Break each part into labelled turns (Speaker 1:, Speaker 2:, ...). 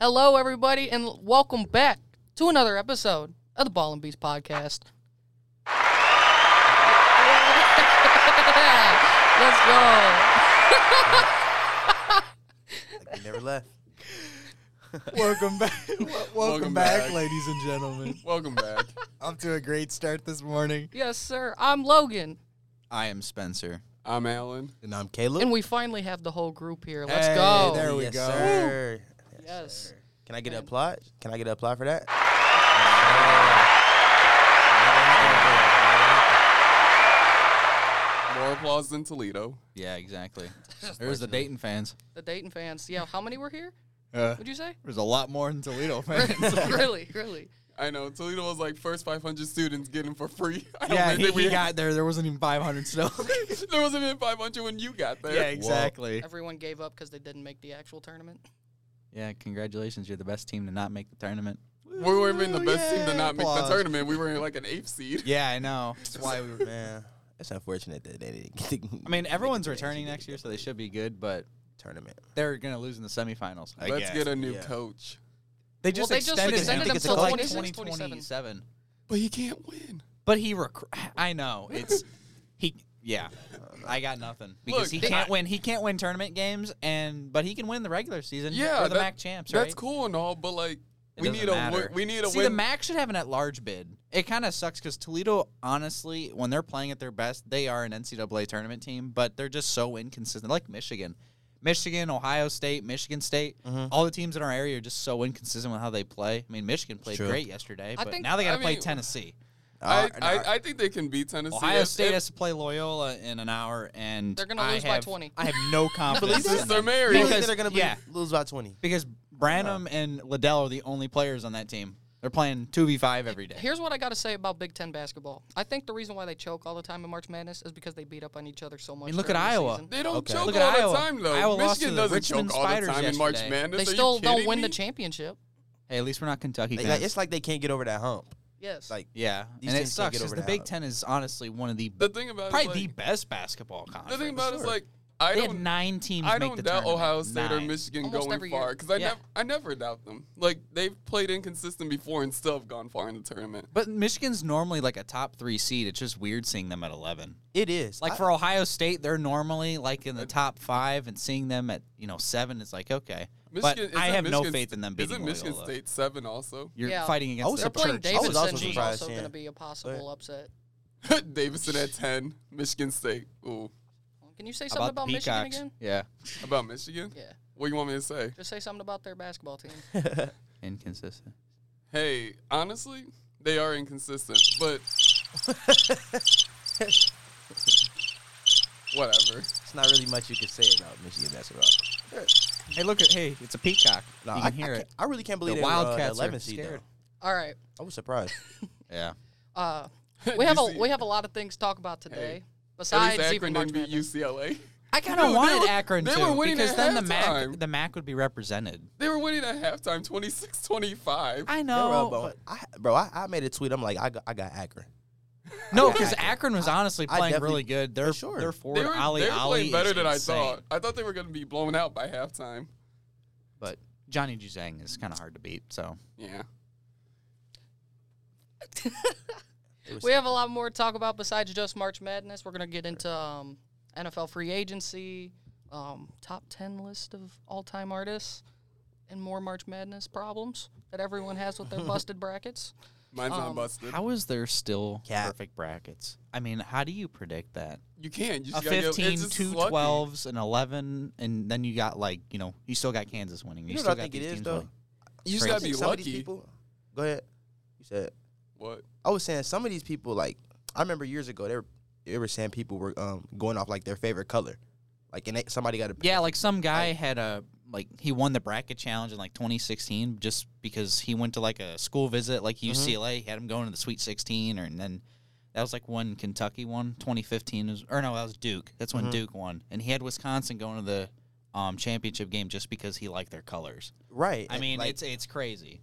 Speaker 1: Hello, everybody, and welcome back to another episode of the Ball and Beast podcast. Let's go.
Speaker 2: Like we never left.
Speaker 3: Welcome back. Welcome,
Speaker 4: Welcome
Speaker 3: back,
Speaker 4: back.
Speaker 3: ladies and gentlemen.
Speaker 4: Welcome back.
Speaker 3: Up to a great start this morning.
Speaker 1: Yes, sir. I'm Logan,
Speaker 2: I am Spencer.
Speaker 4: I'm Alan.
Speaker 2: And I'm Caleb.
Speaker 1: and we finally have the whole group here. Let's
Speaker 3: Hey,
Speaker 1: go.
Speaker 3: there we go.
Speaker 2: Sir. Yes,
Speaker 1: Yes.
Speaker 2: sir. Can I get an applaud? Can I get an applaud for that?
Speaker 4: More applause than Toledo.
Speaker 5: Yeah, exactly. There's the Dayton fans.
Speaker 1: The Dayton fans. Yeah, how many were here?
Speaker 5: Uh,
Speaker 1: Would you say?
Speaker 5: there's a lot more than Toledo fans.
Speaker 1: really, really.
Speaker 4: I know Toledo was like first 500 students getting for free. I don't
Speaker 3: Yeah,
Speaker 4: think
Speaker 3: he,
Speaker 4: that we
Speaker 3: he got there. There wasn't even 500 still.
Speaker 4: there wasn't even 500 when you got there.
Speaker 3: exactly.
Speaker 1: Everyone gave up because they didn't make the actual tournament.
Speaker 5: yeah, congratulations. You're the best team to not make the tournament.
Speaker 4: We weren't even the best team to
Speaker 3: Yay,
Speaker 4: not make the
Speaker 3: applause.
Speaker 4: tournament. We were in like an eighth seed.
Speaker 5: Yeah, I know. That's why we were.
Speaker 2: Man, that's unfortunate that they didn't get the
Speaker 5: I mean, everyone's returning next year, so they should be good, but
Speaker 2: tournament.
Speaker 5: they're going to lose in the semifinals.
Speaker 4: Let's get a new
Speaker 2: Yeah.
Speaker 4: coach.
Speaker 5: They
Speaker 1: just Well, they just extended it. extended
Speaker 2: it till
Speaker 5: like
Speaker 1: 26,
Speaker 5: 2027.
Speaker 4: But he can't win.
Speaker 5: But he, rec- I know. It's, he, yeah. I got nothing because
Speaker 4: Look,
Speaker 5: he
Speaker 4: they-
Speaker 5: can't win. He can't win tournament games, and but he can win the regular season.
Speaker 4: Yeah,
Speaker 5: for the
Speaker 4: that-
Speaker 5: MAC champs.
Speaker 4: That's
Speaker 5: right?
Speaker 4: cool and all, but like
Speaker 5: It
Speaker 4: we
Speaker 5: doesn't
Speaker 4: need a
Speaker 5: matter.
Speaker 4: win- we need a
Speaker 5: See,
Speaker 4: win.
Speaker 5: the MAC should have an at-large bid. It kind of sucks because Toledo, honestly, when they're playing at their best, they are an NCAA tournament team, but they're just so inconsistent. Like Michigan, Michigan, Ohio State, Michigan State,
Speaker 4: Mm-hmm.
Speaker 5: all the teams in our area are just so inconsistent with how they play. I mean, Michigan played
Speaker 2: True.
Speaker 5: great yesterday,
Speaker 1: I
Speaker 5: but
Speaker 1: think-
Speaker 5: now they got to
Speaker 4: I
Speaker 5: play
Speaker 4: mean-
Speaker 5: Tennessee.
Speaker 4: I,
Speaker 2: Our-
Speaker 4: I, I think they can beat Tennessee.
Speaker 5: Ohio
Speaker 4: If-
Speaker 5: State
Speaker 4: if-
Speaker 5: has to play Loyola in an hour, and
Speaker 1: They're gonna
Speaker 5: I
Speaker 1: lose by
Speaker 5: have-
Speaker 1: 20.
Speaker 5: I have no confidence.
Speaker 4: since
Speaker 5: in
Speaker 4: they're
Speaker 5: them.
Speaker 4: married.
Speaker 2: Really
Speaker 5: Because-
Speaker 2: think they're gonna be,
Speaker 5: yeah.
Speaker 2: lose about twenty.
Speaker 5: because Branham and Liddell are the only players on that team. They're playing two v five every day.
Speaker 1: Here's what I got to say about Big Ten basketball. I think the reason why they choke all the time in March Madness is because they beat up on each other so much.
Speaker 5: mean, look at
Speaker 1: during the
Speaker 5: Iowa.
Speaker 1: season.
Speaker 4: They don't
Speaker 2: Okay.
Speaker 4: choke
Speaker 5: Look
Speaker 4: all
Speaker 5: at
Speaker 4: the
Speaker 5: Iowa.
Speaker 4: time though.
Speaker 5: Iowa lost
Speaker 4: Michigan
Speaker 5: to the
Speaker 4: doesn't
Speaker 5: Richmond
Speaker 4: choke all the
Speaker 5: Spiders
Speaker 4: time in March
Speaker 5: yesterday.
Speaker 4: Madness.
Speaker 1: They
Speaker 4: Are you
Speaker 1: still don't
Speaker 4: kidding
Speaker 1: win the
Speaker 4: me?
Speaker 1: championship.
Speaker 5: Hey, at least we're not Kentucky
Speaker 2: Like,
Speaker 5: fans.
Speaker 2: it's like they can't get over that hump.
Speaker 1: Yes.
Speaker 2: Like
Speaker 5: yeah,
Speaker 2: these
Speaker 5: and
Speaker 2: teams
Speaker 5: it
Speaker 2: can't get
Speaker 5: sucks because
Speaker 2: over
Speaker 5: the
Speaker 2: that
Speaker 5: Big
Speaker 2: hump.
Speaker 5: Ten is honestly one of the
Speaker 4: The thing about
Speaker 5: probably
Speaker 4: it is,
Speaker 5: the
Speaker 4: like,
Speaker 5: best basketball conference.
Speaker 4: The thing about it is like I
Speaker 5: they
Speaker 4: don't
Speaker 5: had nine teams.
Speaker 4: I
Speaker 5: make
Speaker 4: don't
Speaker 5: the
Speaker 4: doubt
Speaker 5: tournament.
Speaker 4: Ohio State or
Speaker 5: Nine.
Speaker 4: Michigan
Speaker 1: Almost every
Speaker 4: going
Speaker 1: year.
Speaker 4: far because I
Speaker 5: Yeah.
Speaker 4: never I never doubt them. Like they've played inconsistent before and still have gone far in the tournament.
Speaker 5: But Michigan's normally like a top three seed. It's just weird seeing them at eleven.
Speaker 2: it is.
Speaker 5: Like
Speaker 2: I-
Speaker 5: for Ohio State, they're normally like in the top five, and seeing them at you know seven is like okay.
Speaker 4: Michigan,
Speaker 5: but I
Speaker 4: isn't
Speaker 5: have no
Speaker 4: Michigan
Speaker 5: faith in them
Speaker 4: St-
Speaker 5: beating
Speaker 4: Isn't Michigan
Speaker 5: Loyola.
Speaker 4: State seven also?
Speaker 5: You're
Speaker 1: Yeah.
Speaker 5: fighting against
Speaker 2: I was
Speaker 5: the
Speaker 1: They're playing
Speaker 5: church.
Speaker 2: I was
Speaker 1: Davidson,
Speaker 2: also
Speaker 1: which is
Speaker 2: surprised,
Speaker 1: also
Speaker 2: yeah.
Speaker 1: going to be a possible upset.
Speaker 4: Davidson at ten. Michigan State. Ooh,
Speaker 1: Can you say
Speaker 5: How
Speaker 1: something
Speaker 5: about
Speaker 1: about
Speaker 5: the
Speaker 1: Michigan
Speaker 5: Peacocks?
Speaker 1: again?
Speaker 5: Yeah,
Speaker 4: about Michigan.
Speaker 1: Yeah.
Speaker 4: What do you want me to say?
Speaker 1: Just say something about their basketball team.
Speaker 5: inconsistent.
Speaker 4: Hey, honestly, they are inconsistent, but whatever.
Speaker 2: it's not really much you can say about Michigan basketball.
Speaker 5: Hey, look at hey, it's a peacock.
Speaker 2: No,
Speaker 5: you
Speaker 2: I,
Speaker 5: can hear
Speaker 2: I
Speaker 5: it.
Speaker 2: can't- I really can't believe
Speaker 5: The
Speaker 2: they were, uh,
Speaker 5: Wildcats are
Speaker 2: 11 seed,
Speaker 5: scared.
Speaker 2: though.
Speaker 1: All right.
Speaker 2: I was surprised.
Speaker 5: Yeah.
Speaker 1: Uh, we have
Speaker 4: You
Speaker 1: a
Speaker 4: see-
Speaker 1: we have a lot of things to talk about today.
Speaker 4: Hey, At
Speaker 1: Besides
Speaker 4: least
Speaker 1: even
Speaker 4: Akron
Speaker 1: March
Speaker 4: didn't beat
Speaker 1: Madness.
Speaker 4: UCLA.
Speaker 5: I kind of
Speaker 4: Dude, they
Speaker 5: wanted
Speaker 4: were-
Speaker 5: Akron
Speaker 4: they
Speaker 5: too,
Speaker 4: were winning
Speaker 5: because
Speaker 4: at
Speaker 5: then the
Speaker 4: halftime.
Speaker 5: Mac the Mac would be represented.
Speaker 4: They were winning at halftime, 26-25.
Speaker 5: I
Speaker 2: They were
Speaker 5: know,
Speaker 2: up on- I, bro, I, I made a tweet. I'm like, I got, I got Akron.
Speaker 5: but- no, because Akron was honestly
Speaker 2: I
Speaker 5: playing
Speaker 2: definitely-
Speaker 5: really good. They're
Speaker 2: sure.
Speaker 5: they're forward.
Speaker 4: they were,
Speaker 5: Ali
Speaker 4: they were
Speaker 5: Ali
Speaker 4: playing better
Speaker 5: is
Speaker 4: than
Speaker 5: insane.
Speaker 4: I thought. I thought they were going to be blown out by halftime.
Speaker 5: But Johnny Juzang is kind of hard to beat. So
Speaker 4: Yeah.
Speaker 1: We have a lot more to talk about besides just March Madness. We're going to get into um, NFL free agency, um, top 10 list of all time artists, and more March Madness problems that everyone has with their busted brackets.
Speaker 4: Mine's
Speaker 1: Um,
Speaker 4: not busted.
Speaker 5: how is there still
Speaker 2: Cap.
Speaker 5: perfect brackets? I mean, how do you predict that?
Speaker 4: you can't. You
Speaker 5: A
Speaker 4: just gotta go- it's
Speaker 5: 15,
Speaker 4: just
Speaker 5: two
Speaker 4: lucky.
Speaker 5: 12s, an 11, and then you got like, you know, you still got Kansas winning. You,
Speaker 2: You know
Speaker 5: still
Speaker 2: what I
Speaker 5: got
Speaker 2: think it
Speaker 5: these
Speaker 2: is,
Speaker 5: teams
Speaker 2: though?
Speaker 5: winning.
Speaker 4: You just
Speaker 5: Crazy.
Speaker 4: got to be
Speaker 2: Some of these
Speaker 4: lucky.
Speaker 2: people. Go ahead. You said.
Speaker 4: What?
Speaker 2: I was saying some of these people, like I remember years ago, they were, they were saying people were um, going off like their favorite color, like and they, somebody got a
Speaker 5: Yeah, like some guy had a like he won the bracket challenge in like 2016 just because he went to like a school visit like
Speaker 2: Mm-hmm.
Speaker 5: UCLA had him going to the Sweet 16 or and then that was like when Kentucky won 2015 was, or no that was Duke that's
Speaker 2: Mm-hmm.
Speaker 5: when Duke won and he had Wisconsin going to the um, championship game just because he liked their colors.
Speaker 2: right.
Speaker 5: I mean
Speaker 2: Eh, like,
Speaker 5: it's it's crazy.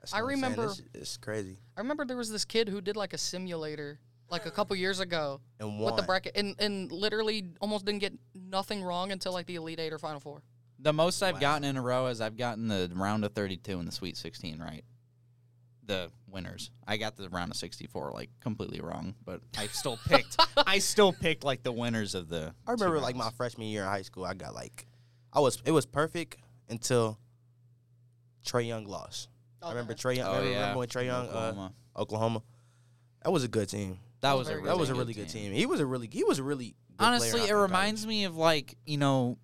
Speaker 2: that's
Speaker 1: I
Speaker 2: what I'm saying,
Speaker 1: remember-
Speaker 2: it's, it's crazy.
Speaker 1: I remember there was this kid who did like a simulator like a couple years ago
Speaker 2: And
Speaker 1: with the
Speaker 2: won.
Speaker 1: bracket and, and literally almost didn't get nothing wrong until like the Elite Eight or Final Four.
Speaker 5: The most I've gotten in a row is I've gotten the round of 32 and the Sweet 16 right. The winners. I got the round of 64 like completely wrong, but I still picked. I still picked like the winners of the.
Speaker 2: I
Speaker 5: two
Speaker 2: remember like my
Speaker 5: rounds.
Speaker 2: freshman year in high school, I got like, I was it was perfect until Trey Young lost. I remember Trey Young.
Speaker 5: Oh,
Speaker 2: remember,
Speaker 5: yeah.
Speaker 2: remember when Trey Young, Oklahoma.
Speaker 5: Oklahoma.
Speaker 2: Uh, Oklahoma. That was a good team.
Speaker 5: that
Speaker 1: was
Speaker 5: was a
Speaker 1: very good.
Speaker 5: really
Speaker 2: That was a really good team. He was a really he was a really good
Speaker 5: Honestly, it reminds
Speaker 2: me.
Speaker 5: me of like you know,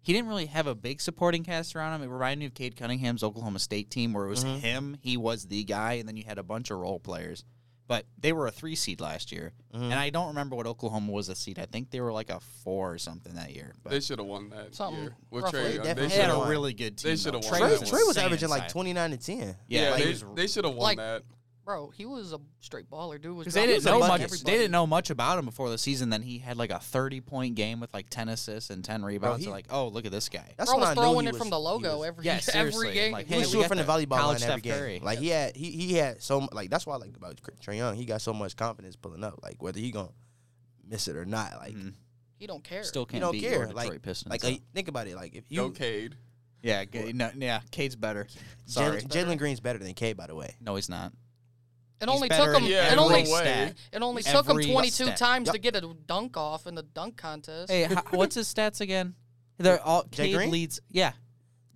Speaker 5: he didn't really have a big supporting cast around him. It reminded me of Cade Cunningham's Oklahoma State team, where it was
Speaker 2: Mhm.
Speaker 5: him, he was the guy, and then you had a bunch of role players. But they were a three seed last year,
Speaker 2: Mhm.
Speaker 5: and I don't remember what Oklahoma was a seed. I think they were like a four or something that year. But
Speaker 4: They should have won that
Speaker 1: Something
Speaker 4: year with
Speaker 1: roughly.
Speaker 4: Trey
Speaker 1: They
Speaker 4: Young.
Speaker 5: they
Speaker 4: They
Speaker 2: definitely
Speaker 4: should
Speaker 5: had
Speaker 4: have
Speaker 5: a
Speaker 2: won.
Speaker 5: really good team.
Speaker 4: They should've
Speaker 5: though.
Speaker 4: won.
Speaker 2: Trey,
Speaker 4: that
Speaker 2: Trey was
Speaker 5: insane
Speaker 2: averaging like
Speaker 5: inside.
Speaker 2: 29 and 10.
Speaker 5: Yeah,
Speaker 4: Yeah,
Speaker 5: like,
Speaker 4: they,
Speaker 5: he was-
Speaker 4: they should have won
Speaker 1: like-
Speaker 4: that.
Speaker 1: Bro, he was a straight baller, dude. Was
Speaker 5: 'Cause they
Speaker 1: dropping
Speaker 5: didn't know
Speaker 1: buckets.
Speaker 5: much.
Speaker 1: Everybody-
Speaker 5: They didn't know much about him before the season. Then he had like a thirty-point game with like ten assists and ten rebounds.
Speaker 2: he-
Speaker 5: They're like, oh, look at this guy.
Speaker 2: That's
Speaker 1: Bro
Speaker 2: when
Speaker 1: was
Speaker 2: I knew
Speaker 1: throwing
Speaker 2: he
Speaker 1: it
Speaker 2: was-
Speaker 1: from the
Speaker 2: he
Speaker 1: logo
Speaker 2: was-
Speaker 1: every
Speaker 5: Yeah,
Speaker 1: every
Speaker 5: seriously,
Speaker 1: game.
Speaker 5: like,
Speaker 2: He
Speaker 5: Hey,
Speaker 2: was
Speaker 5: we
Speaker 2: shooting
Speaker 5: got
Speaker 2: from the
Speaker 5: the
Speaker 2: volleyball
Speaker 5: college
Speaker 2: line every
Speaker 5: Steph
Speaker 2: game.
Speaker 5: Curry.
Speaker 2: Like he had, he, he had so mu- like that's why I like about Trey Young. He got so much confidence pulling up. Like whether he gonna miss it or not, like
Speaker 5: Mhm.
Speaker 1: he don't care.
Speaker 5: Still
Speaker 2: you
Speaker 5: can't
Speaker 2: don't
Speaker 5: beat
Speaker 2: care.
Speaker 5: your
Speaker 2: Like
Speaker 5: Detroit Pistons.
Speaker 2: like
Speaker 5: though.
Speaker 2: uh, think about it. Like if
Speaker 4: Go
Speaker 2: you
Speaker 4: Cade.
Speaker 5: Yeah, g- no, yeah, Cade's better. Sorry.
Speaker 2: Jalen Jalen Green's better than K by the way.
Speaker 5: No, he's not.
Speaker 1: It
Speaker 5: He's
Speaker 1: only
Speaker 5: better
Speaker 1: took him.
Speaker 5: in
Speaker 4: Yeah,
Speaker 1: it
Speaker 5: every
Speaker 1: only
Speaker 4: no way.
Speaker 5: stat.
Speaker 1: it only
Speaker 5: Every
Speaker 1: took him 22
Speaker 5: step.
Speaker 1: times
Speaker 2: Yep.
Speaker 1: to get a dunk off in the dunk contest.
Speaker 5: Hey, ho- what's his stats again? They're all
Speaker 2: Jay
Speaker 5: Cade
Speaker 2: Green?
Speaker 5: leads. Yeah,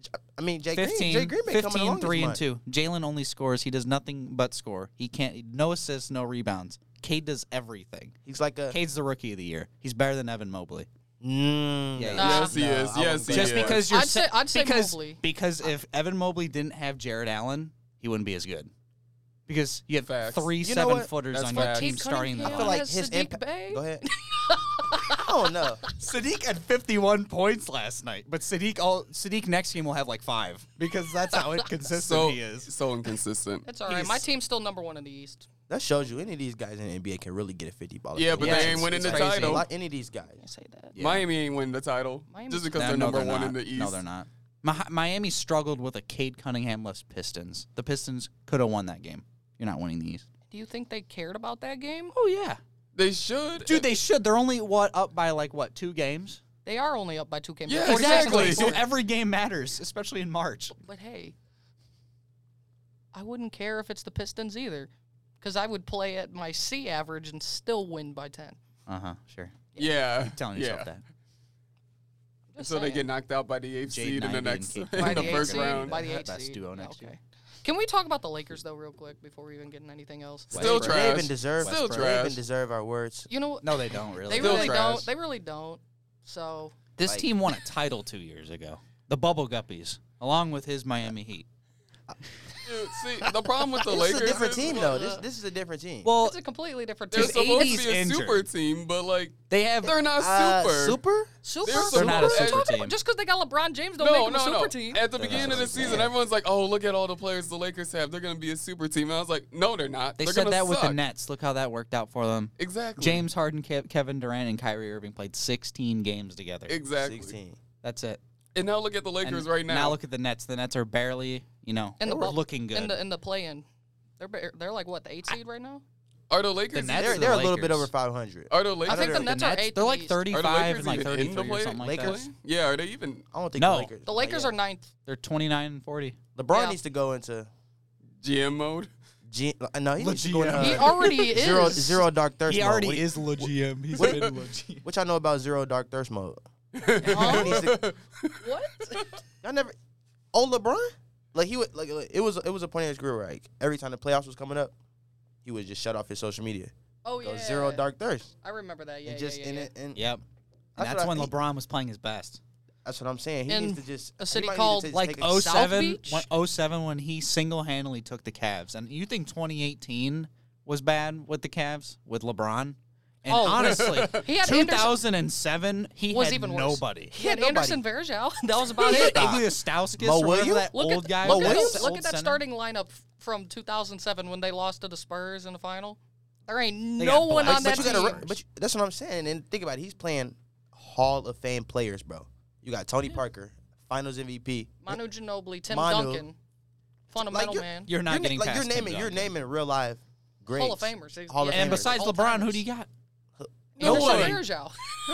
Speaker 2: J- I mean Jay Green.
Speaker 5: 15,
Speaker 2: Jay Green been coming
Speaker 5: 15
Speaker 2: along this
Speaker 5: 3 and
Speaker 2: month.
Speaker 5: two. Jalen only scores. He does nothing but score. He can't. No assists. No rebounds. Cade does everything.
Speaker 2: He's like a.
Speaker 5: Cade's the rookie of the year. He's better than Evan Mobley.
Speaker 2: Mm,
Speaker 5: Yeah,
Speaker 1: Nah.
Speaker 4: Yes, he
Speaker 2: No,
Speaker 4: is.
Speaker 2: I
Speaker 4: Yes,
Speaker 2: wouldn't
Speaker 4: he
Speaker 2: go
Speaker 4: is.
Speaker 5: Just because you're
Speaker 1: I'd say-
Speaker 5: se-
Speaker 1: I'd say
Speaker 5: because,
Speaker 1: Mobley.
Speaker 5: because if Evan Mobley didn't have Jared Allen, he wouldn't be as good. Because you have
Speaker 4: Facts.
Speaker 5: three
Speaker 2: You know
Speaker 5: seven
Speaker 2: what?
Speaker 5: footers
Speaker 4: That's
Speaker 5: on your
Speaker 4: facts.
Speaker 5: team starting the
Speaker 1: Cunningham.
Speaker 2: I feel like
Speaker 1: Has
Speaker 2: his
Speaker 1: Sadiq
Speaker 2: impact.
Speaker 1: Bey?
Speaker 2: Go ahead. I don't know.
Speaker 5: Sadiq had 51 points last night, but Sadiq all Sadiq next game will have like five because that's how inconsistent
Speaker 4: so
Speaker 5: he is.
Speaker 4: so inconsistent.
Speaker 1: It's all right. My
Speaker 5: he's-
Speaker 1: team's still number one in the East.
Speaker 2: That shows you any of these guys in the NBA can really get a 50 ball.
Speaker 4: Yeah, but
Speaker 5: Yeah,
Speaker 4: they ain't
Speaker 5: it's-
Speaker 4: winning
Speaker 5: it's
Speaker 4: the
Speaker 5: crazy.
Speaker 2: A
Speaker 4: title.
Speaker 2: lot, any of these guys.
Speaker 1: I say that.
Speaker 5: Yeah.
Speaker 4: Miami ain't winning the title
Speaker 1: Miami's-
Speaker 4: just because
Speaker 5: No,
Speaker 4: they're
Speaker 5: no,
Speaker 4: number
Speaker 5: they're
Speaker 4: one
Speaker 5: not.
Speaker 4: in the East.
Speaker 5: No, they're not. Mi- Miami struggled with a Cade Cunningham less Pistons. The Pistons could have won that game. You're not winning the East.
Speaker 1: Do you think they cared about that game?
Speaker 5: Oh yeah,
Speaker 4: They should.
Speaker 5: dude, they should. They're only what up by like what two games?
Speaker 1: They are only up by two games.
Speaker 4: Yeah,
Speaker 1: 46 and
Speaker 4: exactly.
Speaker 1: 24.
Speaker 5: So every game matters, especially in March.
Speaker 1: But hey, I wouldn't care if it's the Pistons either, because I would play at my C average and still win by 10.
Speaker 5: Uh huh. Sure.
Speaker 4: yeah.
Speaker 5: Telling
Speaker 4: yeah.
Speaker 5: yourself that.
Speaker 1: Just
Speaker 4: So they
Speaker 1: saying.
Speaker 4: get knocked out by the eighth
Speaker 5: Jade
Speaker 4: seed in
Speaker 5: Knight
Speaker 4: the
Speaker 5: and
Speaker 4: next in
Speaker 5: Kate
Speaker 1: by
Speaker 4: the
Speaker 1: eighth
Speaker 4: first
Speaker 1: seed,
Speaker 4: round.
Speaker 1: by the eight
Speaker 5: Best
Speaker 1: seed.
Speaker 5: duo
Speaker 1: Yeah,
Speaker 5: next year.
Speaker 1: Can we talk about the Lakers though, real quick, before we even get in anything else?
Speaker 4: Still
Speaker 2: They don't
Speaker 4: trash.
Speaker 2: even deserve.
Speaker 4: Still
Speaker 2: They don't
Speaker 4: trash.
Speaker 2: even deserve our words.
Speaker 1: You know,
Speaker 5: No, they don't really.
Speaker 1: they
Speaker 4: Still
Speaker 1: really
Speaker 4: trash.
Speaker 1: don't. They really don't. So
Speaker 5: This
Speaker 2: Like-
Speaker 5: team won a title two years ago. The Bubble Guppies, along with his Miami Heat.
Speaker 4: Dude, see, the problem with the
Speaker 2: This
Speaker 4: Lakers
Speaker 2: is a different
Speaker 4: is,
Speaker 2: team though. This this is a different team.
Speaker 5: Well,
Speaker 1: it's a completely different
Speaker 4: they're
Speaker 1: team.
Speaker 5: There's a-
Speaker 4: supposed to
Speaker 5: 80s
Speaker 4: be a super
Speaker 5: injured.
Speaker 4: team, but like
Speaker 5: they have.
Speaker 4: they're not
Speaker 2: Uh,
Speaker 4: super.
Speaker 2: super.
Speaker 1: super.
Speaker 4: they're
Speaker 1: super?
Speaker 5: not
Speaker 1: What are
Speaker 5: a
Speaker 1: you
Speaker 5: super
Speaker 1: talking about?
Speaker 5: team.
Speaker 1: Just because they got LeBron James, don't
Speaker 4: No,
Speaker 1: make them
Speaker 4: no,
Speaker 1: a super
Speaker 4: no.
Speaker 1: team.
Speaker 4: At the beginning of the season, everyone's like, "Oh, look at all the players the Lakers have. They're gonna be a super team." And I was like, "No, they're not.
Speaker 5: they
Speaker 4: They're
Speaker 5: said
Speaker 4: gonna
Speaker 5: that with the
Speaker 4: suck."
Speaker 5: Nets. Look how that worked out for them.
Speaker 4: Exactly.
Speaker 5: James Harden, Kev- Kevin Durant, and Kyrie Irving played 16 games together.
Speaker 4: Exactly.
Speaker 2: 16.
Speaker 5: That's it.
Speaker 4: And now look at the
Speaker 5: And
Speaker 4: Lakers right now.
Speaker 5: Now look at the Nets. The Nets are barely, you know,
Speaker 1: In the
Speaker 5: we're
Speaker 1: bubble-
Speaker 5: looking good.
Speaker 1: in the in the play-in. They're ba- they're like what the eight seed right now.
Speaker 4: are the Lakers?
Speaker 5: The Nets-
Speaker 2: They're,
Speaker 5: the
Speaker 2: they're a little bit
Speaker 5: Lakers.
Speaker 2: over 500.
Speaker 1: Oh.
Speaker 2: I
Speaker 4: Are the Lakers?
Speaker 1: I think the
Speaker 2: don't
Speaker 1: Nets,
Speaker 2: know.
Speaker 5: The
Speaker 1: are
Speaker 5: Nets,
Speaker 1: eighth.
Speaker 5: they're
Speaker 1: in
Speaker 5: like
Speaker 1: the East.
Speaker 5: 35 and like
Speaker 4: even in
Speaker 5: 33
Speaker 4: the
Speaker 5: or
Speaker 4: play-
Speaker 5: something like
Speaker 2: Lakers?
Speaker 5: that.
Speaker 4: yeah, are they even?
Speaker 2: don't think
Speaker 5: No.
Speaker 2: the Lakers.
Speaker 1: The Lakers are ninth.
Speaker 5: They're 29 and 40.
Speaker 2: are. LeBron
Speaker 1: Yeah.
Speaker 2: needs to go into.
Speaker 4: GM mode.
Speaker 2: G- uh, no, he needs to go into.
Speaker 1: He
Speaker 2: Uh,
Speaker 1: already
Speaker 2: zero
Speaker 1: is
Speaker 2: zero dark thirst.
Speaker 5: He
Speaker 2: mode.
Speaker 5: already
Speaker 2: What-
Speaker 5: is legit. He's
Speaker 2: what-
Speaker 5: been legit.
Speaker 2: What y'all know about zero dark thirst mode? He needs
Speaker 1: Huh?
Speaker 2: to-
Speaker 1: what?
Speaker 2: Y'all never. Oh, LeBron. Like he would. Like like, it was. It was a point in his career. Where, like every time the playoffs was coming up, he would just shut off his social media.
Speaker 1: Oh
Speaker 2: Go
Speaker 1: yeah.
Speaker 2: zero dark thirst.
Speaker 1: I remember that. Yeah,
Speaker 2: and just
Speaker 1: yeah, yeah,
Speaker 2: and
Speaker 1: yeah.
Speaker 2: it- and
Speaker 5: Yep.
Speaker 2: That's
Speaker 5: And
Speaker 2: what
Speaker 5: that's
Speaker 2: I-
Speaker 5: when
Speaker 2: he-
Speaker 5: LeBron was playing his best.
Speaker 2: that's what I'm saying. He
Speaker 1: In
Speaker 2: needs to just
Speaker 1: a
Speaker 2: he
Speaker 1: city
Speaker 2: might need to
Speaker 1: called,
Speaker 2: take-
Speaker 5: like
Speaker 2: take a-
Speaker 5: 07
Speaker 1: Beach?
Speaker 5: when 07 when he single-handedly took the Cavs. And you think 2018 was bad with the Cavs with LeBron? And
Speaker 1: Oh.
Speaker 5: honestly,
Speaker 1: He had Anderson-
Speaker 5: 2007 he
Speaker 1: Was
Speaker 5: had
Speaker 1: even worse.
Speaker 5: nobody.
Speaker 1: He had
Speaker 2: Yeah, nobody.
Speaker 1: Anderson Varejao. That was about
Speaker 5: He had
Speaker 1: it.
Speaker 5: Ignastauskas
Speaker 2: Mo
Speaker 5: or whatever
Speaker 2: Williams?
Speaker 5: that
Speaker 1: Look
Speaker 5: old
Speaker 1: at,
Speaker 5: guy.
Speaker 1: look
Speaker 5: was,
Speaker 1: at,
Speaker 2: Williams?
Speaker 1: that-
Speaker 5: old
Speaker 1: look at that
Speaker 5: center.
Speaker 1: starting lineup from 2007 when they lost to the Spurs in the final. There ain't
Speaker 5: They
Speaker 1: no
Speaker 5: got
Speaker 1: one
Speaker 5: black-
Speaker 1: on
Speaker 2: but
Speaker 1: that
Speaker 2: you
Speaker 1: team.
Speaker 2: gotta. re- But you, that's what I'm saying. And think about it. He's playing Hall of Fame players, bro. You got Tony Parker, Finals MVP.
Speaker 1: Manu Ginobili, Tim
Speaker 2: Manu.
Speaker 1: Duncan, fundamental
Speaker 2: you're-
Speaker 1: man,
Speaker 5: You're not
Speaker 2: You're na-
Speaker 5: getting
Speaker 2: like
Speaker 5: past
Speaker 2: you're
Speaker 5: Tim
Speaker 2: naming. You're
Speaker 5: Duncan.
Speaker 2: naming real life. Greats.
Speaker 1: Hall of Famers.
Speaker 2: Hall of
Speaker 5: And
Speaker 2: Famers.
Speaker 5: besides
Speaker 1: All
Speaker 5: LeBron,
Speaker 1: timers.
Speaker 5: who do you got?
Speaker 1: no
Speaker 5: no
Speaker 1: one.
Speaker 5: one.
Speaker 1: Varejao.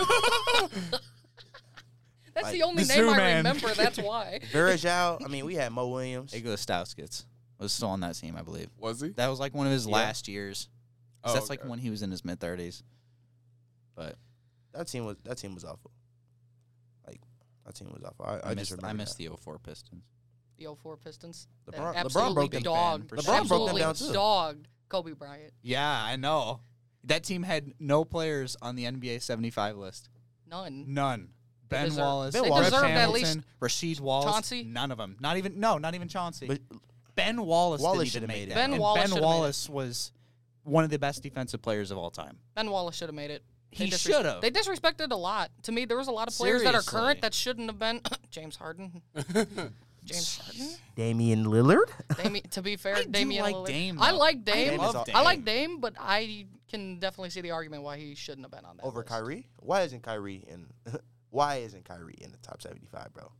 Speaker 1: That's
Speaker 2: Like,
Speaker 1: the only
Speaker 3: the
Speaker 1: name
Speaker 3: Zoo
Speaker 1: I
Speaker 3: Man.
Speaker 1: remember. That's why.
Speaker 2: Virgil. I mean, we had Mo Williams.
Speaker 5: Igor Stauskas was still on that team, I believe.
Speaker 4: Was he?
Speaker 5: That was like one of his
Speaker 2: Yeah.
Speaker 5: last years. 'Cause
Speaker 4: Oh,
Speaker 5: that's like
Speaker 4: okay.
Speaker 5: when he was in his mid thirties. But
Speaker 2: That team was that team was awful. Like that team was awful. I,
Speaker 5: I,
Speaker 2: I just
Speaker 5: missed,
Speaker 2: remember
Speaker 5: I missed
Speaker 2: that.
Speaker 5: the 04 Pistons.
Speaker 1: The 04 Pistons. that
Speaker 2: LeBron- LeBron
Speaker 1: absolutely
Speaker 2: broke them.
Speaker 1: dogged.
Speaker 5: LeBron broke
Speaker 2: them
Speaker 1: absolutely
Speaker 2: down, too.
Speaker 1: dogged Kobe Bryant.
Speaker 5: Yeah, I know. That team had no players on the NBA 75 list.
Speaker 1: None.
Speaker 5: None. Ben
Speaker 1: deserve-
Speaker 5: Wallace,
Speaker 2: Ben
Speaker 5: Rip
Speaker 2: Wallace.
Speaker 1: deserved at
Speaker 5: Hamilton,
Speaker 1: least
Speaker 5: Rasheed Wallace,
Speaker 1: Chauncey.
Speaker 5: none of them. Not even no, not even Chauncey.
Speaker 2: But
Speaker 5: ben Wallace,
Speaker 2: Wallace
Speaker 5: didn't
Speaker 2: shoulda
Speaker 5: even make
Speaker 2: made it.
Speaker 5: it.
Speaker 1: Ben
Speaker 5: And
Speaker 1: Wallace shoulda
Speaker 5: ben
Speaker 1: made it.
Speaker 5: Wallace was one of the best defensive players of all time.
Speaker 1: Ben Wallace should have made it. They
Speaker 5: He
Speaker 1: disres-
Speaker 5: shoulda.
Speaker 1: They disrespected a lot. To me, there was a lot of players that are
Speaker 5: Seriously.
Speaker 1: current that shouldn't have been. James Harden. James Harden.
Speaker 2: Damian Lillard.
Speaker 1: Dame, to be fair,
Speaker 5: I do
Speaker 1: Damian
Speaker 5: like
Speaker 1: Lillard-
Speaker 5: Dame,
Speaker 1: I
Speaker 5: though.
Speaker 1: like
Speaker 5: I
Speaker 1: Dame. I,
Speaker 5: love
Speaker 2: Dame.
Speaker 1: like Dame, but I can definitely see the argument why he shouldn't have been on that
Speaker 2: Over
Speaker 1: list.
Speaker 2: Kyrie. Why isn't Kyrie in? why isn't Kyrie in the top seventy five, bro?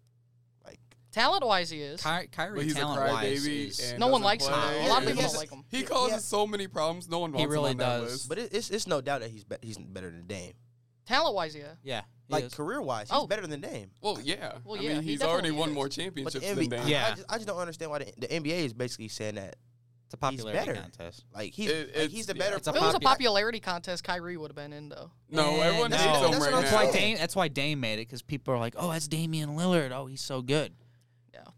Speaker 2: Like
Speaker 1: Talent wise, he is.
Speaker 5: Ky-
Speaker 4: But
Speaker 5: Kyrie
Speaker 4: he's a
Speaker 5: talent wise,
Speaker 4: crybaby. and
Speaker 1: No one
Speaker 4: doesn't
Speaker 1: likes him.
Speaker 4: play.
Speaker 1: A lot of
Speaker 2: Yeah,
Speaker 1: people
Speaker 2: yes.
Speaker 1: don't like him.
Speaker 4: He causes
Speaker 2: Yeah.
Speaker 4: so many problems. No one wants him
Speaker 5: really
Speaker 4: on that
Speaker 5: does.
Speaker 4: list.
Speaker 2: But it, it's it's no doubt that he's be- he's better than Dame.
Speaker 1: Talent wise, yeah.
Speaker 5: yeah, he
Speaker 2: Like
Speaker 5: is.
Speaker 2: career wise, he's
Speaker 1: Oh.
Speaker 2: better than Dame.
Speaker 4: well, yeah.
Speaker 1: Well,
Speaker 4: I
Speaker 1: yeah,
Speaker 4: mean,
Speaker 1: he
Speaker 4: he's already
Speaker 1: definitely
Speaker 4: won
Speaker 1: is.
Speaker 4: more
Speaker 2: But the
Speaker 4: championships than
Speaker 2: NBA,
Speaker 4: Dan.
Speaker 2: I- I,
Speaker 5: Yeah.
Speaker 2: just, I just don't understand why the, the NBA is basically saying that
Speaker 5: it's a popularity
Speaker 2: better.
Speaker 5: contest.
Speaker 2: like he's
Speaker 4: It-
Speaker 2: like,
Speaker 4: it's-
Speaker 2: he's the
Speaker 4: yeah,
Speaker 2: better.
Speaker 5: it's a
Speaker 1: If it was a
Speaker 5: Popu-
Speaker 1: popularity contest, Kyrie would have been in though.
Speaker 4: No,
Speaker 5: Eh,
Speaker 4: everyone
Speaker 5: no.
Speaker 4: hates him
Speaker 2: That's
Speaker 4: right
Speaker 2: what I'm
Speaker 5: That's
Speaker 4: now.
Speaker 5: why
Speaker 2: saying.
Speaker 5: Dame. That's why Dame made it because people are like, "Oh, that's Damian Lillard. Oh, he's so good."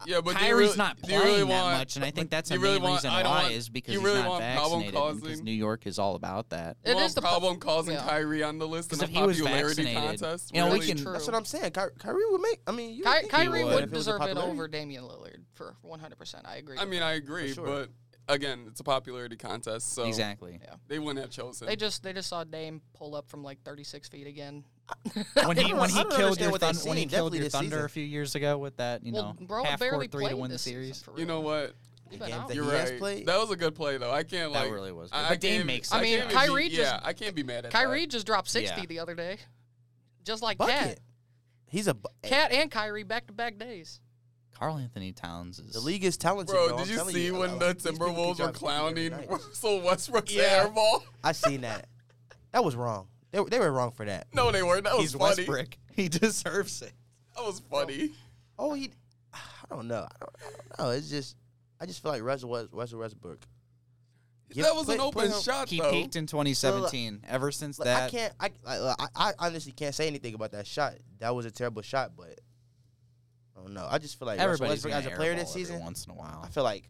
Speaker 4: Yeah, but do you
Speaker 5: Kyrie's
Speaker 4: really-
Speaker 5: not
Speaker 4: do you
Speaker 5: playing
Speaker 4: really
Speaker 5: that
Speaker 4: want-
Speaker 5: much, and I
Speaker 4: but
Speaker 5: think that's
Speaker 4: do
Speaker 5: the
Speaker 4: you really
Speaker 5: main
Speaker 4: want-
Speaker 5: reason
Speaker 4: I don't
Speaker 5: why
Speaker 4: want-
Speaker 5: is because
Speaker 4: you
Speaker 5: he's
Speaker 4: really
Speaker 5: not
Speaker 4: want
Speaker 5: vaccinated. and Because
Speaker 4: problem-causing?
Speaker 5: New York is all about that.
Speaker 1: It
Speaker 4: Well,
Speaker 1: is the pro-
Speaker 4: problem causing
Speaker 1: yeah.
Speaker 4: Kyrie on the list in
Speaker 5: 'Cause
Speaker 4: a
Speaker 5: if he was
Speaker 4: popularity
Speaker 5: vaccinated,
Speaker 4: contest.
Speaker 5: you know, we
Speaker 4: really?
Speaker 5: can-
Speaker 1: true.
Speaker 2: That's what I'm saying. Ky- Kyrie would make. I mean, you
Speaker 1: Ky-
Speaker 2: think he
Speaker 1: Kyrie
Speaker 5: would
Speaker 1: would,
Speaker 2: if was a
Speaker 1: deserve it
Speaker 2: popularity.
Speaker 1: over Damian Lillard for 100%. I agree.
Speaker 4: I
Speaker 1: with
Speaker 4: mean,
Speaker 1: that.
Speaker 4: I agree,
Speaker 2: sure.
Speaker 4: but again, it's a popularity contest, so
Speaker 5: Exactly.
Speaker 4: they wouldn't have chosen.
Speaker 1: they just they just saw Dame pull up from like 36 feet again.
Speaker 5: When
Speaker 2: I
Speaker 5: he
Speaker 2: don't-
Speaker 5: when
Speaker 2: I
Speaker 5: he
Speaker 2: don't
Speaker 5: killed
Speaker 2: understand
Speaker 5: your
Speaker 2: what they
Speaker 5: thun- when he
Speaker 2: seen,
Speaker 5: killed
Speaker 2: definitely
Speaker 5: your
Speaker 2: this
Speaker 5: Thunder
Speaker 2: season.
Speaker 5: a few years ago with that, you
Speaker 1: well,
Speaker 5: know,
Speaker 1: bro
Speaker 5: half
Speaker 1: barely
Speaker 5: court three to
Speaker 1: played
Speaker 5: win the
Speaker 1: this season,
Speaker 5: series.
Speaker 1: for
Speaker 4: you
Speaker 1: real.
Speaker 4: know what?
Speaker 1: He's
Speaker 2: The
Speaker 1: been
Speaker 2: games
Speaker 1: out.
Speaker 2: that
Speaker 4: You're
Speaker 2: he has
Speaker 4: right.
Speaker 2: played-
Speaker 4: That was a good play, though. I can't
Speaker 5: That
Speaker 4: like.
Speaker 5: really was good.
Speaker 4: I, I
Speaker 5: But Dame
Speaker 4: can't-
Speaker 5: makes
Speaker 4: I
Speaker 5: it.
Speaker 1: I mean,
Speaker 4: can't
Speaker 1: Kyrie
Speaker 4: be,
Speaker 1: just-
Speaker 4: Yeah, I can't be mad at
Speaker 1: Kyrie just dropped 60
Speaker 5: Yeah.
Speaker 1: the other day. Just like
Speaker 2: bucket.
Speaker 1: Cat.
Speaker 2: He's a bu-
Speaker 1: Cat and Kyrie back to back days.
Speaker 5: Carl Anthony Towns is
Speaker 2: The league is talented,
Speaker 4: Bro,
Speaker 2: bro.
Speaker 4: did
Speaker 2: I'm
Speaker 4: you
Speaker 2: telling
Speaker 4: see when
Speaker 2: Like,
Speaker 4: the
Speaker 2: these people
Speaker 4: Timberwolves
Speaker 2: can
Speaker 4: were
Speaker 2: drop 50 every
Speaker 4: clowning
Speaker 2: night.
Speaker 4: Russell Westbrook's
Speaker 2: Yeah.
Speaker 4: airball?
Speaker 2: I seen that. That was wrong. They were, they were wrong for that.
Speaker 4: No, they weren't. That was
Speaker 5: he's
Speaker 4: funny.
Speaker 5: Westbrook. He deserves it.
Speaker 4: That was funny.
Speaker 2: Oh, he. I don't know. I don't, I don't know. It's just. I just feel like Russell West, Russell Westbrook. Give-
Speaker 4: that was an
Speaker 2: play-
Speaker 4: open
Speaker 2: play-
Speaker 4: shot,
Speaker 5: He
Speaker 4: though.
Speaker 5: peaked in 2017. Ever since
Speaker 2: Like,
Speaker 5: that,
Speaker 2: I can't. I, I I I honestly can't say anything about that shot. That was a terrible shot, but I don't know. I just feel like Russell
Speaker 5: everybody's
Speaker 2: Westbrook
Speaker 5: gonna
Speaker 2: as a player
Speaker 5: airball
Speaker 2: this
Speaker 5: every
Speaker 2: season.
Speaker 5: once in a
Speaker 2: I
Speaker 5: while.
Speaker 2: feel like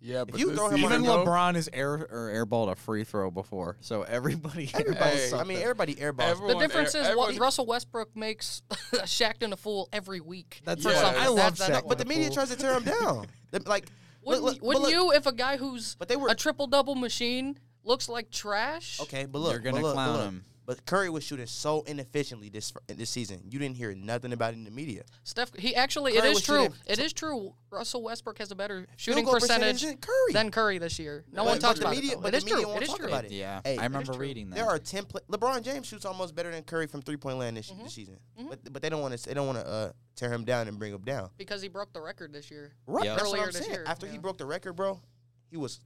Speaker 4: Yeah, but
Speaker 2: you
Speaker 4: this
Speaker 2: throw him on
Speaker 4: season,
Speaker 3: Even
Speaker 2: the
Speaker 4: though,
Speaker 3: LeBron is air.
Speaker 5: Or airballed a free throw before, so everybody.
Speaker 2: everybody.
Speaker 4: Hey.
Speaker 2: I mean, everybody airballs.
Speaker 4: Everyone-
Speaker 1: The difference
Speaker 4: air-
Speaker 1: is what
Speaker 4: everyone-
Speaker 1: Russell Westbrook makes Shaq and a fool every week.
Speaker 5: That's
Speaker 1: for
Speaker 4: right.
Speaker 1: something.
Speaker 4: I
Speaker 3: love
Speaker 1: That's- that's-
Speaker 3: Shaq.
Speaker 2: but the media tries to tear him down. They- like, look-
Speaker 1: Wouldn't,
Speaker 2: look- but
Speaker 1: wouldn't
Speaker 2: look-
Speaker 1: you if a guy who's
Speaker 2: But they were
Speaker 1: a triple double machine looks like trash?
Speaker 2: Okay, but look,
Speaker 5: You're gonna
Speaker 2: but look, but
Speaker 5: clown
Speaker 2: look.
Speaker 5: him.
Speaker 2: But Curry was shooting so inefficiently this this season. You didn't hear nothing about it in the media.
Speaker 1: Steph, he actually,
Speaker 2: Curry
Speaker 1: it is
Speaker 2: was
Speaker 1: true.
Speaker 2: shooting-
Speaker 1: It is true. Russell Westbrook has a better shooting
Speaker 2: Field goal
Speaker 1: percentage,
Speaker 2: is Curry.
Speaker 1: than Curry this year. No
Speaker 2: But-
Speaker 1: one
Speaker 2: but
Speaker 1: talks
Speaker 2: the
Speaker 1: about
Speaker 2: media-
Speaker 1: it. though.
Speaker 2: but
Speaker 1: It
Speaker 2: the
Speaker 1: is true.
Speaker 2: media won't
Speaker 1: It is
Speaker 2: talk
Speaker 1: true.
Speaker 2: about it.
Speaker 5: Yeah,
Speaker 2: Hey,
Speaker 5: I
Speaker 2: that
Speaker 5: remember
Speaker 1: true.
Speaker 5: reading that.
Speaker 2: there are ten. Pla- LeBron James shoots almost better than Curry from three point land this, this season. But but they don't want to they don't want to uh, tear him down and bring him down.
Speaker 1: Because he broke the record this year.
Speaker 2: Right.
Speaker 5: Yep.
Speaker 2: That's
Speaker 1: Earlier
Speaker 2: what I'm
Speaker 1: this
Speaker 2: saying.
Speaker 1: year,
Speaker 2: After he
Speaker 1: yeah.
Speaker 2: broke the record, bro, he was.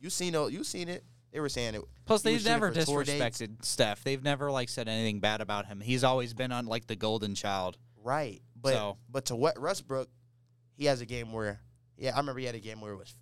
Speaker 2: You seen it? You seen it? They were saying it.
Speaker 5: Plus,
Speaker 2: he was
Speaker 5: they've
Speaker 2: shooting
Speaker 5: never
Speaker 2: for tour dates.
Speaker 5: disrespected Steph. They've never like said anything bad about him. He's always been on like the golden child.
Speaker 2: Right. But
Speaker 5: So-
Speaker 2: but to what Westbrook, he has a game where yeah, I remember he had a game where it was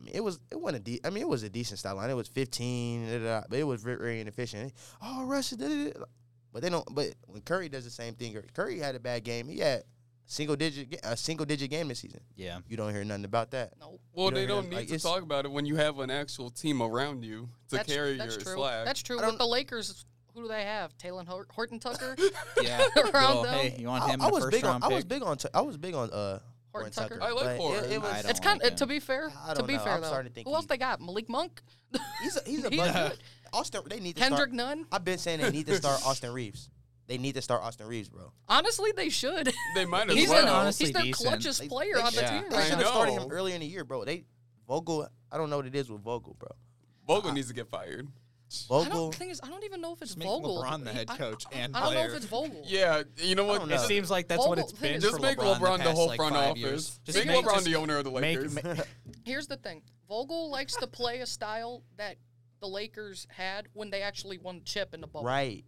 Speaker 2: I mean, it was it wasn't a de- I mean, it was a decent stat line. It was 15, da, da, da, but it was very, very inefficient. Oh, Russell da, da, da. But they don't but when Curry does the same thing, Curry had a bad game. He had single digit ga- a single digit game this season.
Speaker 5: Yeah,
Speaker 2: You don't hear nothing about that.
Speaker 1: No,
Speaker 4: Well,
Speaker 2: You know
Speaker 4: they
Speaker 2: what I mean?
Speaker 4: don't need
Speaker 2: Like,
Speaker 4: to
Speaker 2: it's-
Speaker 4: talk about it when you have an actual team around you to
Speaker 1: that's,
Speaker 4: carry
Speaker 1: that's
Speaker 4: your
Speaker 1: true.
Speaker 4: slack.
Speaker 1: That's true.
Speaker 2: I
Speaker 1: With
Speaker 2: don't-
Speaker 1: the Lakers, who do they have? Taylor Hor- Horton Tucker.
Speaker 5: yeah.
Speaker 1: Around
Speaker 5: Well,
Speaker 1: them.
Speaker 5: hey, you want
Speaker 2: I,
Speaker 5: him
Speaker 2: I
Speaker 5: in the
Speaker 2: was
Speaker 5: first
Speaker 2: big on
Speaker 5: round
Speaker 2: I
Speaker 5: pick?
Speaker 2: was big on Tu- I was big on uh Horton
Speaker 1: Tucker.
Speaker 2: Tucker.
Speaker 4: I like
Speaker 2: but it-
Speaker 4: Horton.
Speaker 2: It, was,
Speaker 5: I
Speaker 1: It's
Speaker 5: don't
Speaker 1: kind
Speaker 5: like
Speaker 1: of to
Speaker 5: him.
Speaker 1: be fair.
Speaker 2: I
Speaker 1: To
Speaker 2: don't
Speaker 1: be
Speaker 2: know.
Speaker 1: fair
Speaker 2: I'm
Speaker 1: though,
Speaker 2: starting to think
Speaker 1: who
Speaker 2: he-
Speaker 1: else they got? Malik Monk,
Speaker 2: He's a, he's a
Speaker 1: He's
Speaker 2: bug.
Speaker 1: good.
Speaker 2: Austin, they need to start-
Speaker 1: Kendrick Nunn.
Speaker 2: I've been saying they need to start Austin Reeves. They need to start Austin Reeves, bro.
Speaker 1: Honestly, they should.
Speaker 4: they might as
Speaker 1: He's,
Speaker 5: been
Speaker 1: an-
Speaker 4: well.
Speaker 5: honest- honestly
Speaker 1: he's their
Speaker 5: decent.
Speaker 1: clutchest
Speaker 2: They-
Speaker 1: player
Speaker 2: they
Speaker 1: on the
Speaker 5: should-
Speaker 1: team
Speaker 4: I
Speaker 2: They
Speaker 1: right
Speaker 2: should
Speaker 1: now.
Speaker 2: have started him
Speaker 4: know.
Speaker 2: earlier in the year, bro. They Vogel, I don't know what it is with Vogel, bro.
Speaker 4: Vogel needs to get fired.
Speaker 1: I don't,
Speaker 2: Vogel,
Speaker 1: the thing is, I don't even know if it's
Speaker 5: make
Speaker 1: Vogel.
Speaker 5: LeBron the
Speaker 1: He-
Speaker 5: head
Speaker 1: I-
Speaker 5: coach
Speaker 1: I,
Speaker 5: and
Speaker 1: I don't know if
Speaker 5: player.
Speaker 1: it's Vogel.
Speaker 4: Yeah, you know
Speaker 2: I
Speaker 4: what?
Speaker 2: don't
Speaker 5: It
Speaker 2: know.
Speaker 5: seems like that's what
Speaker 1: Vogel-
Speaker 5: it's been.
Speaker 1: Just
Speaker 4: Just
Speaker 5: for
Speaker 4: make
Speaker 5: LeBron, the,
Speaker 4: LeBron the
Speaker 5: past,
Speaker 4: whole
Speaker 5: like,
Speaker 4: front
Speaker 5: five
Speaker 4: office.
Speaker 5: Years. Just
Speaker 4: make,
Speaker 5: make
Speaker 4: LeBron
Speaker 5: just
Speaker 4: the owner of the
Speaker 5: make-
Speaker 4: Lakers.
Speaker 5: ma-
Speaker 1: Here's the thing: Vogel likes to play a style that the Lakers had when they actually won the chip in the bubble.
Speaker 2: right?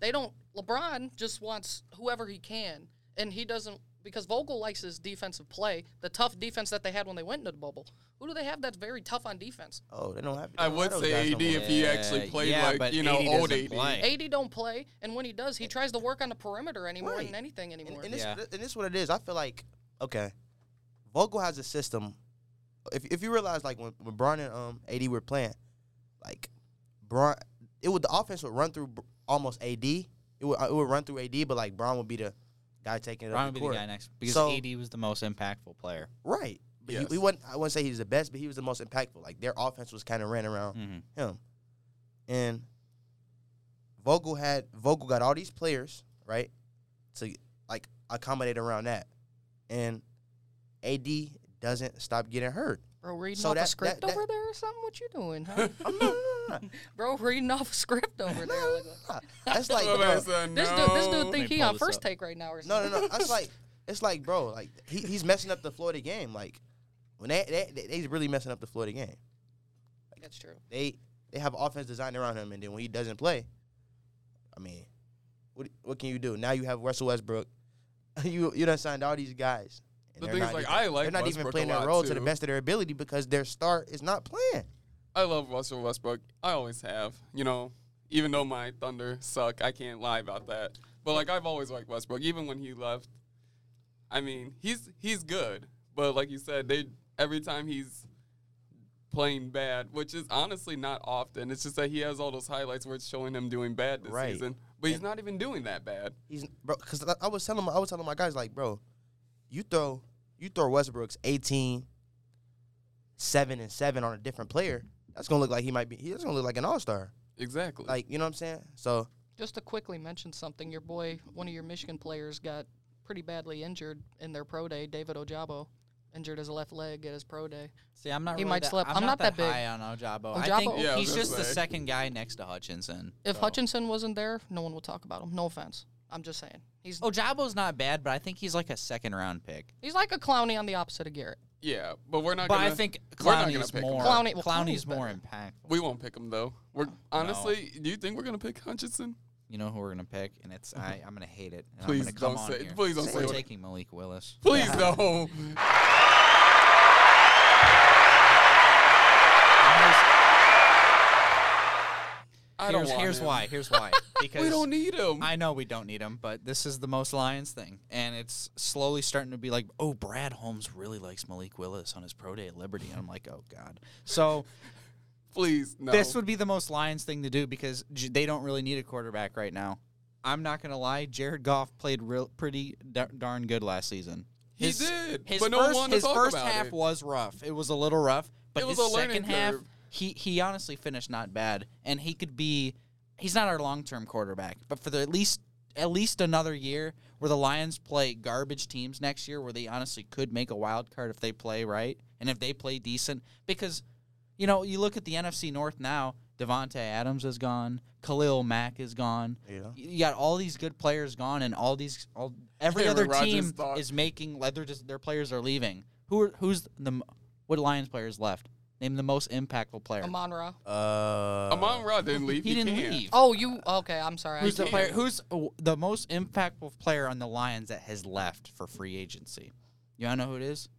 Speaker 1: They don't. LeBron just wants whoever he can, and he doesn't because Vogel likes his defensive play, the tough defense that they had when they went into the bubble. Who do they have that's very tough on defense?
Speaker 2: Oh, they don't have.
Speaker 4: I
Speaker 2: they don't
Speaker 4: would
Speaker 2: have those
Speaker 4: say
Speaker 2: guys no
Speaker 4: AD
Speaker 2: more.
Speaker 4: if he actually
Speaker 5: Uh,
Speaker 4: played
Speaker 5: yeah,
Speaker 4: like
Speaker 5: but
Speaker 4: you know
Speaker 5: 80
Speaker 4: old
Speaker 5: doesn't
Speaker 4: AD.
Speaker 5: play.
Speaker 1: AD don't play, and when he does, he tries to work on the perimeter anymore
Speaker 2: Right.
Speaker 1: than anything anymore.
Speaker 2: And, and this,
Speaker 5: Yeah.
Speaker 2: th- and this is what it is. I feel like okay, Vogel has a system. If if you realize like when, when Bron and um AD were playing, like Bron, it would the offense would run through Br- almost AD. It would uh, it would run through AD, but like Bron would be the guy taking it
Speaker 5: Ron
Speaker 2: up
Speaker 5: would
Speaker 2: the
Speaker 5: be the
Speaker 2: court.
Speaker 5: guy next because
Speaker 2: So-
Speaker 5: AD was the most impactful player.
Speaker 2: Right. But he,
Speaker 4: Yes.
Speaker 2: he wasn't. I wouldn't say he's the best, but he was the most impactful. Like their offense was kind of ran around
Speaker 5: Mm-hmm.
Speaker 2: him. And Vogel had Vogel got all these players, right? To like accommodate around that. And AD doesn't stop getting hurt.
Speaker 1: Bro, reading
Speaker 2: So
Speaker 1: off a
Speaker 2: that-
Speaker 1: script
Speaker 2: that- that-
Speaker 1: over there or something? What you doing, huh?
Speaker 2: I'm not, no, no,
Speaker 1: Bro, reading off a script over there.
Speaker 2: no, no,
Speaker 1: Like,
Speaker 2: no. That's like
Speaker 4: Well,
Speaker 2: bro,
Speaker 4: that's a
Speaker 1: this dude, this
Speaker 4: no.
Speaker 1: dude think he
Speaker 5: me pull
Speaker 1: on
Speaker 5: this
Speaker 1: first
Speaker 5: up.
Speaker 1: take right now or
Speaker 2: no,
Speaker 1: something.
Speaker 2: no, no. That's like it's like bro, like he, he's messing up the Florida game. Like when they they they- they's really messing up the Florida game.
Speaker 1: That's true.
Speaker 2: They they have offense designed around him, and then when he doesn't play, I mean, what what can you do? Now you have Russell Westbrook. you you done signed all these guys. and
Speaker 4: The
Speaker 2: they're
Speaker 4: thing is,
Speaker 2: not
Speaker 4: like,
Speaker 2: even-
Speaker 4: I like
Speaker 2: they're not even
Speaker 4: Westbrook a
Speaker 2: playing their
Speaker 4: lot,
Speaker 2: role to the
Speaker 4: too.
Speaker 2: best of their ability because their star is not playing.
Speaker 4: I love Russell Westbrook. I always have. You know, even though my Thunder suck, I can't lie about that. But like I've always liked Westbrook, even when he left. I mean, he's he's good, but like you said, they every time he's playing bad, which is honestly not often. It's just that he has all those highlights where it's showing him doing bad this
Speaker 2: Right.
Speaker 4: season, but he's not even doing that bad.
Speaker 2: He's bro, because I, I was telling my, I was telling my guys like, bro, you throw you throw Westbrook's 18, 7 and seven on a different player. That's gonna look like he might be. He's gonna look like an all star.
Speaker 4: Exactly.
Speaker 2: Like you know what I'm saying? So
Speaker 1: Just to quickly mention something, your boy, one of your Michigan players, got pretty badly injured in their pro day. David Ojabo injured his left leg at his pro day.
Speaker 5: See, I'm not.
Speaker 1: He
Speaker 5: really
Speaker 1: might
Speaker 5: that,
Speaker 1: slip.
Speaker 5: I'm,
Speaker 1: I'm not
Speaker 5: not, that,
Speaker 1: that big.
Speaker 5: high on Ojabo. I
Speaker 1: Ojabo-
Speaker 5: think
Speaker 4: Yeah, I was
Speaker 5: he's
Speaker 4: gonna
Speaker 5: just the
Speaker 4: say.
Speaker 5: second guy next to Hutchinson.
Speaker 1: If
Speaker 5: so.
Speaker 1: Hutchinson wasn't there, no one would talk about him. No offense. I'm just saying. He's
Speaker 5: Ojabo's not bad, but I think he's like a second round pick.
Speaker 1: he's like a clowny on the opposite of Garrett.
Speaker 4: yeah, but we're not.
Speaker 5: But
Speaker 4: gonna,
Speaker 5: I think
Speaker 4: we're not
Speaker 5: Clowney
Speaker 4: gonna
Speaker 5: is
Speaker 4: pick him.
Speaker 5: more.
Speaker 1: Clowney- well,
Speaker 5: Clowney's
Speaker 1: Clowney's
Speaker 5: more
Speaker 1: better.
Speaker 5: impactful.
Speaker 4: We won't pick him though. We're honestly. Do you think we're gonna pick Hutchinson?
Speaker 5: You know who we're gonna pick, and it's I. I'm gonna hate it. and
Speaker 4: Please
Speaker 5: I'm gonna come
Speaker 4: don't
Speaker 5: on
Speaker 4: say it.
Speaker 5: here.
Speaker 4: Please don't say
Speaker 5: We're
Speaker 4: it.
Speaker 5: taking Malik Willis.
Speaker 4: Please no. I don't
Speaker 5: here's
Speaker 4: want
Speaker 5: here's
Speaker 4: him.
Speaker 5: why. Here's why. Because
Speaker 4: We don't need him.
Speaker 5: I know we don't need him, but this is the most Lions thing, and it's slowly starting to be like, oh, Brad Holmes really likes Malik Willis on his pro day at Liberty, and I'm like, oh god. So
Speaker 4: Please no.
Speaker 5: this would be the most Lions thing to do because j- they don't really need a quarterback right now. I'm not gonna lie, Jared Goff played real pretty da- darn good last season.
Speaker 4: He
Speaker 5: His-
Speaker 4: did,
Speaker 5: His
Speaker 4: but no one
Speaker 5: first,
Speaker 4: wanted to
Speaker 5: his
Speaker 4: talk
Speaker 5: first
Speaker 4: about
Speaker 5: half
Speaker 4: it.
Speaker 5: was rough. It was a little rough, but
Speaker 4: It was
Speaker 5: his
Speaker 4: a learning
Speaker 5: second half,
Speaker 4: curve.
Speaker 5: he he honestly finished not bad, and he could be. He's not our long term quarterback, but for the at least at least another year where the Lions play garbage teams next year, where they honestly could make a wild card if they play right and if they play decent, because you know, you look at the NFC North now. Devonte Adams is gone. Khalil Mack is gone.
Speaker 2: Yeah.
Speaker 5: You got all these good players gone, and all these all every
Speaker 4: Aaron
Speaker 5: other
Speaker 4: Rodgers
Speaker 5: team
Speaker 4: thought.
Speaker 5: is making. like, They're just their players are leaving. Who are, who's the m- what Lions players left? Name the most impactful player.
Speaker 1: Amon Ra.
Speaker 2: uh,
Speaker 4: Amon Ra didn't leave.
Speaker 5: he didn't
Speaker 4: can't.
Speaker 5: leave.
Speaker 1: Oh, you okay? I'm sorry.
Speaker 5: who's
Speaker 1: I,
Speaker 5: the player? Who's uh, the most impactful player on the Lions that has left for free agency? You all know who it is?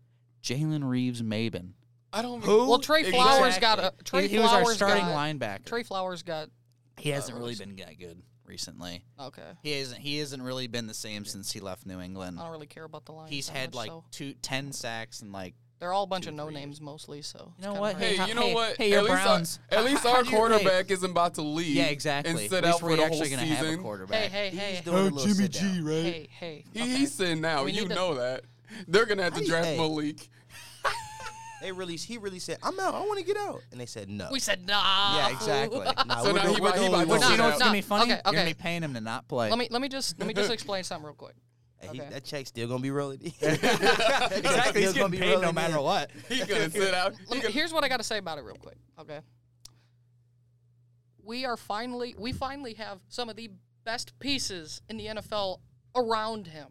Speaker 5: Jalen Reeves Maben.
Speaker 4: I don't.
Speaker 5: Who?
Speaker 1: Well, Trey Flowers got a-
Speaker 5: Exactly.
Speaker 1: Trey
Speaker 5: he, he was our
Speaker 1: Flowers
Speaker 5: starting
Speaker 1: got-
Speaker 5: linebacker.
Speaker 1: Trey Flowers got
Speaker 5: he hasn't really been that good recently.
Speaker 1: okay.
Speaker 5: He isn't. He hasn't really been the same since he left New England.
Speaker 1: I don't really care about the Lions.
Speaker 5: He's
Speaker 1: that
Speaker 5: had
Speaker 1: much,
Speaker 5: like
Speaker 1: so.
Speaker 5: two, ten sacks and like.
Speaker 1: they're all a bunch of no names mostly. So it's
Speaker 5: know
Speaker 1: kinda
Speaker 5: what?
Speaker 1: hard.
Speaker 4: Hey,
Speaker 5: Hey,
Speaker 4: you know
Speaker 5: hey,
Speaker 4: what?
Speaker 5: hey, your
Speaker 4: at least
Speaker 5: Browns.
Speaker 4: our, at
Speaker 5: How-
Speaker 4: least
Speaker 5: how
Speaker 4: our
Speaker 5: do you- hey.
Speaker 4: quarterback isn't about to leave.
Speaker 5: Yeah, exactly.
Speaker 4: And sit
Speaker 5: At least
Speaker 4: out for
Speaker 5: we're
Speaker 4: the whole
Speaker 5: actually gonna
Speaker 4: season.
Speaker 5: have a quarterback.
Speaker 1: hey, hey, hey,
Speaker 2: doing a little sit-down.
Speaker 3: right?
Speaker 1: hey, hey.
Speaker 4: He,
Speaker 1: okay.
Speaker 4: He's sitting out.
Speaker 1: We
Speaker 4: You
Speaker 1: need to-
Speaker 4: know that. They're gonna have to
Speaker 2: Hey,
Speaker 4: draft
Speaker 2: hey.
Speaker 4: Malik.
Speaker 2: They really, he really said, "I'm out. I want to get out," and they said, "No."
Speaker 1: We said nah.
Speaker 5: Yeah,
Speaker 1: fool.
Speaker 5: exactly.
Speaker 2: Nah, we're
Speaker 4: So now
Speaker 2: the-
Speaker 4: he
Speaker 2: we're
Speaker 4: about-
Speaker 2: the
Speaker 4: he
Speaker 2: only
Speaker 4: about
Speaker 2: ones
Speaker 5: But you
Speaker 2: out.
Speaker 5: know what's
Speaker 1: no,
Speaker 5: gonna be funny?
Speaker 1: okay,
Speaker 5: You're gonna
Speaker 1: okay.
Speaker 5: be paying him to not play.
Speaker 1: Let me let me just let me just explain something real quick.
Speaker 2: Hey, he-
Speaker 1: Okay.
Speaker 2: That check's still gonna be rolling. exactly,
Speaker 5: He's getting paid no matter what.
Speaker 4: He's gonna sit out. He
Speaker 1: Let me,
Speaker 4: gonna-
Speaker 1: here's what I got to say about it real quick. Okay. We are finally we finally have some of the best pieces in the NFL around him.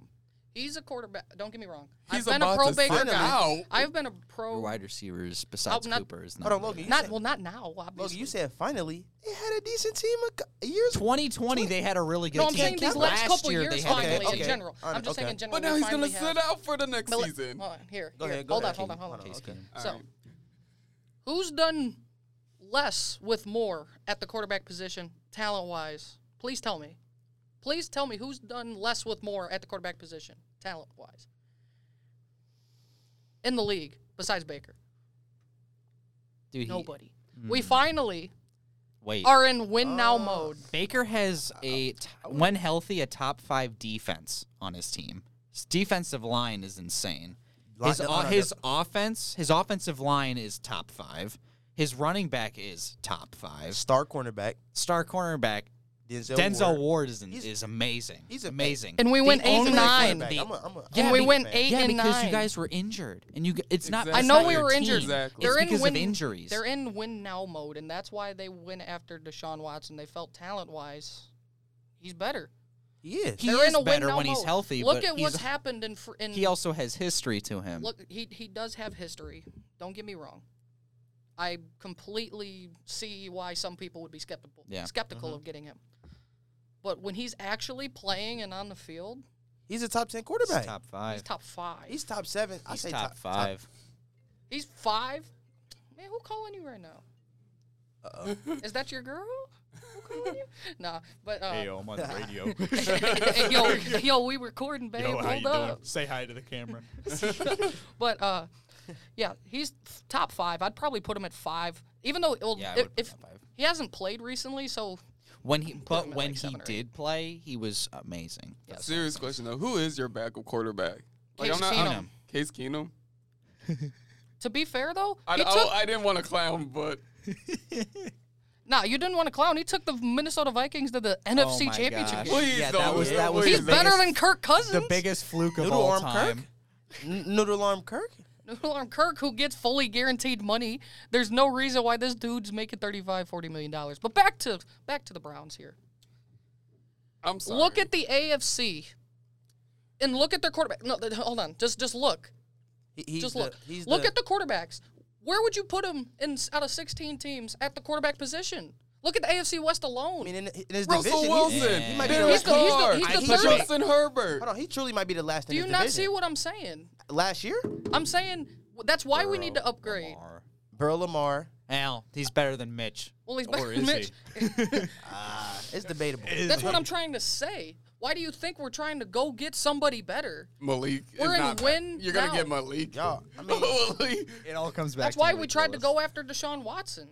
Speaker 1: He's a quarterback. Don't get me wrong.
Speaker 4: He's
Speaker 1: I've been a
Speaker 4: about
Speaker 1: pro
Speaker 4: to
Speaker 1: Baker
Speaker 4: sign him
Speaker 1: guy.
Speaker 4: out.
Speaker 1: I've been a
Speaker 5: Your
Speaker 1: pro.
Speaker 5: wide receivers besides
Speaker 1: not-
Speaker 5: Cooper is not.
Speaker 2: Hold on,
Speaker 5: really-
Speaker 2: Logan. You
Speaker 1: Not
Speaker 2: said,
Speaker 1: well, not now. Obviously.
Speaker 2: Logan, you said finally it had a decent team a cou- years.
Speaker 5: 2020, they had a really good
Speaker 1: No, I'm
Speaker 5: team.
Speaker 1: saying these
Speaker 5: Last
Speaker 1: last couple
Speaker 5: year,
Speaker 1: years
Speaker 5: they had a
Speaker 2: Okay,
Speaker 1: finally
Speaker 5: good
Speaker 1: in
Speaker 5: team.
Speaker 1: general.
Speaker 2: All right,
Speaker 1: I'm just
Speaker 2: okay.
Speaker 1: saying in general.
Speaker 4: But now
Speaker 1: we
Speaker 4: he's gonna
Speaker 1: finally have-
Speaker 4: sit out for the next
Speaker 1: But let-
Speaker 4: season.
Speaker 1: Hold on, here.
Speaker 2: Go
Speaker 1: here,
Speaker 2: ahead, go
Speaker 1: hold
Speaker 2: ahead,
Speaker 1: on, hold on,
Speaker 2: Keaton.
Speaker 1: hold on.
Speaker 2: Hold on,
Speaker 1: Keaton.
Speaker 2: okay.
Speaker 1: So,
Speaker 4: Alright.
Speaker 1: who's done less with more at the quarterback position, talent wise? Please tell me. Please tell me who's done less with more at the quarterback position, talent wise, in the league besides Baker.
Speaker 5: Dude, he-
Speaker 1: Nobody.
Speaker 5: Hmm.
Speaker 1: We finally
Speaker 5: Wait.
Speaker 1: are in
Speaker 5: Uh,
Speaker 1: win now mode.
Speaker 5: Baker has
Speaker 1: Uh,
Speaker 5: a, t- when healthy, a top five defense on his team. His defensive line is insane.
Speaker 2: Line-
Speaker 5: His,
Speaker 1: uh,
Speaker 2: no,
Speaker 5: o-
Speaker 2: no, no.
Speaker 5: his offense, his offensive line is top five. His running back is top five.
Speaker 2: Star cornerback
Speaker 5: Star cornerback
Speaker 2: Denzel.
Speaker 5: Denzel Ward,
Speaker 2: Ward.
Speaker 5: is,
Speaker 2: He's-
Speaker 5: is amazing.
Speaker 2: he's a-
Speaker 5: amazing.
Speaker 1: And we
Speaker 5: The
Speaker 1: went eight and
Speaker 5: only-
Speaker 1: nine.
Speaker 2: Quarterback.
Speaker 5: The-
Speaker 2: I'm a, I'm a,
Speaker 1: Yeah,
Speaker 2: I'm a
Speaker 1: we
Speaker 2: big
Speaker 1: went
Speaker 2: fan.
Speaker 1: eight-
Speaker 5: yeah,
Speaker 1: and
Speaker 5: because you
Speaker 1: nine.
Speaker 5: guys were injured, and you g- it's not.
Speaker 4: Exactly.
Speaker 5: it's
Speaker 1: I know
Speaker 5: not
Speaker 1: we
Speaker 5: your
Speaker 1: were
Speaker 5: team.
Speaker 1: injured.
Speaker 4: Exactly.
Speaker 1: They're
Speaker 5: it's
Speaker 1: in
Speaker 5: because
Speaker 1: win,
Speaker 5: of injuries.
Speaker 1: They're in win now mode, and that's why they win after Deshaun Watson. They felt talent wise, he's better.
Speaker 2: He is.
Speaker 5: He
Speaker 1: They're
Speaker 5: is
Speaker 1: in a
Speaker 5: better
Speaker 1: win now
Speaker 5: when he's
Speaker 1: mode.
Speaker 5: healthy,
Speaker 1: Look
Speaker 5: but
Speaker 1: at what's
Speaker 5: he's-
Speaker 1: happened in, fr- in
Speaker 5: he also has history to him.
Speaker 1: Look, he he does have history. Don't get me wrong. I completely see why some people would be skeptical
Speaker 5: Yeah. Mm-hmm.
Speaker 1: skeptical of getting him. But when he's actually playing and on the field,
Speaker 2: He's a top ten
Speaker 5: He's
Speaker 2: quarterback. He's top,
Speaker 5: top five.
Speaker 1: he's top five. He's,
Speaker 2: seven. I
Speaker 5: He's
Speaker 2: say
Speaker 5: top, five.
Speaker 1: five. Man, who calling you right now? Is that your girl? Who calling you? Nah, but uh,
Speaker 6: I'm on the radio.
Speaker 1: hey, yo, yo, we recording, babe. Hold up.
Speaker 6: Say hi to the camera.
Speaker 1: But uh, yeah, he's f- top five. I'd probably put him at five, even though well,
Speaker 5: Yeah, I
Speaker 1: if,
Speaker 5: would put
Speaker 1: if
Speaker 5: him at five.
Speaker 1: he hasn't played recently, so
Speaker 5: When he, but
Speaker 1: him at,
Speaker 5: when
Speaker 1: like,
Speaker 5: he
Speaker 1: seven or eight.
Speaker 5: did play, he was amazing.
Speaker 4: Serious question though, who is your backup quarterback? Like
Speaker 1: Case
Speaker 4: I'm not I don't-
Speaker 1: Keenum.
Speaker 4: Case Keenum.
Speaker 1: to be fair though,
Speaker 4: I,
Speaker 1: he
Speaker 4: I-
Speaker 5: oh,
Speaker 1: took
Speaker 4: I didn't want to clown, but
Speaker 1: nah. You didn't want to clown. He took the Minnesota Vikings to the NFC
Speaker 5: Oh my
Speaker 1: Championship.
Speaker 5: gosh.
Speaker 1: game.
Speaker 4: please
Speaker 3: Yeah,
Speaker 4: don't.
Speaker 3: that was- that was
Speaker 4: please
Speaker 1: He's
Speaker 3: the
Speaker 4: don't.
Speaker 1: better
Speaker 3: biggest-
Speaker 1: than Kirk Cousins.
Speaker 3: The biggest fluke of
Speaker 2: Noodle
Speaker 3: all
Speaker 2: arm
Speaker 3: time.
Speaker 2: Kirk. N- Noodle alarm Kirk.
Speaker 1: Noodle arm Kirk, who gets fully guaranteed money. There's no reason why this dude's making 35, 40 million dollars. But back to back to the Browns here.
Speaker 4: I'm sorry.
Speaker 1: Look at the AFC, and look at their quarterback. No, th- hold on. Just just look.
Speaker 2: He, he's
Speaker 1: just
Speaker 2: the-
Speaker 1: look.
Speaker 2: He's
Speaker 1: look
Speaker 2: the,
Speaker 1: at the quarterbacks. Where would you put him in s- out of 16 teams at the quarterback position? Look at the AFC West alone.
Speaker 2: I mean, in, in his
Speaker 4: Russell
Speaker 2: division, he's-
Speaker 4: Wilson.
Speaker 2: he might be the
Speaker 4: Derek
Speaker 1: He's
Speaker 2: last.
Speaker 1: the- he's the-
Speaker 4: Carr.
Speaker 1: he's the
Speaker 4: I-
Speaker 2: third-
Speaker 4: Justin Herbert.
Speaker 2: Hold on, he truly might be the last.
Speaker 1: Do
Speaker 2: in
Speaker 1: you
Speaker 2: his
Speaker 1: not
Speaker 2: division.
Speaker 1: see what I'm saying?
Speaker 2: last year?
Speaker 1: I'm saying w- that's why we need to upgrade.
Speaker 5: Lamar.
Speaker 2: Burl Lamar.
Speaker 5: Al, he's better than Mitch.
Speaker 1: Well, he's better
Speaker 6: Or
Speaker 1: than
Speaker 6: is
Speaker 1: Mitch. eh,
Speaker 2: It's debatable.
Speaker 1: That's what I'm trying to say. Why do you think we're trying to go get somebody better?
Speaker 4: Malik. is
Speaker 1: We're in
Speaker 4: not back.
Speaker 1: win
Speaker 4: You're gonna
Speaker 1: now.
Speaker 4: get Malik.
Speaker 2: Y'all, I mean,
Speaker 4: Malik.
Speaker 3: It all comes back.
Speaker 1: That's
Speaker 3: to
Speaker 1: why
Speaker 3: Malik
Speaker 1: we tried to
Speaker 3: Willis.
Speaker 1: go after Deshaun Watson.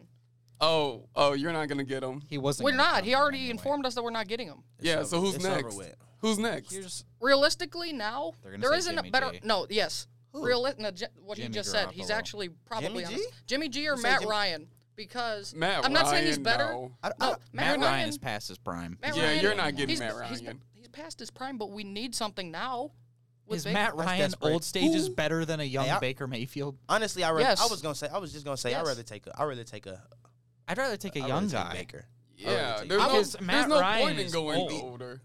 Speaker 4: Oh, oh, you're not gonna get him.
Speaker 5: He wasn't.
Speaker 1: We're
Speaker 5: gonna
Speaker 1: not.
Speaker 5: come
Speaker 1: He
Speaker 5: in
Speaker 1: already
Speaker 5: anyway.
Speaker 1: informed us that we're not getting him.
Speaker 4: yeah. so
Speaker 2: over-
Speaker 4: who's
Speaker 2: it's over
Speaker 4: next?
Speaker 2: with.
Speaker 4: Who's next?
Speaker 5: Here's
Speaker 1: Realistically, now
Speaker 5: They're gonna
Speaker 1: there
Speaker 5: say
Speaker 1: isn't
Speaker 5: Jimmy
Speaker 1: a better.
Speaker 5: G.
Speaker 1: No, yes. Reali- no, J- what he
Speaker 5: Jimmy
Speaker 1: just said. He's
Speaker 5: Garoppolo.
Speaker 1: actually probably
Speaker 2: Jimmy
Speaker 1: on
Speaker 2: G?
Speaker 1: this- Jimmy G or
Speaker 2: say
Speaker 1: Matt
Speaker 2: Jimmy-
Speaker 1: Ryan because
Speaker 4: Matt
Speaker 1: I'm not saying he's
Speaker 4: Ryan,
Speaker 1: better.
Speaker 4: no.
Speaker 2: I,
Speaker 1: No,
Speaker 2: I,
Speaker 1: Matt,
Speaker 5: Matt Ryan is past his prime.
Speaker 1: Matt
Speaker 4: Yeah,
Speaker 1: Ryan-
Speaker 4: you're not getting
Speaker 1: he's,
Speaker 4: Matt
Speaker 1: He's,
Speaker 4: Ryan.
Speaker 1: he's past his prime, but we need something now. with
Speaker 5: Is
Speaker 1: Baker.
Speaker 5: Matt Ryan
Speaker 2: desperate.
Speaker 5: old stage is better than a young
Speaker 2: Hey, I-
Speaker 5: Baker Mayfield?
Speaker 2: honestly, I, rather,
Speaker 1: Yes.
Speaker 2: I was gonna say, I was just gonna say,
Speaker 1: Yes.
Speaker 2: I'd rather take a, I'd rather take a,
Speaker 5: I'd rather take a
Speaker 2: I'd
Speaker 5: young
Speaker 2: rather take
Speaker 5: guy.
Speaker 2: Baker. I'd rather
Speaker 4: yeah.
Speaker 2: take-
Speaker 4: There's no,
Speaker 5: Because
Speaker 4: there's
Speaker 5: Matt
Speaker 4: no
Speaker 5: Ryan
Speaker 4: point in
Speaker 5: is
Speaker 4: going
Speaker 5: old.
Speaker 4: older.
Speaker 2: There's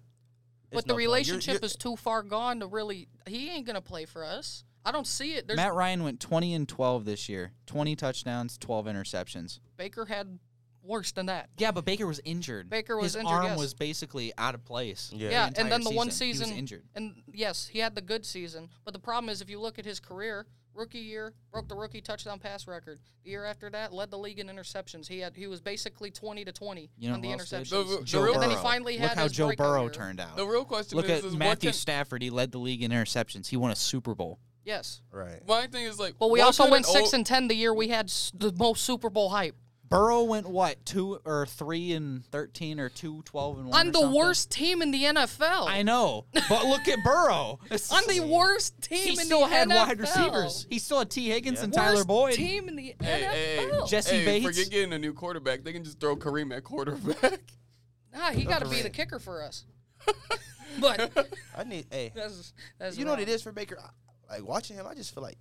Speaker 1: But the
Speaker 2: no point. You're-
Speaker 1: relationship
Speaker 2: you're-
Speaker 1: is too far gone to really. He ain't gonna play for us. I don't see it. There's
Speaker 5: Matt Ryan went 20 and 12 this year. 20 touchdowns, 12 interceptions.
Speaker 1: Baker had worse than that.
Speaker 5: Yeah, but Baker was injured.
Speaker 1: Baker was
Speaker 5: His
Speaker 1: injured,
Speaker 5: arm
Speaker 1: yes.
Speaker 5: was basically out of place.
Speaker 2: Yeah.
Speaker 1: Yeah,
Speaker 5: entire
Speaker 1: and then the one
Speaker 5: season, he
Speaker 1: season
Speaker 5: was injured.
Speaker 1: And yes, he had the good season, but the problem is if you look at his career, rookie year broke the rookie touchdown pass record. The year after that, led the league in interceptions. He had he was basically twenty to twenty
Speaker 5: You know
Speaker 1: on the
Speaker 5: who else did?
Speaker 1: interceptions.
Speaker 4: The- the
Speaker 5: Joe
Speaker 4: real-
Speaker 5: Burrow.
Speaker 1: And then he finally
Speaker 5: Look
Speaker 1: had
Speaker 5: how
Speaker 1: his
Speaker 5: Joe
Speaker 1: breakout
Speaker 5: Burrow
Speaker 1: year.
Speaker 5: turned out.
Speaker 4: The real question
Speaker 5: Look
Speaker 4: is,
Speaker 5: at
Speaker 4: is
Speaker 5: Matthew
Speaker 4: what can,
Speaker 5: Stafford. He led the league in interceptions. He won a Super Bowl.
Speaker 1: Yes,
Speaker 2: Right.
Speaker 4: my thing is like.
Speaker 1: but we
Speaker 4: what
Speaker 1: also
Speaker 4: could
Speaker 1: went
Speaker 4: an
Speaker 1: six
Speaker 4: old-
Speaker 1: and ten the year we had s- the most Super Bowl hype.
Speaker 5: Burrow went what two or three and thirteen or two twelve and one.
Speaker 1: I'm
Speaker 5: or
Speaker 1: the
Speaker 5: something?
Speaker 1: worst team in the NFL.
Speaker 5: I know, but look at Burrow.
Speaker 1: I'm the worst team
Speaker 5: He
Speaker 1: in
Speaker 5: still
Speaker 1: the
Speaker 5: had
Speaker 1: NFL.
Speaker 5: wide receivers. He still had T. Higgins and
Speaker 1: Worst
Speaker 5: Tyler Boyd.
Speaker 1: team in the
Speaker 4: Hey, hey,
Speaker 1: NFL.
Speaker 5: Jesse
Speaker 4: hey,
Speaker 5: Bates.
Speaker 4: Forget getting a new quarterback. They can just throw Kareem at quarterback.
Speaker 1: Nah, he got to be the kicker for us. but
Speaker 2: I need, hey,
Speaker 1: that's, that's
Speaker 2: you know what
Speaker 1: wrong.
Speaker 2: it is for Baker? I, like watching him, I just feel like,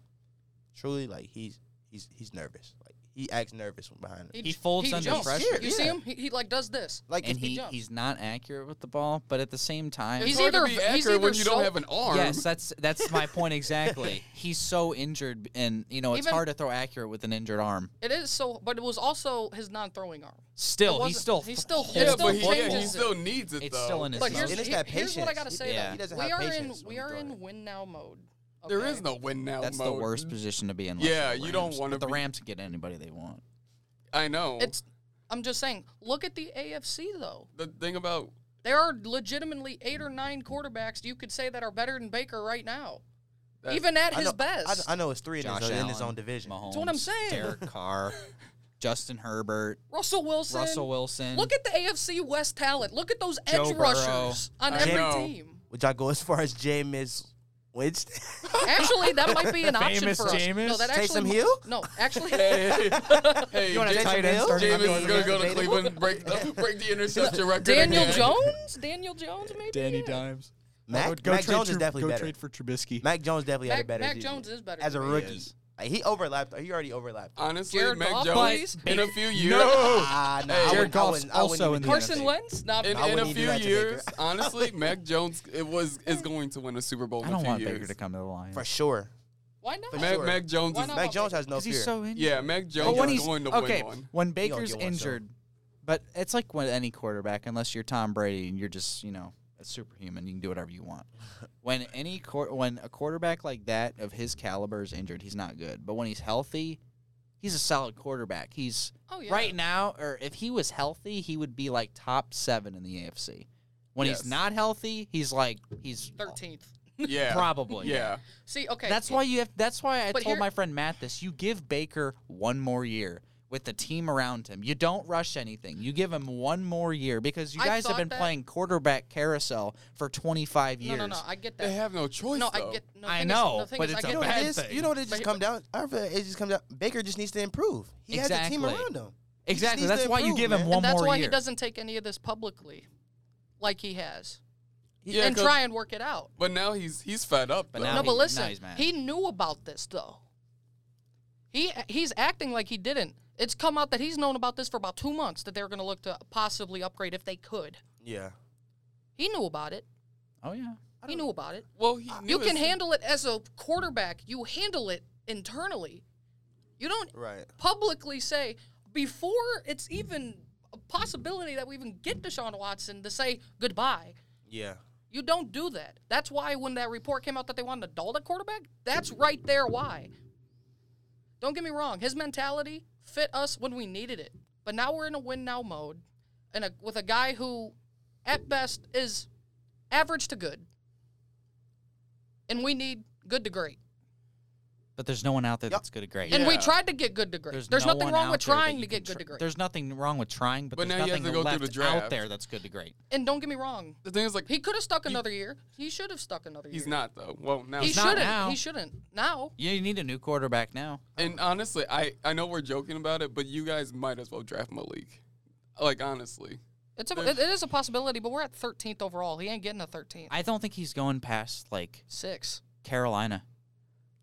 Speaker 2: truly, like he's he's he's nervous. Like he acts nervous when behind it.
Speaker 5: He folds under
Speaker 1: jumps.
Speaker 5: pressure.
Speaker 1: You see
Speaker 2: Yeah.
Speaker 1: him? He, he like does this.
Speaker 2: Like
Speaker 5: and
Speaker 2: if he
Speaker 5: he,
Speaker 1: jumps.
Speaker 5: he's not accurate with the ball, but at the same time,
Speaker 1: He's
Speaker 4: It's hard to
Speaker 1: either-
Speaker 4: be
Speaker 1: he's
Speaker 4: accurate when
Speaker 1: either
Speaker 4: you don't
Speaker 1: so-
Speaker 4: have an arm.
Speaker 5: yes, that's that's my point exactly. He's so injured, and you know it's
Speaker 1: Even-
Speaker 5: hard to throw accurate with an injured arm.
Speaker 1: It is so, but it was also his non-throwing arm. It
Speaker 5: Still,
Speaker 1: wasn't-
Speaker 5: he's still
Speaker 1: he's still-
Speaker 5: holding
Speaker 1: It
Speaker 4: yeah,
Speaker 5: the
Speaker 4: but he,
Speaker 1: still
Speaker 5: football.
Speaker 4: yeah, he
Speaker 1: changes
Speaker 4: still needs it
Speaker 5: It's
Speaker 4: though.
Speaker 5: still in his
Speaker 1: But
Speaker 5: mouth.
Speaker 1: here's,
Speaker 2: He doesn't have
Speaker 1: he- here's what I
Speaker 2: patience.
Speaker 1: gotta
Speaker 2: He-
Speaker 1: say.
Speaker 5: yeah.
Speaker 1: though.
Speaker 5: He
Speaker 2: doesn't
Speaker 1: we
Speaker 2: have
Speaker 1: are in
Speaker 2: patience when
Speaker 1: we
Speaker 2: he's
Speaker 1: are
Speaker 2: throwing.
Speaker 1: in win now mode.
Speaker 4: There
Speaker 1: okay?
Speaker 4: is no win now
Speaker 5: That's
Speaker 4: mode.
Speaker 5: the worst position to be in. like,
Speaker 4: Yeah,
Speaker 5: for the
Speaker 4: you don't
Speaker 5: Rams.
Speaker 4: wanna
Speaker 5: But the
Speaker 4: be-
Speaker 5: Rams can get anybody they want.
Speaker 4: I know.
Speaker 1: It's. I'm just saying. Look at the AFC though.
Speaker 4: the thing about
Speaker 1: There are legitimately eight or nine quarterbacks you could say that are better than Baker right now,
Speaker 4: That's-
Speaker 1: even at
Speaker 2: I
Speaker 1: his
Speaker 2: know,
Speaker 1: best.
Speaker 2: I, I know it's three in his,
Speaker 5: Josh
Speaker 2: own-
Speaker 5: Allen,
Speaker 2: in his own division.
Speaker 5: Mahomes,
Speaker 1: what I'm saying.
Speaker 5: Derek Carr, Justin Herbert,
Speaker 1: Russell Wilson.
Speaker 5: Russell Wilson.
Speaker 1: Look at the AFC West talent. Look at those edge
Speaker 5: Joe Burrow.
Speaker 1: rushers on
Speaker 4: I
Speaker 1: every
Speaker 4: know.
Speaker 1: team.
Speaker 2: Would y'all go as far as Jameis Winston?
Speaker 1: Actually, that might be an option
Speaker 5: Famous
Speaker 1: for us. No,
Speaker 5: Jameis?
Speaker 1: that actually
Speaker 2: Taysom
Speaker 1: mi-
Speaker 2: Hill?
Speaker 1: No, actually,
Speaker 4: hey, hey,
Speaker 5: You want a
Speaker 4: Jason-
Speaker 5: tight end
Speaker 2: Hill?
Speaker 5: starting
Speaker 2: I mean,
Speaker 4: Jameis is gonna
Speaker 2: that's
Speaker 4: go to
Speaker 2: debatable.
Speaker 4: Cleveland, break the, break the interception record.
Speaker 1: Daniel
Speaker 4: again.
Speaker 1: Jones. Daniel Jones, maybe.
Speaker 3: Danny
Speaker 1: yeah.
Speaker 3: Dimes.
Speaker 2: Mac-
Speaker 3: I would go
Speaker 2: Mac
Speaker 3: trade
Speaker 2: Jones is
Speaker 3: Tru-
Speaker 2: definitely
Speaker 3: go
Speaker 2: better.
Speaker 3: trade for Trubisky.
Speaker 2: Mac Jones definitely had a
Speaker 1: Mac,
Speaker 2: better
Speaker 1: Mac
Speaker 2: season.
Speaker 1: Jones is better
Speaker 2: as a
Speaker 1: than Uh, me.
Speaker 2: rookie.
Speaker 3: is.
Speaker 2: Like, he overlapped. He already overlapped.
Speaker 4: Honestly,
Speaker 1: Jared
Speaker 4: Mac
Speaker 1: Goff, please?
Speaker 4: Jones in a few years.
Speaker 2: Ah, no,
Speaker 4: Hey.
Speaker 2: I
Speaker 4: Jared
Speaker 2: wouldn't- I
Speaker 3: Goff's
Speaker 2: wouldn't- I wouldn't
Speaker 3: also
Speaker 2: even
Speaker 3: in
Speaker 2: do
Speaker 3: the
Speaker 2: that.
Speaker 1: Carson
Speaker 3: NFC.
Speaker 1: Wentz. Not
Speaker 4: In,
Speaker 2: I
Speaker 4: in a
Speaker 2: wouldn't even do
Speaker 4: few
Speaker 2: that to
Speaker 4: years,
Speaker 2: Baker.
Speaker 4: honestly, Mac Jones it was is going to win a Super Bowl. In
Speaker 5: I don't
Speaker 4: a few
Speaker 5: want
Speaker 4: years.
Speaker 5: Baker to come to the Lions.
Speaker 2: For sure.
Speaker 1: why not?
Speaker 2: For
Speaker 4: Mac,
Speaker 2: sure.
Speaker 4: Mac Jones
Speaker 1: Why
Speaker 4: is
Speaker 1: not?
Speaker 2: Mac Jones has no
Speaker 5: Because
Speaker 2: fear.
Speaker 5: he's so injured.
Speaker 4: yeah. Mac Jones
Speaker 5: But when
Speaker 4: is
Speaker 5: he's
Speaker 4: going to
Speaker 5: okay,
Speaker 4: win one.
Speaker 5: when
Speaker 2: He gonna
Speaker 5: Baker's
Speaker 2: get one, so.
Speaker 5: injured, but it's like when any quarterback, unless you're Tom Brady and you're just you know a superhuman, you can do whatever you want. when any quar when a quarterback like that of his caliber is injured, he's not good. But when he's healthy, he's a solid quarterback. He's
Speaker 1: Oh, yeah.
Speaker 5: right now, or if he was healthy, he would be like top seven in the AFC. When
Speaker 4: Yes.
Speaker 5: he's not healthy, he's like he's
Speaker 1: Thirteenth.
Speaker 4: Yeah,
Speaker 5: probably
Speaker 4: Yeah,
Speaker 1: See, okay.
Speaker 5: that's why you have. That's why I
Speaker 1: But
Speaker 5: told
Speaker 1: here-
Speaker 5: my friend Matt this. You give Baker one more year with the team around him. You don't rush anything. You give him one more year because you
Speaker 1: I
Speaker 5: guys have
Speaker 1: thought
Speaker 5: been
Speaker 1: that-
Speaker 5: playing quarterback carousel for 25
Speaker 1: No,
Speaker 5: years.
Speaker 1: no, no. I get
Speaker 4: they
Speaker 1: that.
Speaker 4: have no choice.
Speaker 1: No,
Speaker 4: though.
Speaker 1: I get. No,
Speaker 5: I
Speaker 1: thing
Speaker 5: know,
Speaker 1: Is, the thing
Speaker 5: but
Speaker 1: is,
Speaker 5: it's
Speaker 1: I
Speaker 5: a
Speaker 1: get
Speaker 2: You know
Speaker 1: that.
Speaker 2: what
Speaker 5: bad
Speaker 2: it is?
Speaker 5: thing.
Speaker 2: You know what it just
Speaker 1: But-
Speaker 2: come down? I feel like it just comes down. Baker just needs to improve. He has a team
Speaker 5: Exactly.
Speaker 2: around him. He just
Speaker 5: Exactly.
Speaker 2: needs
Speaker 5: That's
Speaker 2: to
Speaker 5: why you
Speaker 2: improve,
Speaker 5: give
Speaker 2: man.
Speaker 5: him one
Speaker 1: and that's
Speaker 5: more
Speaker 1: why
Speaker 5: year.
Speaker 1: he doesn't take any of this publicly, like he has,
Speaker 4: yeah,
Speaker 1: and
Speaker 4: 'cause-
Speaker 1: try and work it out.
Speaker 4: But now he's he's fed up.
Speaker 5: But
Speaker 4: though.
Speaker 5: now
Speaker 1: no,
Speaker 5: he-
Speaker 1: but listen,
Speaker 5: he's mad.
Speaker 1: he knew about this though. He he's acting like he didn't. It's come out that he's known about this for about two months that they were going to look to possibly upgrade if they could.
Speaker 2: Yeah.
Speaker 1: He knew about it.
Speaker 5: oh yeah.
Speaker 1: He knew about it.
Speaker 4: well, he
Speaker 1: You
Speaker 4: knew
Speaker 1: can
Speaker 4: his-
Speaker 1: handle it as a quarterback. You handle it internally. You don't
Speaker 2: Right.
Speaker 1: publicly say before it's even a possibility that we even get Deshaun Watson to say goodbye.
Speaker 2: Yeah.
Speaker 1: You don't do that. That's why when that report came out that they wanted an adult at quarterback, that's
Speaker 5: Mm-hmm.
Speaker 1: right there why. Don't get me wrong, his mentality fit us when we needed it. But now we're in a win now mode and a, with a guy who at best is average to good. And we need good to great.
Speaker 5: But there's no one out there
Speaker 2: Yep.
Speaker 5: that's good at great.
Speaker 1: And we
Speaker 4: Yeah.
Speaker 1: tried to get good to great. There's,
Speaker 5: no
Speaker 1: nothing
Speaker 5: one
Speaker 1: wrong
Speaker 5: out
Speaker 1: with
Speaker 5: there that
Speaker 1: trying
Speaker 5: you
Speaker 1: to
Speaker 5: can
Speaker 1: get good
Speaker 5: tr-
Speaker 1: to great.
Speaker 5: There's nothing wrong with trying, but,
Speaker 4: But
Speaker 5: there's
Speaker 4: now you have
Speaker 5: nothing
Speaker 4: to go through
Speaker 5: left
Speaker 4: the
Speaker 5: out
Speaker 4: draft.
Speaker 5: there that's good to great.
Speaker 1: and don't get me wrong,
Speaker 4: The thing is, like,
Speaker 1: he could have stuck another year. He should have stuck another year.
Speaker 4: he's not though. Well, now
Speaker 1: He
Speaker 5: He's not
Speaker 1: shouldn't.
Speaker 5: now.
Speaker 1: He shouldn't. Now.
Speaker 5: You need a new quarterback now.
Speaker 4: And honestly, I I know we're joking about it, but you guys might as well draft Malik. Like honestly,
Speaker 1: It's a, it, it is a possibility, but we're at 13th overall. He ain't getting a 13th.
Speaker 5: I don't think he's going past like
Speaker 1: Six.
Speaker 5: Carolina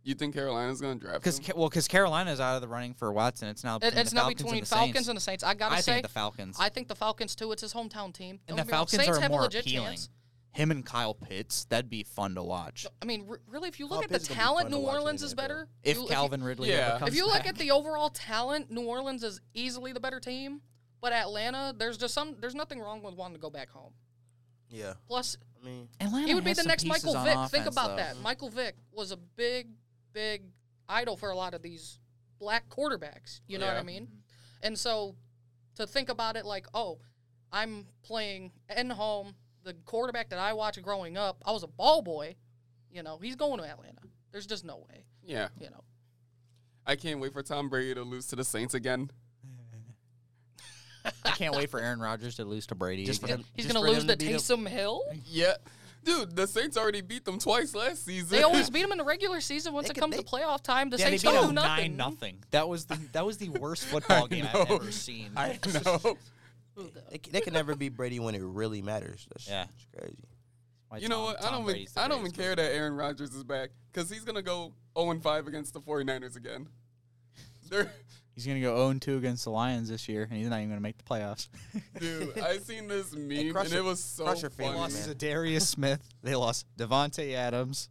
Speaker 4: you think Carolina's gonna draft
Speaker 5: because
Speaker 4: him?
Speaker 5: well because Carolina's out of the running for Watson. It's now
Speaker 1: It,
Speaker 5: between
Speaker 1: it's
Speaker 5: the
Speaker 1: now
Speaker 5: Falcons
Speaker 1: between
Speaker 5: and the
Speaker 1: Falcons
Speaker 5: Saints.
Speaker 1: and the Saints. I gotta
Speaker 5: I
Speaker 1: say,
Speaker 5: think the Falcons.
Speaker 1: I think the Falcons too. It's his hometown team. Don't get me
Speaker 5: and the
Speaker 1: wrong.
Speaker 5: Falcons
Speaker 1: Saints
Speaker 5: are
Speaker 1: have a
Speaker 5: more
Speaker 1: legit
Speaker 5: appealing.
Speaker 1: chance.
Speaker 5: Him and Kyle Pitts, that'd be fun to watch.
Speaker 1: I mean, re- really, if you
Speaker 2: Kyle
Speaker 1: look at
Speaker 2: Pitts is
Speaker 1: the
Speaker 2: gonna be
Speaker 1: talent,
Speaker 2: fun to
Speaker 1: New
Speaker 2: watch in
Speaker 1: Orleans
Speaker 2: the
Speaker 1: is
Speaker 2: NFL.
Speaker 1: better.
Speaker 5: If
Speaker 1: you,
Speaker 5: Calvin Ridley
Speaker 4: Yeah.
Speaker 5: ever
Speaker 4: If
Speaker 5: comes
Speaker 1: if you, if you look
Speaker 5: back.
Speaker 1: at the overall talent, New Orleans is easily the better team. But Atlanta, there's just some. There's nothing wrong with wanting to go back home.
Speaker 2: Yeah.
Speaker 1: Plus,
Speaker 2: I mean,
Speaker 5: Atlanta
Speaker 1: he would be
Speaker 5: has
Speaker 1: the
Speaker 5: some
Speaker 1: next
Speaker 5: pieces
Speaker 1: Michael
Speaker 5: on
Speaker 1: Vick.
Speaker 5: offense,
Speaker 1: Think about
Speaker 5: though.
Speaker 1: that. Michael Vick was a big, big idol for a lot of these black quarterbacks. You know what
Speaker 4: Yeah.
Speaker 1: I mean? And so to think about it like, oh, I'm playing in home, the quarterback that I watched growing up, I was a ball boy, you know, he's going to Atlanta. There's just no way,
Speaker 4: yeah,
Speaker 1: you know.
Speaker 4: I can't wait for Tom Brady to lose to the Saints again.
Speaker 5: I can't wait for Aaron Rodgers to lose to Brady.
Speaker 2: Just for
Speaker 5: again.
Speaker 2: him-
Speaker 1: He's
Speaker 2: just
Speaker 1: going
Speaker 2: for
Speaker 1: to lose
Speaker 2: him
Speaker 1: to
Speaker 2: beat him.
Speaker 1: Taysom Hill.
Speaker 4: Yeah, dude, the Saints already beat them twice last season.
Speaker 1: They always beat him in the regular season. Once
Speaker 2: They
Speaker 1: it
Speaker 2: could-
Speaker 1: comes
Speaker 2: they-
Speaker 1: to playoff time, the
Speaker 5: yeah, they
Speaker 1: Saints
Speaker 5: beat
Speaker 1: don't
Speaker 5: him
Speaker 1: do nothing.
Speaker 5: nine nothing. That was the that was the worst football game I've
Speaker 4: know.
Speaker 5: ever seen.
Speaker 4: I know.
Speaker 2: they, c- they can never beat Brady when it really matters. That's,
Speaker 5: Yeah.
Speaker 2: that's crazy.
Speaker 5: Why
Speaker 4: You know
Speaker 5: Tom-
Speaker 4: what? I
Speaker 5: Tom
Speaker 4: don't even,
Speaker 5: Brady's the
Speaker 4: I don't even
Speaker 5: greatest
Speaker 4: oh care that Aaron Rodgers is back because he's gonna go 0 and 5 against the 49ers again. They're,
Speaker 5: He's gonna go 0 2 against the Lions this year, and he's not even gonna make the playoffs.
Speaker 4: dude, I seen this meme
Speaker 2: crush
Speaker 4: and
Speaker 2: your-
Speaker 4: it was so
Speaker 2: crush your
Speaker 4: funny.
Speaker 2: family, man.
Speaker 5: Darius Smith. They lost Devonte Adams.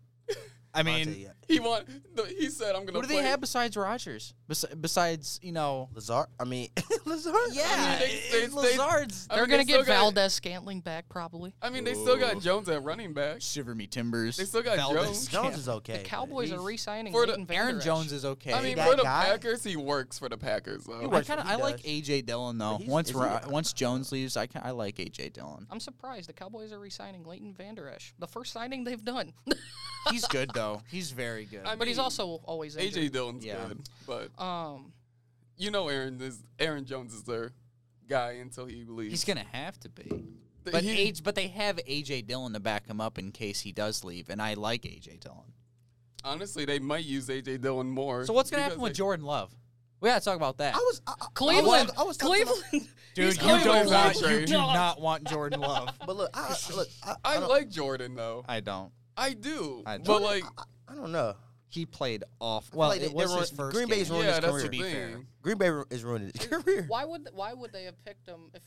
Speaker 5: I mean,
Speaker 2: Devontae, yeah.
Speaker 4: He want. The, he said, "I'm gonna."
Speaker 5: who do
Speaker 4: play.
Speaker 5: they have besides Rogers? Bes- besides, you know,
Speaker 2: Lazard. I mean, Lazard.
Speaker 4: I mean, they- they-
Speaker 5: it's
Speaker 4: they-
Speaker 5: Lazard's.
Speaker 4: I
Speaker 1: They're
Speaker 4: mean,
Speaker 1: gonna
Speaker 4: they still
Speaker 1: get
Speaker 4: got-
Speaker 1: Valdez Scantling back probably.
Speaker 4: I mean, they still got
Speaker 5: Ooh.
Speaker 4: Jones at running back.
Speaker 5: Shiver me timbers.
Speaker 4: They still got
Speaker 5: Valdez.
Speaker 4: Jones.
Speaker 2: Jones is okay.
Speaker 1: The
Speaker 2: but
Speaker 1: Cowboys
Speaker 2: he's-
Speaker 1: are re-signing
Speaker 4: For the-
Speaker 1: Leighton
Speaker 5: Aaron
Speaker 1: Vander Esch.
Speaker 5: Jones is okay.
Speaker 4: I mean,
Speaker 2: that
Speaker 4: for the
Speaker 2: guy-
Speaker 4: Packers, he works for the Packers though.
Speaker 2: He
Speaker 5: I
Speaker 2: works.
Speaker 5: kind of I like
Speaker 2: does.
Speaker 5: AJ Dillon though.
Speaker 2: But he's-
Speaker 5: Once
Speaker 2: is
Speaker 5: Ro-
Speaker 2: he-
Speaker 5: once Jones leaves, I ki- I like AJ Dillon.
Speaker 1: I'm surprised the Cowboys are re-signing Leighton Vander Esch. The first signing they've done.
Speaker 5: He's good though. He's very good.
Speaker 4: I
Speaker 1: but he's
Speaker 4: mean,
Speaker 1: also always
Speaker 4: AJ
Speaker 1: injured.
Speaker 4: Dillon's
Speaker 5: Yeah.
Speaker 4: good, but
Speaker 1: Um,
Speaker 4: you know, Aaron is Aaron Jones is their guy until he leaves.
Speaker 5: He's gonna have to be.
Speaker 4: Th-
Speaker 5: But
Speaker 4: he-
Speaker 5: age, but they have AJ Dillon to back him up in case he does leave, and I like AJ Dillon.
Speaker 4: honestly, they might use AJ Dillon more.
Speaker 5: So what's gonna
Speaker 4: because
Speaker 5: happen with
Speaker 4: they-
Speaker 5: Jordan Love? We gotta talk about that.
Speaker 2: I was I, I-
Speaker 1: Cleveland.
Speaker 2: I was, I was talking about-
Speaker 1: Cleveland.
Speaker 5: Dude,
Speaker 1: He's
Speaker 5: you
Speaker 1: Cleveland
Speaker 5: don't
Speaker 4: is
Speaker 5: want
Speaker 4: out
Speaker 5: you
Speaker 4: there.
Speaker 5: do not want Jordan Love.
Speaker 2: but look, I, I- look, I, I,
Speaker 4: I,
Speaker 2: don't,
Speaker 4: like Jordan though.
Speaker 5: I don't.
Speaker 4: I do,
Speaker 5: I
Speaker 4: but
Speaker 5: don't.
Speaker 4: like,
Speaker 2: I, I don't know.
Speaker 5: He played off. Well,
Speaker 2: like they-
Speaker 5: it was
Speaker 2: they're
Speaker 5: his
Speaker 2: ru-
Speaker 5: first.
Speaker 2: Green Bay's
Speaker 5: game.
Speaker 2: ruined
Speaker 4: yeah,
Speaker 2: his
Speaker 4: that's
Speaker 2: career.
Speaker 4: the
Speaker 5: be fair.
Speaker 4: thing.
Speaker 2: Green Bay ru- is ruining his career.
Speaker 1: Why would why would they have picked him if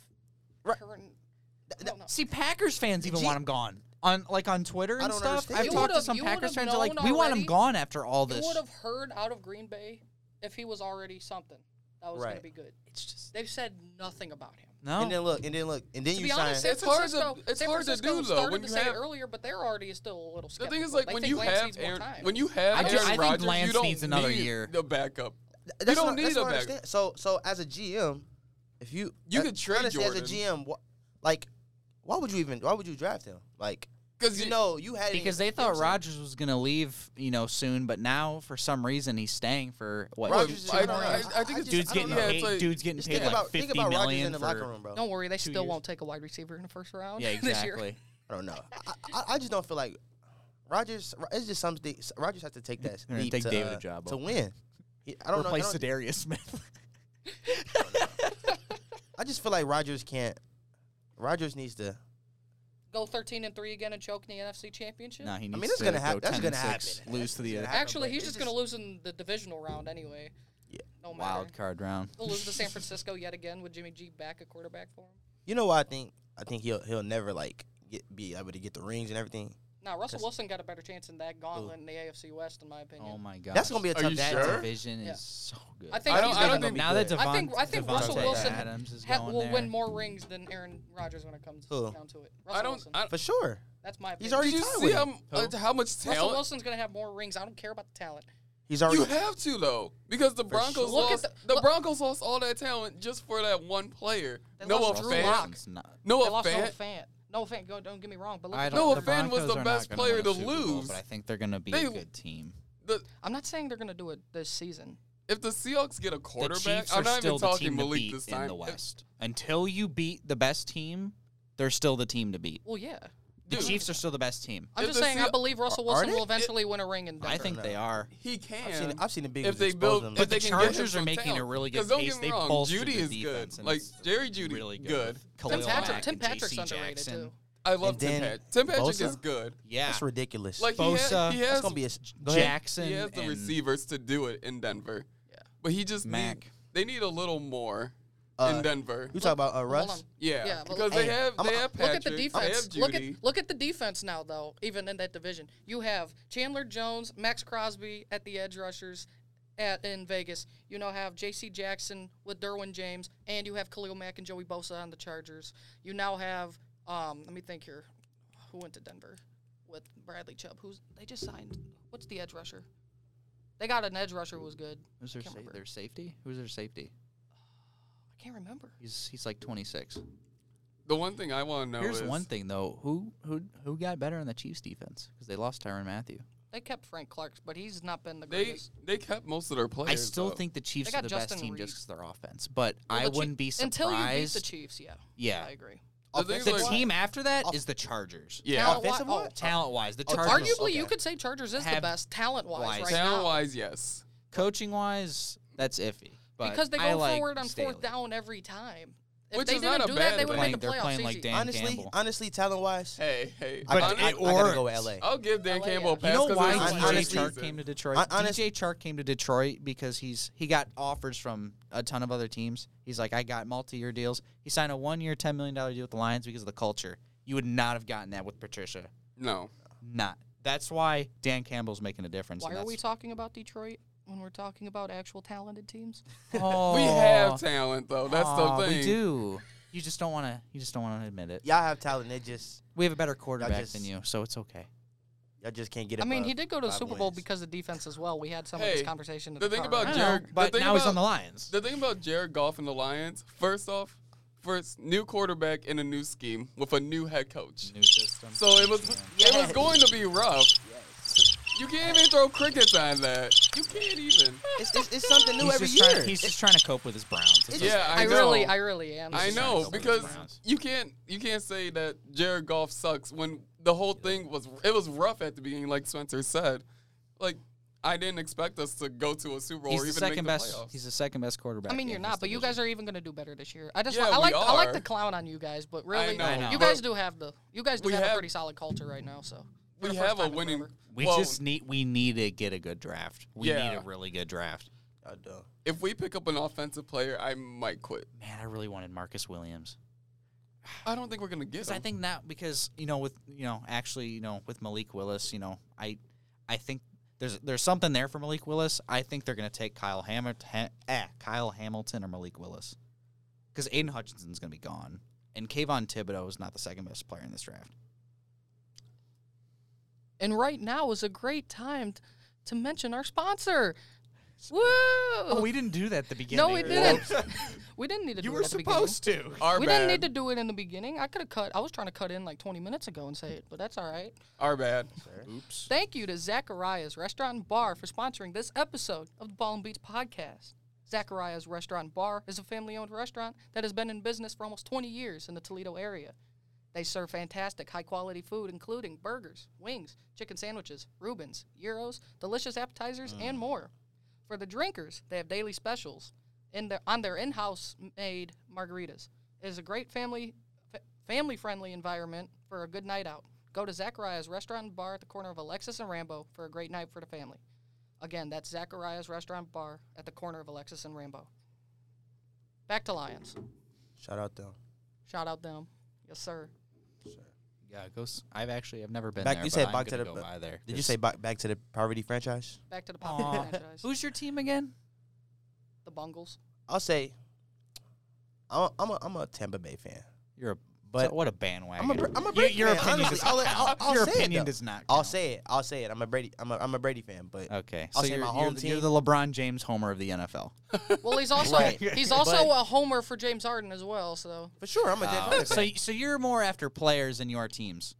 Speaker 2: Right.
Speaker 1: current?
Speaker 2: Th-
Speaker 1: I
Speaker 2: th-
Speaker 1: don't know.
Speaker 5: See, Packers fans even
Speaker 2: Gee.
Speaker 5: want him gone. On like on Twitter
Speaker 2: I
Speaker 5: and
Speaker 2: don't
Speaker 5: stuff.
Speaker 2: understand.
Speaker 5: I've
Speaker 2: You
Speaker 5: talked to
Speaker 1: would've-
Speaker 5: some
Speaker 1: you
Speaker 5: Packers
Speaker 1: would've
Speaker 5: fans. Are like,
Speaker 1: known
Speaker 5: we want him
Speaker 1: already.
Speaker 5: gone after all
Speaker 1: You
Speaker 5: this.
Speaker 1: would have heard out of Green Bay if he was already something that was
Speaker 2: Right.
Speaker 1: going to be good. It's just they've said nothing about him.
Speaker 5: No,
Speaker 2: And then look, and then look, and then
Speaker 1: To
Speaker 2: you
Speaker 1: be
Speaker 2: sign.
Speaker 1: honest, San
Speaker 4: It's hard to-
Speaker 1: Francisco,
Speaker 4: it's
Speaker 1: San
Speaker 4: hard to
Speaker 1: Francisco
Speaker 4: do, though,
Speaker 1: started
Speaker 4: when
Speaker 1: to
Speaker 4: you
Speaker 1: say it
Speaker 4: have-
Speaker 1: earlier, but they're already still a little
Speaker 4: The
Speaker 1: skeptical.
Speaker 4: thing is, like,
Speaker 1: They
Speaker 4: when
Speaker 1: think
Speaker 4: you,
Speaker 1: Lance
Speaker 4: have
Speaker 1: needs more
Speaker 4: Aaron,
Speaker 1: time.
Speaker 4: when you have
Speaker 5: I
Speaker 4: Aaron,
Speaker 5: just- I think
Speaker 4: Rodgers, you
Speaker 5: Lance
Speaker 4: don't
Speaker 5: needs another
Speaker 4: need
Speaker 5: year.
Speaker 4: the backup.
Speaker 2: Th- that's
Speaker 4: don't
Speaker 2: what-
Speaker 4: need
Speaker 2: that's
Speaker 4: a
Speaker 2: what I
Speaker 4: backup.
Speaker 2: understand. So, so as a GM, if you
Speaker 4: You
Speaker 2: uh,
Speaker 4: could trade
Speaker 2: honestly,
Speaker 4: Jordan.
Speaker 2: as a GM, wha- like, why would you even? Why would you draft him? Like,
Speaker 4: Because
Speaker 2: you know, you had it in-
Speaker 5: because they
Speaker 2: you know what
Speaker 5: thought
Speaker 2: I'm saying?
Speaker 5: Rodgers was gonna leave, you know, soon. But now, for some reason, he's staying for what?
Speaker 2: Rodgers
Speaker 5: two
Speaker 2: is
Speaker 4: I,
Speaker 5: more
Speaker 2: gonna-
Speaker 5: years?
Speaker 4: I, I think
Speaker 2: I just-
Speaker 4: it's
Speaker 5: dude's
Speaker 2: I don't
Speaker 5: getting
Speaker 2: know.
Speaker 4: yeah,
Speaker 5: paid.
Speaker 4: it's like,
Speaker 5: dude's getting
Speaker 2: Just
Speaker 5: paid
Speaker 2: think
Speaker 5: like
Speaker 2: about
Speaker 5: fifty
Speaker 2: think about Rodgers in
Speaker 5: million
Speaker 2: the
Speaker 5: for-
Speaker 2: locker room, bro.
Speaker 1: Don't worry, they
Speaker 5: two
Speaker 1: still
Speaker 5: years.
Speaker 1: won't take a wide receiver in the first round
Speaker 5: Yeah,
Speaker 1: this year.
Speaker 5: exactly.
Speaker 2: I don't know. I, I, I just don't feel like Rogers. It's just something. Rogers has to take that
Speaker 5: They're gonna
Speaker 2: leap
Speaker 5: take
Speaker 2: to,
Speaker 5: David
Speaker 2: uh,
Speaker 5: Ajabo.
Speaker 2: to win. He- I don't know. I,
Speaker 5: Replace
Speaker 2: don't-
Speaker 5: Darius Smith.
Speaker 2: I just feel like Rogers can't. Rogers needs to.
Speaker 1: Go 13 and three again and choke in the NFC Championship.
Speaker 5: No, he needs
Speaker 2: mean, that's
Speaker 5: to
Speaker 2: gonna
Speaker 5: go
Speaker 2: hap- that's
Speaker 5: 10
Speaker 2: gonna
Speaker 5: and six,
Speaker 2: happen.
Speaker 5: Lose to the
Speaker 2: That's gonna
Speaker 1: Actually,
Speaker 2: but
Speaker 1: he's
Speaker 2: it
Speaker 1: just
Speaker 2: just-
Speaker 1: going to lose in the divisional round anyway.
Speaker 2: Yeah.
Speaker 1: No matter.
Speaker 5: wild card round.
Speaker 1: They'll lose to San Francisco yet again with Jimmy G back at quarterback for him.
Speaker 2: You know why I think I think he'll he'll never like get, be able to get the rings and everything.
Speaker 1: Now, Russell
Speaker 2: That's-
Speaker 1: Wilson got a better chance in that gauntlet in the AFC West, in my opinion.
Speaker 5: Oh my god,
Speaker 2: That's gonna be a
Speaker 4: Are
Speaker 2: tough.
Speaker 4: you
Speaker 2: that-
Speaker 5: that
Speaker 4: sure?
Speaker 5: division
Speaker 1: Yeah.
Speaker 5: is so good.
Speaker 1: I think
Speaker 4: I
Speaker 1: he's
Speaker 4: don't. I
Speaker 1: gonna
Speaker 4: don't
Speaker 2: be
Speaker 4: think
Speaker 5: now that Devon,
Speaker 1: I think- I think
Speaker 5: Devontae
Speaker 2: Russell Wilson
Speaker 5: Adams is
Speaker 1: ha-
Speaker 5: going
Speaker 1: will
Speaker 5: there.
Speaker 1: win more rings than Aaron Rodgers when it comes
Speaker 2: Who?
Speaker 1: down to it. Russell
Speaker 4: I don't.
Speaker 1: Wilson.
Speaker 4: I,
Speaker 2: For sure.
Speaker 1: That's my opinion.
Speaker 2: He's already
Speaker 4: did you
Speaker 2: tied
Speaker 4: see
Speaker 2: with
Speaker 4: how,
Speaker 2: him.
Speaker 4: uh, how much
Speaker 1: Russell
Speaker 4: talent?
Speaker 1: Wilson's gonna have more rings. I don't care about the talent.
Speaker 2: He's already.
Speaker 4: You have to though, because the Broncos
Speaker 1: sure. Look at
Speaker 4: lost.
Speaker 1: the-
Speaker 4: The,
Speaker 1: look-
Speaker 4: Broncos lost all that talent just for that one player.
Speaker 1: They
Speaker 4: Noah
Speaker 1: lost Drew Lock.
Speaker 4: Fan.
Speaker 5: It's not-
Speaker 1: they
Speaker 4: Noah
Speaker 1: lost no
Speaker 4: Fan.
Speaker 1: fan. No fan. Go, don't get me wrong, but look
Speaker 5: I
Speaker 1: at
Speaker 5: don't-
Speaker 4: Noah
Speaker 5: the
Speaker 4: Fan was
Speaker 5: Broncos
Speaker 4: the
Speaker 5: are not
Speaker 4: best
Speaker 5: gonna
Speaker 4: player
Speaker 5: win a
Speaker 4: to
Speaker 5: Super Bowl,
Speaker 4: lose.
Speaker 5: but I think they're going to be
Speaker 4: They-
Speaker 5: a good team.
Speaker 4: The,
Speaker 1: I'm not saying they're gonna do it this season.
Speaker 4: if the Seahawks get a
Speaker 5: the
Speaker 4: quarterback,
Speaker 5: Chiefs are
Speaker 4: I'm not
Speaker 5: still
Speaker 4: even
Speaker 5: the
Speaker 4: talking
Speaker 5: team to
Speaker 4: Malik
Speaker 5: beat
Speaker 4: this
Speaker 5: in
Speaker 4: time.
Speaker 5: the
Speaker 4: If-
Speaker 5: West. Until you beat the best team, they're still the team to beat.
Speaker 1: Well, yeah.
Speaker 5: The
Speaker 4: Dude.
Speaker 5: Chiefs are still the best team.
Speaker 1: I'm
Speaker 4: If
Speaker 1: just
Speaker 4: the
Speaker 1: saying.
Speaker 4: Sea-
Speaker 1: I believe Russell
Speaker 2: Are- are
Speaker 1: Wilson will
Speaker 2: they?
Speaker 1: eventually win a ring in Denver.
Speaker 5: I think they are.
Speaker 4: He can.
Speaker 2: I've seen, I've seen the big.
Speaker 4: if they build,
Speaker 2: them.
Speaker 4: if
Speaker 5: the
Speaker 4: they can get him
Speaker 5: Chargers are
Speaker 4: some
Speaker 5: making a
Speaker 4: talent.
Speaker 5: really good
Speaker 4: 'Cause don't
Speaker 5: pace.
Speaker 4: Get
Speaker 5: They
Speaker 4: me wrong,
Speaker 5: bolstered
Speaker 4: Judy
Speaker 5: the
Speaker 4: is
Speaker 5: defense,
Speaker 4: good.
Speaker 5: and
Speaker 4: Like
Speaker 5: it's
Speaker 4: Jerry Judy,
Speaker 5: really good
Speaker 4: good.
Speaker 5: with
Speaker 4: Tim
Speaker 1: Tim
Speaker 5: Khalil
Speaker 4: Patrick-
Speaker 1: Patrick, Tim
Speaker 5: and JC
Speaker 1: Patrick's underrated
Speaker 5: Jackson.
Speaker 1: too.
Speaker 4: I love
Speaker 2: And
Speaker 4: Tim
Speaker 2: then
Speaker 4: Patrick. Tim Patrick
Speaker 2: Bosa?
Speaker 4: is good.
Speaker 5: Yeah.
Speaker 2: That's ridiculous.
Speaker 4: Like he, ha-
Speaker 5: Bosa.
Speaker 4: he
Speaker 2: that's
Speaker 4: has,
Speaker 2: gonna be a. s- Go ahead.
Speaker 5: Jackson.
Speaker 4: he has the
Speaker 5: and
Speaker 4: receivers to do it in Denver.
Speaker 1: Yeah.
Speaker 4: But he just
Speaker 5: Mac.
Speaker 4: Need, they need a little more
Speaker 2: Uh,
Speaker 4: in Denver.
Speaker 2: You talk about uh,
Speaker 1: Hold
Speaker 2: Russ.
Speaker 1: on.
Speaker 4: Yeah,
Speaker 1: Yeah, but
Speaker 4: because
Speaker 2: hey,
Speaker 4: they have
Speaker 2: I'm
Speaker 4: they
Speaker 2: a-
Speaker 4: have
Speaker 1: Look
Speaker 4: Patrick.
Speaker 1: at the
Speaker 4: They have
Speaker 1: defense.
Speaker 4: Judy.
Speaker 1: Look at look at the defense now, though. Even in that division, you have Chandler Jones, Max Crosby at the edge rushers, at in Vegas. You now have J.C. Jackson with Derwin James, and you have Khalil Mack and Joey Bosa on the Chargers. You now have um, let me think here, who went to Denver with Bradley Chubb? Who's they just signed? What's the edge rusher? They got an edge rusher who was good.
Speaker 5: Who's their,
Speaker 1: Can't
Speaker 5: sa-
Speaker 1: remember.
Speaker 5: their safety? Who's their safety?
Speaker 1: I can't remember.
Speaker 5: He's he's like 26.
Speaker 4: the one thing I want to know
Speaker 5: Here's
Speaker 4: is
Speaker 5: one thing though: who who who got better on the Chiefs defense because they lost Tyron Matthew.
Speaker 1: They kept Frank Clark, but he's not been the
Speaker 4: they
Speaker 1: greatest.
Speaker 4: they kept most of their players.
Speaker 5: I still
Speaker 4: though.
Speaker 5: think the Chiefs
Speaker 1: They
Speaker 5: are
Speaker 1: got
Speaker 5: the
Speaker 1: Justin
Speaker 5: best team
Speaker 1: Reed.
Speaker 5: just because of their offense, but
Speaker 1: Well,
Speaker 5: I
Speaker 1: the Chi-
Speaker 5: wouldn't be
Speaker 1: until you beat
Speaker 5: surprised.
Speaker 1: the Chiefs. Yeah,
Speaker 5: Yeah.
Speaker 1: I agree.
Speaker 4: The thing is,
Speaker 5: The
Speaker 4: like,
Speaker 5: team after that is the Chargers.
Speaker 4: Yeah.
Speaker 1: Oh. Talent-wise-
Speaker 2: Offensive
Speaker 1: oh,
Speaker 2: wise?
Speaker 5: Talent wise, the Chargers.
Speaker 1: Arguably, you could say Chargers is the
Speaker 5: Have-
Speaker 1: best talent wise
Speaker 5: wise.
Speaker 1: right
Speaker 4: talent
Speaker 1: now
Speaker 4: wise, yes.
Speaker 5: Coaching wise, that's iffy. But
Speaker 1: because they
Speaker 5: I
Speaker 1: go
Speaker 5: like
Speaker 1: forward on
Speaker 5: Staley.
Speaker 1: fourth down every time. If
Speaker 4: Which
Speaker 1: they
Speaker 4: is
Speaker 1: didn't
Speaker 4: not a
Speaker 1: do
Speaker 4: bad
Speaker 1: that, they would have
Speaker 4: thing.
Speaker 1: made the
Speaker 5: They're
Speaker 1: playoffs.
Speaker 5: playing
Speaker 1: easy.
Speaker 5: like Dan-
Speaker 2: honestly,
Speaker 5: Campbell.
Speaker 2: honestly, talent wise,
Speaker 4: Hey, hey.
Speaker 2: I,
Speaker 4: but
Speaker 2: got- I, I
Speaker 4: hon-
Speaker 2: gotta go LA.
Speaker 1: oh.
Speaker 4: I'll give Dan
Speaker 1: LA,
Speaker 4: Campbell a
Speaker 1: yeah.
Speaker 4: pass.
Speaker 5: You know
Speaker 4: 'cause
Speaker 5: why
Speaker 4: it's his
Speaker 5: DJ
Speaker 2: honestly-
Speaker 4: last
Speaker 5: Chark
Speaker 4: season.
Speaker 5: came to Detroit?
Speaker 2: Hon- honest-
Speaker 5: DJ Chark came to Detroit because he's he got offers from a ton of other teams. He's like, I got multi-year deals. He signed a one-year, ten million dollar deal with the Lions because of the culture. You would not have gotten that with Patricia.
Speaker 4: No.
Speaker 5: Not. That's why Dan Campbell's making a difference.
Speaker 1: Why
Speaker 5: and
Speaker 1: are we
Speaker 5: that's-
Speaker 1: talking about Detroit when we're talking about actual talented teams?
Speaker 5: Aw,
Speaker 4: We have talent, though. That's
Speaker 5: aw,
Speaker 4: the thing.
Speaker 5: We do. You just don't want to. You just don't want to admit it.
Speaker 2: y'all have talent. They just
Speaker 5: We have a better quarterback
Speaker 2: just-
Speaker 5: than you, so it's okay.
Speaker 2: y'all just can't get.
Speaker 1: I mean,
Speaker 2: above
Speaker 1: he did go to the
Speaker 2: five
Speaker 1: Super Bowl
Speaker 2: wins.
Speaker 1: because of defense as well. We had some of this
Speaker 4: Hey,
Speaker 1: conversation. at
Speaker 4: the thing
Speaker 1: car,
Speaker 4: about
Speaker 1: right?
Speaker 5: I
Speaker 4: Jared-
Speaker 5: know,
Speaker 4: the
Speaker 5: but
Speaker 4: thing
Speaker 5: now he's
Speaker 4: about-
Speaker 5: on the Lions.
Speaker 4: The thing about Jared Goff and the Lions, first off, first new quarterback in a new scheme with a new head coach.
Speaker 5: New system.
Speaker 4: So it was it was going to be rough. You can't even throw crickets on that. You can't even.
Speaker 2: it's, it's, it's something new
Speaker 5: he's
Speaker 2: every
Speaker 5: just trying-
Speaker 2: year.
Speaker 5: he's just trying to cope with his Browns. That's
Speaker 4: Yeah, I,
Speaker 1: I
Speaker 4: know.
Speaker 1: really, I really am.
Speaker 4: I
Speaker 5: just trying to
Speaker 4: know
Speaker 5: help with the
Speaker 4: because
Speaker 5: Browns.
Speaker 4: you can't you can't say that Jared Goff sucks when the whole thing was it was rough at the beginning, like Spencer said. Like I didn't expect us to go to a Super Bowl
Speaker 5: He's
Speaker 4: or
Speaker 5: the
Speaker 4: even
Speaker 5: second
Speaker 4: make the
Speaker 5: best.
Speaker 4: playoffs.
Speaker 5: He's the second best quarterback.
Speaker 1: I mean,
Speaker 5: in
Speaker 1: you're
Speaker 5: this
Speaker 1: not, but you
Speaker 5: division.
Speaker 1: guys are even going to do better this year. I just,
Speaker 4: Yeah,
Speaker 1: I
Speaker 4: we
Speaker 1: like, I like
Speaker 4: are.
Speaker 1: the clown on you guys, but really,
Speaker 4: know,
Speaker 5: I know.
Speaker 1: you guys
Speaker 4: but-
Speaker 1: do have the, you guys do
Speaker 4: We
Speaker 1: have,
Speaker 4: have-
Speaker 1: a pretty solid culture right now. So For
Speaker 4: we
Speaker 1: the first
Speaker 4: have a
Speaker 1: time in
Speaker 4: winning.
Speaker 1: forever.
Speaker 5: We
Speaker 4: well,
Speaker 5: just need we need to get a good draft. We need
Speaker 4: Yeah.
Speaker 5: a really good draft.
Speaker 2: I don't.
Speaker 4: if we pick up an offensive player, I might quit.
Speaker 5: Man, I really wanted Marcus Williams.
Speaker 4: I don't think we're gonna get
Speaker 5: Because I
Speaker 4: him.
Speaker 5: think now because you know with you know actually you know with Malik Willis you know I I think there's there's something there for Malik Willis. I think they're gonna take Kyle Hamilton eh, Kyle Hamilton or Malik Willis because Aiden Hutchinson's gonna be gone and Kayvon Thibodeau is not the second best player in this draft.
Speaker 1: And right now is a great time t- to mention our sponsor. Woo!
Speaker 5: Oh,
Speaker 1: Oh,
Speaker 5: didn't do that at the beginning.
Speaker 1: no, we didn't. we didn't need to do it at the beginning.
Speaker 5: to.
Speaker 4: Our
Speaker 1: we
Speaker 4: bad.
Speaker 1: didn't need to do it in the beginning. I could have cut. I was trying to cut in like 20 minutes ago and say it, but that's all right.
Speaker 4: Our bad.
Speaker 5: Oops.
Speaker 1: Thank you to Zachariah's Restaurant and Bar for sponsoring this episode of the Ball and Beats podcast. Zachariah's Restaurant and Bar is a family owned restaurant that has been in business for almost 20 years in the Toledo area. They serve fantastic, high quality food, including burgers, wings, chicken sandwiches, Rubens, Euros, delicious appetizers, and more. For the drinkers, they have daily specials in their, on their in house made margaritas. It is a great family family friendly environment for a good night out. Go to Zachariah's Restaurant and Bar at the corner of Alexis and Rambo for a great night for the family. Again, that's Zachariah's Restaurant and Bar at the corner of Alexis and Rambo. Back to Lions.
Speaker 2: Shout out them.
Speaker 1: Shout out them. Yes, sir.
Speaker 5: Yeah, go. s- I've actually I've never been
Speaker 2: Back-
Speaker 5: there.
Speaker 2: you
Speaker 5: but
Speaker 2: said
Speaker 5: I'm
Speaker 2: back to
Speaker 5: gonna
Speaker 2: the-
Speaker 5: go by there.
Speaker 2: Did you
Speaker 5: It's-
Speaker 2: say back, back to the poverty franchise?
Speaker 1: Back to the
Speaker 5: Aw.
Speaker 1: pop franchise.
Speaker 5: who's your team again?
Speaker 1: The Bungles.
Speaker 2: I'll say, I'm a, I'm a, I'm a Tampa Bay fan,
Speaker 5: You're a
Speaker 2: but
Speaker 5: what a bandwagon.
Speaker 2: I'm a Bra- I'm a
Speaker 5: Your-
Speaker 2: Brady
Speaker 5: your
Speaker 2: fan,
Speaker 5: opinion
Speaker 2: honestly.
Speaker 5: does not
Speaker 2: I'll-
Speaker 5: count.
Speaker 2: I'll- I'll
Speaker 5: your
Speaker 2: say it,
Speaker 5: opinion
Speaker 2: though.
Speaker 5: does not.
Speaker 2: I'll
Speaker 5: count.
Speaker 2: say it. I'll say it. I'm a Brady. I'm a, I'm a Brady fan, but
Speaker 5: Okay,
Speaker 2: I'll
Speaker 5: so
Speaker 2: say my
Speaker 5: you're, you're,
Speaker 2: home
Speaker 5: the- you're
Speaker 2: team.
Speaker 5: the LeBron James homer of the NFL.
Speaker 1: Well, he's also
Speaker 2: Right.
Speaker 1: he's also
Speaker 2: But-
Speaker 1: a homer for James Harden as well. So
Speaker 2: for sure I'm a Tampa Bay fan.
Speaker 5: so, so you're more after players than you are teams.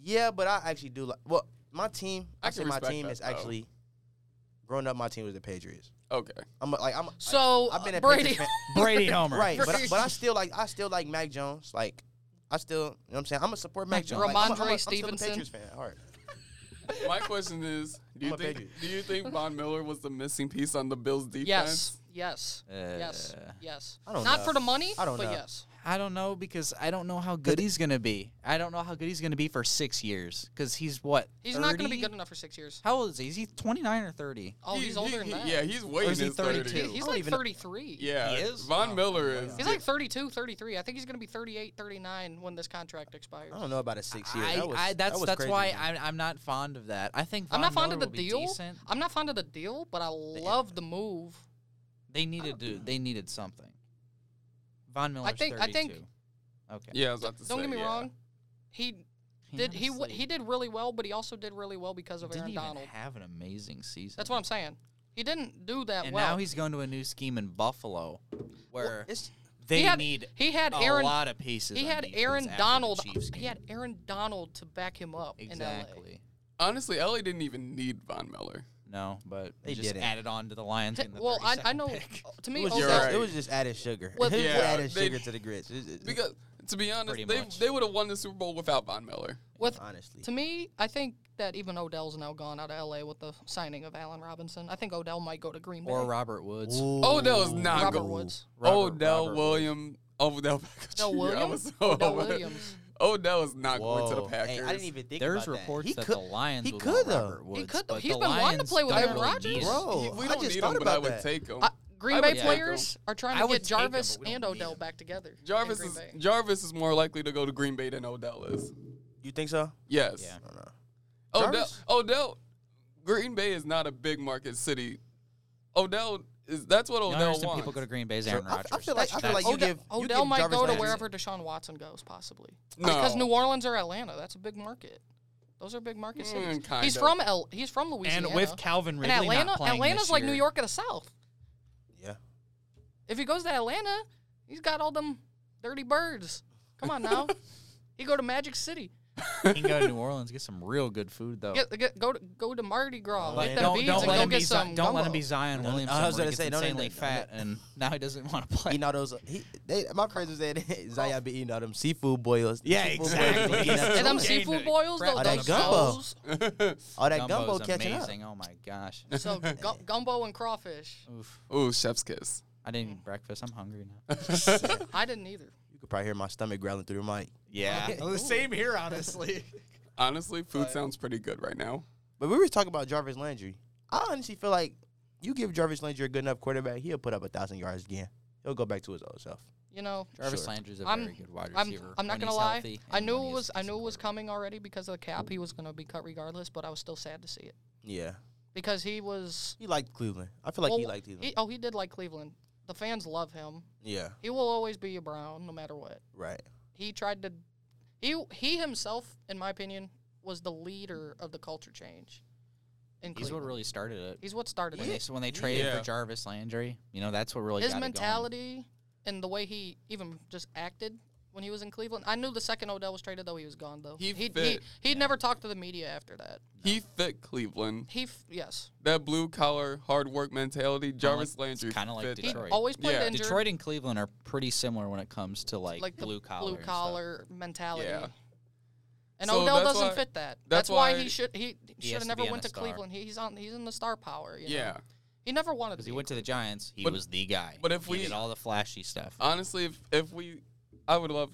Speaker 2: Yeah, but I actually do like. Well, my team.
Speaker 4: I
Speaker 2: I say
Speaker 4: can
Speaker 2: my
Speaker 4: respect
Speaker 2: team
Speaker 4: that,
Speaker 2: is
Speaker 4: though.
Speaker 2: actually. Growing up, my team was the Patriots.
Speaker 4: Okay.
Speaker 2: I'm a, like I'm. a-
Speaker 1: so
Speaker 2: I've been
Speaker 1: uh,
Speaker 2: a
Speaker 1: Brady.
Speaker 2: Patriots fan.
Speaker 5: Brady homer.
Speaker 2: right, but I,
Speaker 1: Brady.
Speaker 2: but I still like I still like Mac Jones. Like I still, you know what I'm saying? I'm gonna support Mac
Speaker 5: Mac
Speaker 2: Jones. Like, I'm a-
Speaker 1: Ramondre
Speaker 2: I'm a- I'm still a
Speaker 1: Stevenson.
Speaker 2: Patriots fan. at heart.
Speaker 4: My question is, do
Speaker 2: I'm
Speaker 4: you
Speaker 2: a
Speaker 4: think
Speaker 2: Patriot.
Speaker 4: do you think Von Miller was the missing piece on the Bills defense?
Speaker 1: yes. Yes. yes.
Speaker 5: Uh,
Speaker 1: Yes.
Speaker 2: I don't
Speaker 1: Not
Speaker 2: know.
Speaker 1: for the money,
Speaker 2: I don't
Speaker 1: but
Speaker 2: know.
Speaker 1: yes.
Speaker 5: I don't know because I don't know how good he's gonna be. I don't know how good he's gonna be for six years because he's what?
Speaker 1: He's not going to
Speaker 5: 30?
Speaker 1: be good enough for six years.
Speaker 5: How old is he? Is he 29 or 30?
Speaker 1: Oh,
Speaker 4: He-
Speaker 1: he's older
Speaker 4: he-
Speaker 1: than
Speaker 4: he-
Speaker 1: that.
Speaker 4: Yeah, he's way in
Speaker 5: is he
Speaker 4: his 32.
Speaker 5: 32?
Speaker 1: He's
Speaker 2: I don't
Speaker 1: like
Speaker 2: even know-
Speaker 1: 33.
Speaker 4: Yeah,
Speaker 5: He is?
Speaker 4: Von Miller is.
Speaker 1: He's like 32, 33. I think he's going to be 38, 39 when this contract expires.
Speaker 2: I don't know about a six year.
Speaker 5: I,
Speaker 2: that was,
Speaker 5: I, that's
Speaker 2: that was
Speaker 5: that's
Speaker 2: crazy
Speaker 5: why
Speaker 2: to me.
Speaker 5: I'm, I'm not fond of that. I think
Speaker 1: I'm not
Speaker 5: Von
Speaker 1: fond of
Speaker 5: Miller
Speaker 1: the
Speaker 5: will be
Speaker 1: deal.
Speaker 5: decent.
Speaker 1: I'm not fond of the deal, but I love the move.
Speaker 5: They needed to. They needed something. Von Miller's
Speaker 1: think- I
Speaker 5: 32.
Speaker 1: think-
Speaker 5: Okay.
Speaker 4: yeah, I was about to
Speaker 1: Don't
Speaker 4: say,
Speaker 1: get me
Speaker 4: yeah.
Speaker 1: wrong. He did he w-
Speaker 5: Honestly,
Speaker 1: he did really well, but he also did really well because of
Speaker 5: didn't
Speaker 1: Aaron
Speaker 5: even
Speaker 1: Donald.
Speaker 5: have an amazing season.
Speaker 1: That's what I'm saying. He didn't do that
Speaker 5: and
Speaker 1: well.
Speaker 5: now he's going to a new scheme in Buffalo, where
Speaker 2: It's,
Speaker 5: they
Speaker 1: he had,
Speaker 5: need
Speaker 1: he had
Speaker 5: a
Speaker 1: Aaron
Speaker 5: lot of pieces.
Speaker 1: he
Speaker 5: on
Speaker 1: had
Speaker 5: defense
Speaker 1: Aaron
Speaker 5: after the
Speaker 1: Donald
Speaker 5: Chiefs
Speaker 1: he
Speaker 5: game.
Speaker 1: had Aaron Donald to back him up in LA.
Speaker 5: exactly.
Speaker 4: Honestly, LA didn't even need Von Miller.
Speaker 5: No, but
Speaker 2: They
Speaker 5: they just
Speaker 2: didn't.
Speaker 5: added on to the Lions.
Speaker 1: T-
Speaker 5: in the
Speaker 1: well, I, I
Speaker 5: 32nd
Speaker 1: know
Speaker 5: pick.
Speaker 1: to
Speaker 2: it,
Speaker 1: me
Speaker 2: was
Speaker 1: Odell-
Speaker 2: just,
Speaker 4: Ozark-
Speaker 2: it was just added sugar.
Speaker 1: Well,
Speaker 2: it was
Speaker 4: yeah,
Speaker 2: just added
Speaker 4: they-
Speaker 2: sugar to the grits. It's- it's-
Speaker 4: Because to be honest,
Speaker 5: Pretty
Speaker 4: they
Speaker 5: much.
Speaker 4: they would have won the Super Bowl without Von Miller.
Speaker 1: with
Speaker 2: honestly,
Speaker 1: To me, I think that even Odell's now gone out of LA with the signing of Allen Robinson. I think Odell might go to Green Bay.
Speaker 5: or Robert Woods.
Speaker 4: Odell is not
Speaker 1: Robert
Speaker 4: going.
Speaker 1: Woods.
Speaker 2: Oh,
Speaker 5: Robert-
Speaker 4: Odell
Speaker 5: Robert
Speaker 4: William Odell Beckham
Speaker 1: Odell
Speaker 4: Jr. I
Speaker 1: Williams?
Speaker 4: was so
Speaker 1: Odell
Speaker 4: over-
Speaker 1: Williams.
Speaker 4: Odell is not going to the
Speaker 2: Whoa. Hey,
Speaker 4: Packers.
Speaker 2: I didn't even think
Speaker 5: There's
Speaker 2: about that.
Speaker 5: reports
Speaker 2: He
Speaker 5: that
Speaker 2: could-
Speaker 5: the Lions
Speaker 2: he
Speaker 5: would
Speaker 2: could
Speaker 5: want
Speaker 2: though.
Speaker 5: Robert Woods.
Speaker 1: could though.
Speaker 5: but
Speaker 1: He's
Speaker 5: the
Speaker 1: been wanting to
Speaker 5: Lions
Speaker 1: play with
Speaker 5: don't
Speaker 1: Aaron
Speaker 5: really
Speaker 1: Rodgers.
Speaker 5: need him.
Speaker 2: Bro.
Speaker 4: He-
Speaker 2: I
Speaker 4: we don't
Speaker 2: just
Speaker 4: need
Speaker 2: thought
Speaker 4: him, but
Speaker 2: about
Speaker 4: I would
Speaker 2: that.
Speaker 4: take him.
Speaker 1: I, Green
Speaker 4: I
Speaker 1: Bay
Speaker 4: would take 'em.
Speaker 1: players are trying
Speaker 5: I
Speaker 1: to
Speaker 5: would
Speaker 1: get
Speaker 5: take 'em,
Speaker 1: Jarvis
Speaker 5: but we don't
Speaker 1: and
Speaker 5: need
Speaker 1: Odell
Speaker 5: 'em.
Speaker 1: back together. in
Speaker 4: Jarvis
Speaker 1: Green
Speaker 4: is
Speaker 1: Bay.
Speaker 4: Jarvis is more likely to go to Green Bay than Odell is.
Speaker 2: You think so?
Speaker 4: Yes.
Speaker 5: Yeah.
Speaker 2: I don't know.
Speaker 4: Odell
Speaker 2: Jarvis?
Speaker 4: Odell Green Bay is not a big market city. Odell is that's what
Speaker 5: The only
Speaker 4: Odell
Speaker 5: reason
Speaker 4: wants.
Speaker 5: people go to Green Bay is Aaron
Speaker 2: I- I
Speaker 5: Rodgers.
Speaker 2: feel like- I feel
Speaker 5: That's-
Speaker 2: like you
Speaker 1: Odell,
Speaker 2: give- you
Speaker 1: Odell
Speaker 2: give
Speaker 1: might
Speaker 2: Jarvis
Speaker 1: go to
Speaker 2: Landry-
Speaker 1: wherever Deshaun Watson goes, possibly.
Speaker 4: No.
Speaker 1: Because New Orleans or Atlanta, that's a big market. Those are big market cities.
Speaker 4: Mm, kind
Speaker 1: he's
Speaker 4: of.
Speaker 1: from L- he's from Louisiana.
Speaker 5: and with Calvin
Speaker 1: And
Speaker 5: Ridley
Speaker 1: Atlanta,
Speaker 5: not playing
Speaker 1: Atlanta's
Speaker 5: this
Speaker 1: like
Speaker 5: year,
Speaker 1: New York of the South.
Speaker 2: Yeah.
Speaker 1: If he goes to Atlanta, he's got all them dirty birds. Come on now, he go to Magic City.
Speaker 5: You can go to New Orleans get some real good food though.
Speaker 1: Get, get go to go to Mardi Gras.
Speaker 5: Like,
Speaker 1: Like,
Speaker 5: Oh. don't
Speaker 1: beads
Speaker 5: don't
Speaker 1: and
Speaker 5: let
Speaker 1: go
Speaker 5: him
Speaker 1: get
Speaker 5: be Zi-
Speaker 1: some
Speaker 5: don't let
Speaker 1: gumbo.
Speaker 5: him be Zion
Speaker 2: I
Speaker 5: Williamson.
Speaker 2: was
Speaker 5: where he
Speaker 2: gonna
Speaker 5: gets
Speaker 2: say, don't let him-
Speaker 5: insanely
Speaker 2: don't
Speaker 5: fat, and now he doesn't want to play.
Speaker 2: Eating all those, he, they, my friends was saying Zion be eating all them seafood boils.
Speaker 3: Yeah,
Speaker 2: seafood
Speaker 3: exactly.
Speaker 2: boils, eating that
Speaker 1: And them
Speaker 2: tuna.
Speaker 5: Jay
Speaker 1: seafood
Speaker 5: Nick.
Speaker 1: boils,
Speaker 5: Brett
Speaker 1: those,
Speaker 2: Oh, that
Speaker 1: those
Speaker 2: gumbo.
Speaker 1: those-
Speaker 2: all that gumbo
Speaker 5: Gumbo's
Speaker 2: catching up.
Speaker 5: amazing. Oh my gosh.
Speaker 1: So gu- gumbo and crawfish.
Speaker 5: Oof.
Speaker 4: Ooh, chef's kiss.
Speaker 5: I didn't eat breakfast. I'm hungry now.
Speaker 1: I didn't either.
Speaker 2: You could probably hear my stomach growling through the mic.
Speaker 5: Yeah.
Speaker 3: the same here, honestly.
Speaker 4: Honestly, food sounds pretty good right now.
Speaker 2: But we were talking about Jarvis Landry. I honestly feel like you give Jarvis Landry a good enough quarterback, he'll put up a thousand yards again. He'll go back to his old self.
Speaker 1: You know,
Speaker 5: Jarvis
Speaker 2: Sure.
Speaker 5: Landry's a
Speaker 1: I'm-
Speaker 5: very good wide
Speaker 1: I'm,
Speaker 5: receiver.
Speaker 1: I'm not
Speaker 5: when
Speaker 1: gonna
Speaker 5: he's
Speaker 1: lie.
Speaker 5: healthy
Speaker 1: I
Speaker 5: and
Speaker 1: knew
Speaker 5: when
Speaker 1: it
Speaker 5: he
Speaker 1: was
Speaker 5: is a
Speaker 1: I knew
Speaker 5: decent
Speaker 1: it was
Speaker 5: quarterback.
Speaker 1: coming already because of the cap. He was gonna be cut regardless, but I was still sad to see it
Speaker 2: Yeah,
Speaker 1: because he was.
Speaker 2: he liked Cleveland. I feel like he
Speaker 1: well,
Speaker 2: liked Cleveland.
Speaker 1: he- oh, he did like Cleveland. The fans love him.
Speaker 2: yeah,
Speaker 1: He will always be a Brown, no matter what.
Speaker 2: right.
Speaker 1: He tried to. He he himself, in my opinion, was the leader of the culture change. In
Speaker 5: He's what
Speaker 1: Cleveland.
Speaker 5: really started it.
Speaker 1: He's what started
Speaker 5: When
Speaker 1: it.
Speaker 5: they, so when they traded
Speaker 4: Yeah.
Speaker 5: for Jarvis Landry, you know that's what really
Speaker 1: his
Speaker 5: got it going.
Speaker 1: mentality and the way he even just acted when he was in Cleveland. I knew the second Odell was traded, though he was gone. Though
Speaker 4: He
Speaker 1: he'd,
Speaker 4: fit.
Speaker 1: he he'd never talked to the media after that.
Speaker 4: He fit Cleveland.
Speaker 1: He f- yes,
Speaker 4: That blue collar, hard work mentality. Jarvis Landry.
Speaker 5: kinda like
Speaker 4: fit
Speaker 1: he
Speaker 4: that.
Speaker 5: Detroit.
Speaker 1: always played
Speaker 4: Yeah.
Speaker 1: injured.
Speaker 5: Detroit and Cleveland are pretty similar when it comes to like,
Speaker 1: like the
Speaker 5: blue collar.
Speaker 1: blue
Speaker 5: and stuff.
Speaker 1: collar mentality.
Speaker 4: Yeah.
Speaker 1: And
Speaker 4: So
Speaker 1: Odell
Speaker 4: that's
Speaker 1: doesn't
Speaker 4: why-
Speaker 1: fit that.
Speaker 4: that's
Speaker 1: That's, why,
Speaker 4: why
Speaker 1: he should he,
Speaker 5: he
Speaker 1: should
Speaker 5: has
Speaker 1: have
Speaker 5: to
Speaker 1: never
Speaker 5: be on
Speaker 1: went to
Speaker 5: a star.
Speaker 1: Cleveland. He, he's on he's in the star power. you know?
Speaker 4: Yeah.
Speaker 1: he never wanted to.
Speaker 5: Because he
Speaker 1: be
Speaker 5: went to the Giants, he
Speaker 4: But-
Speaker 5: was the guy.
Speaker 4: but if
Speaker 5: He
Speaker 4: we-
Speaker 5: did all the flashy stuff,
Speaker 4: Honestly, if, if we, I would love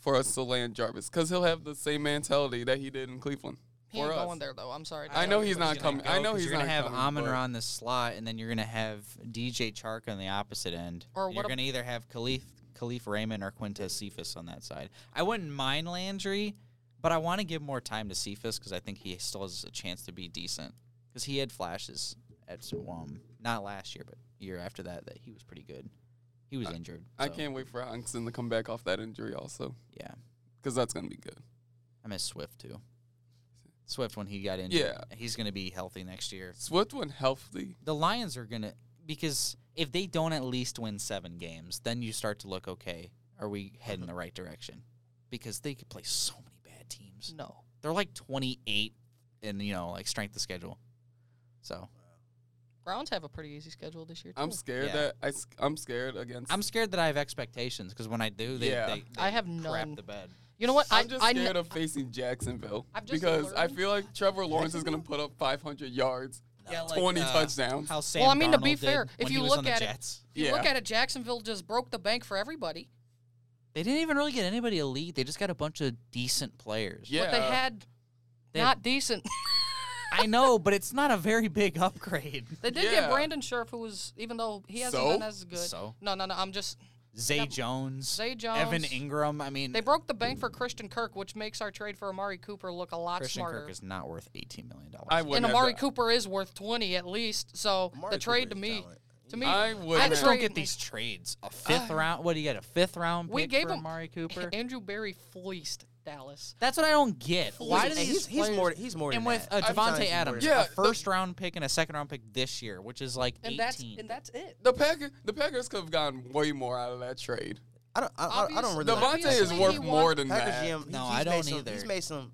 Speaker 4: for us to land Jarvis because he'll have the same mentality that he did in Cleveland.
Speaker 1: he
Speaker 4: for
Speaker 1: ain't
Speaker 4: us.
Speaker 1: going there though. I'm sorry. to
Speaker 4: I
Speaker 1: tell
Speaker 4: know
Speaker 1: you.
Speaker 4: he's not
Speaker 5: gonna
Speaker 4: coming.
Speaker 5: go
Speaker 4: I know
Speaker 5: 'cause
Speaker 4: he's
Speaker 5: you're gonna
Speaker 4: not
Speaker 5: have
Speaker 4: coming,
Speaker 5: Amon
Speaker 4: but-
Speaker 5: Ra on the slot, and then you're gonna have DJ Chark on the opposite end.
Speaker 1: Or
Speaker 5: And
Speaker 1: what
Speaker 5: you're
Speaker 1: ab-
Speaker 5: gonna either have Khalif Khalif Raymond or Quintus Cephas on that side. I wouldn't mind Landry, but I want to give more time to Cephas because I think he still has a chance to be decent because he had flashes at some- um not last year but year after that that he was pretty good. He was injured.
Speaker 4: I
Speaker 5: so,
Speaker 4: can't wait for Hawkinson to come back off that injury also
Speaker 5: Yeah,
Speaker 4: because that's gonna be good.
Speaker 5: I miss Swift too. Swift when he got injured,
Speaker 4: Yeah.
Speaker 5: he's gonna be healthy next year.
Speaker 4: Swift when healthy.
Speaker 5: the Lions are gonna because if they don't at least win seven games, then you start to look okay. Are we heading the right direction? Because they could play so many bad teams.
Speaker 1: No,
Speaker 5: They're like twenty eight in you know like strength of schedule. So
Speaker 1: Browns have a pretty easy schedule this year. Too.
Speaker 4: I'm scared
Speaker 5: Yeah.
Speaker 4: that I. s- I'm scared against.
Speaker 5: I'm scared that I have expectations because when I do, they,
Speaker 4: Yeah.
Speaker 5: they, they
Speaker 1: I have
Speaker 5: crap
Speaker 1: none.
Speaker 5: the bed.
Speaker 1: You know what?
Speaker 4: I'm just
Speaker 1: I, I, kn-
Speaker 4: scared of facing Jacksonville
Speaker 1: I've just
Speaker 4: because I
Speaker 1: learned-
Speaker 4: feel like Trevor Lawrence is gonna put up 500 yards, 20 touchdowns.
Speaker 5: How Sam
Speaker 1: uh, Well, I mean, to
Speaker 5: Darnold
Speaker 1: be
Speaker 5: did
Speaker 1: fair, if
Speaker 5: when he
Speaker 1: you
Speaker 5: was
Speaker 1: look
Speaker 5: on the
Speaker 1: at it-
Speaker 5: Jets.
Speaker 1: If you look
Speaker 4: Yeah.
Speaker 1: at it, Jacksonville just broke the bank for everybody.
Speaker 5: they didn't even really get anybody elite. They just got a bunch of decent players.
Speaker 4: yeah,
Speaker 1: But they had
Speaker 5: They-
Speaker 1: not decent.
Speaker 5: I know, but it's not a very big upgrade.
Speaker 1: They did
Speaker 4: Yeah.
Speaker 1: get Brandon Scherf, who was even though he hasn't
Speaker 4: So?
Speaker 1: been as good.
Speaker 5: So?
Speaker 1: no, no, no. I'm just
Speaker 5: Zay Jones,
Speaker 1: Zay Jones.
Speaker 5: Evan Ingram. I mean,
Speaker 1: they broke the bank for Christian Kirk, which makes our trade for Amari Cooper look a lot
Speaker 5: Christian
Speaker 1: smarter.
Speaker 5: Kirk is not worth eighteen million dollars.
Speaker 4: I would.
Speaker 1: and Amari Cooper is worth twenty at least. So
Speaker 2: Amari
Speaker 1: the trade
Speaker 2: Cooper
Speaker 1: to
Speaker 2: is
Speaker 1: me,
Speaker 2: talent.
Speaker 1: to me,
Speaker 4: I would.
Speaker 1: I
Speaker 5: I
Speaker 4: have-
Speaker 5: just don't
Speaker 1: trade-
Speaker 5: get these trades. A fifth round. What do you get? A fifth round.
Speaker 1: we
Speaker 5: pick
Speaker 1: gave
Speaker 5: for
Speaker 1: him
Speaker 5: Amari Cooper.
Speaker 1: Andrew Berry fleeced Dallas.
Speaker 5: That's what I don't get. Why
Speaker 1: He's-
Speaker 5: do these
Speaker 2: he's, he's
Speaker 5: players-
Speaker 2: more he's more
Speaker 5: and
Speaker 2: than
Speaker 5: with
Speaker 2: that.
Speaker 5: uh,
Speaker 2: I'm telling you,
Speaker 5: Devonte
Speaker 2: he's more
Speaker 5: Adams,
Speaker 2: than
Speaker 4: Yeah,
Speaker 5: a
Speaker 4: the-
Speaker 5: first round pick and a second round pick this year, which is like
Speaker 1: And that's
Speaker 5: eighteen.
Speaker 1: and that's it.
Speaker 4: The Packer, the Packers could have gotten way more out of that trade.
Speaker 2: I don't I, I, I don't really.
Speaker 1: Obviously-
Speaker 2: Like
Speaker 4: Devontae is
Speaker 1: he
Speaker 4: worth
Speaker 1: won-
Speaker 4: more than
Speaker 2: Packers
Speaker 4: that.
Speaker 2: GM, he's-
Speaker 5: No,
Speaker 2: he's
Speaker 5: I
Speaker 2: made
Speaker 5: don't
Speaker 2: some-
Speaker 5: either.
Speaker 2: He's made some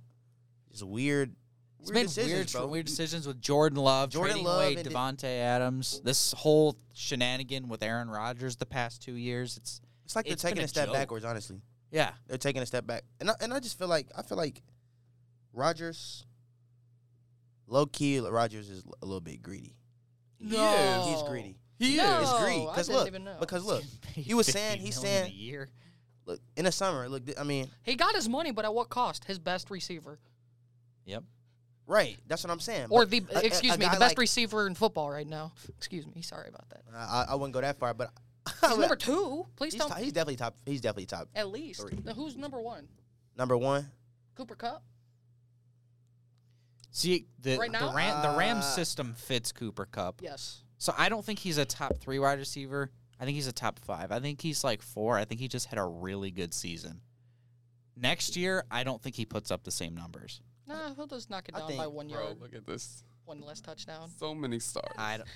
Speaker 2: just weird.
Speaker 5: it's
Speaker 2: weird
Speaker 5: made
Speaker 2: decisions,
Speaker 5: weird,
Speaker 2: bro.
Speaker 5: weird decisions with Jordan Love,
Speaker 2: Jordan
Speaker 5: trading
Speaker 2: Love
Speaker 5: away
Speaker 2: and-
Speaker 5: Devonte Adams. This whole shenanigan with Aaron Rodgers the past two years. It's
Speaker 2: It's like they're
Speaker 5: It's been
Speaker 2: taking
Speaker 5: a
Speaker 2: a step
Speaker 5: joke.
Speaker 2: backwards. Honestly,
Speaker 5: yeah.
Speaker 2: they're taking a step back, and I, and I just feel like I feel like Rogers, low key Rogers is a little bit greedy.
Speaker 1: No.
Speaker 2: He's greedy.
Speaker 4: He
Speaker 1: No.
Speaker 4: is.
Speaker 2: It's greed.
Speaker 1: I
Speaker 2: Because
Speaker 1: didn't
Speaker 2: look,
Speaker 1: even know.
Speaker 2: because look,
Speaker 5: Paid
Speaker 2: he was
Speaker 5: 50
Speaker 2: saying, he's
Speaker 5: million
Speaker 2: saying,
Speaker 5: a year.
Speaker 2: look, in the summer, look, th- I mean,
Speaker 1: He got his money, but at what cost? His best receiver,
Speaker 5: Yep.
Speaker 2: right? That's what I'm saying.
Speaker 1: or
Speaker 2: But
Speaker 1: the
Speaker 2: a- a-
Speaker 1: excuse
Speaker 2: a
Speaker 1: me, the
Speaker 2: guy
Speaker 1: best
Speaker 2: like-
Speaker 1: receiver in football right now. Excuse me, sorry about that.
Speaker 2: I, I wouldn't go that far, but
Speaker 1: He's number two. Please
Speaker 2: He's,
Speaker 1: don't.
Speaker 2: top, he's definitely top. He's definitely top.
Speaker 1: At least.
Speaker 2: Three.
Speaker 1: Now, who's number one?
Speaker 2: Number one.
Speaker 1: Cooper Cup.
Speaker 5: See the
Speaker 1: Right
Speaker 5: the
Speaker 1: now?
Speaker 5: Ram the Rams
Speaker 2: Uh,
Speaker 5: system fits Cooper Cup.
Speaker 1: Yes.
Speaker 5: So I don't think he's a top three wide receiver. I think he's a top five. I think he's like four. I think he just had a really good season. Next year, I don't think he puts up the same numbers.
Speaker 1: Nah, he'll just knock it
Speaker 2: I
Speaker 1: down by
Speaker 2: think-
Speaker 1: one
Speaker 4: Bro,
Speaker 1: yard,
Speaker 4: look at this.
Speaker 1: one less touchdown.
Speaker 4: So many stars.
Speaker 5: I don't.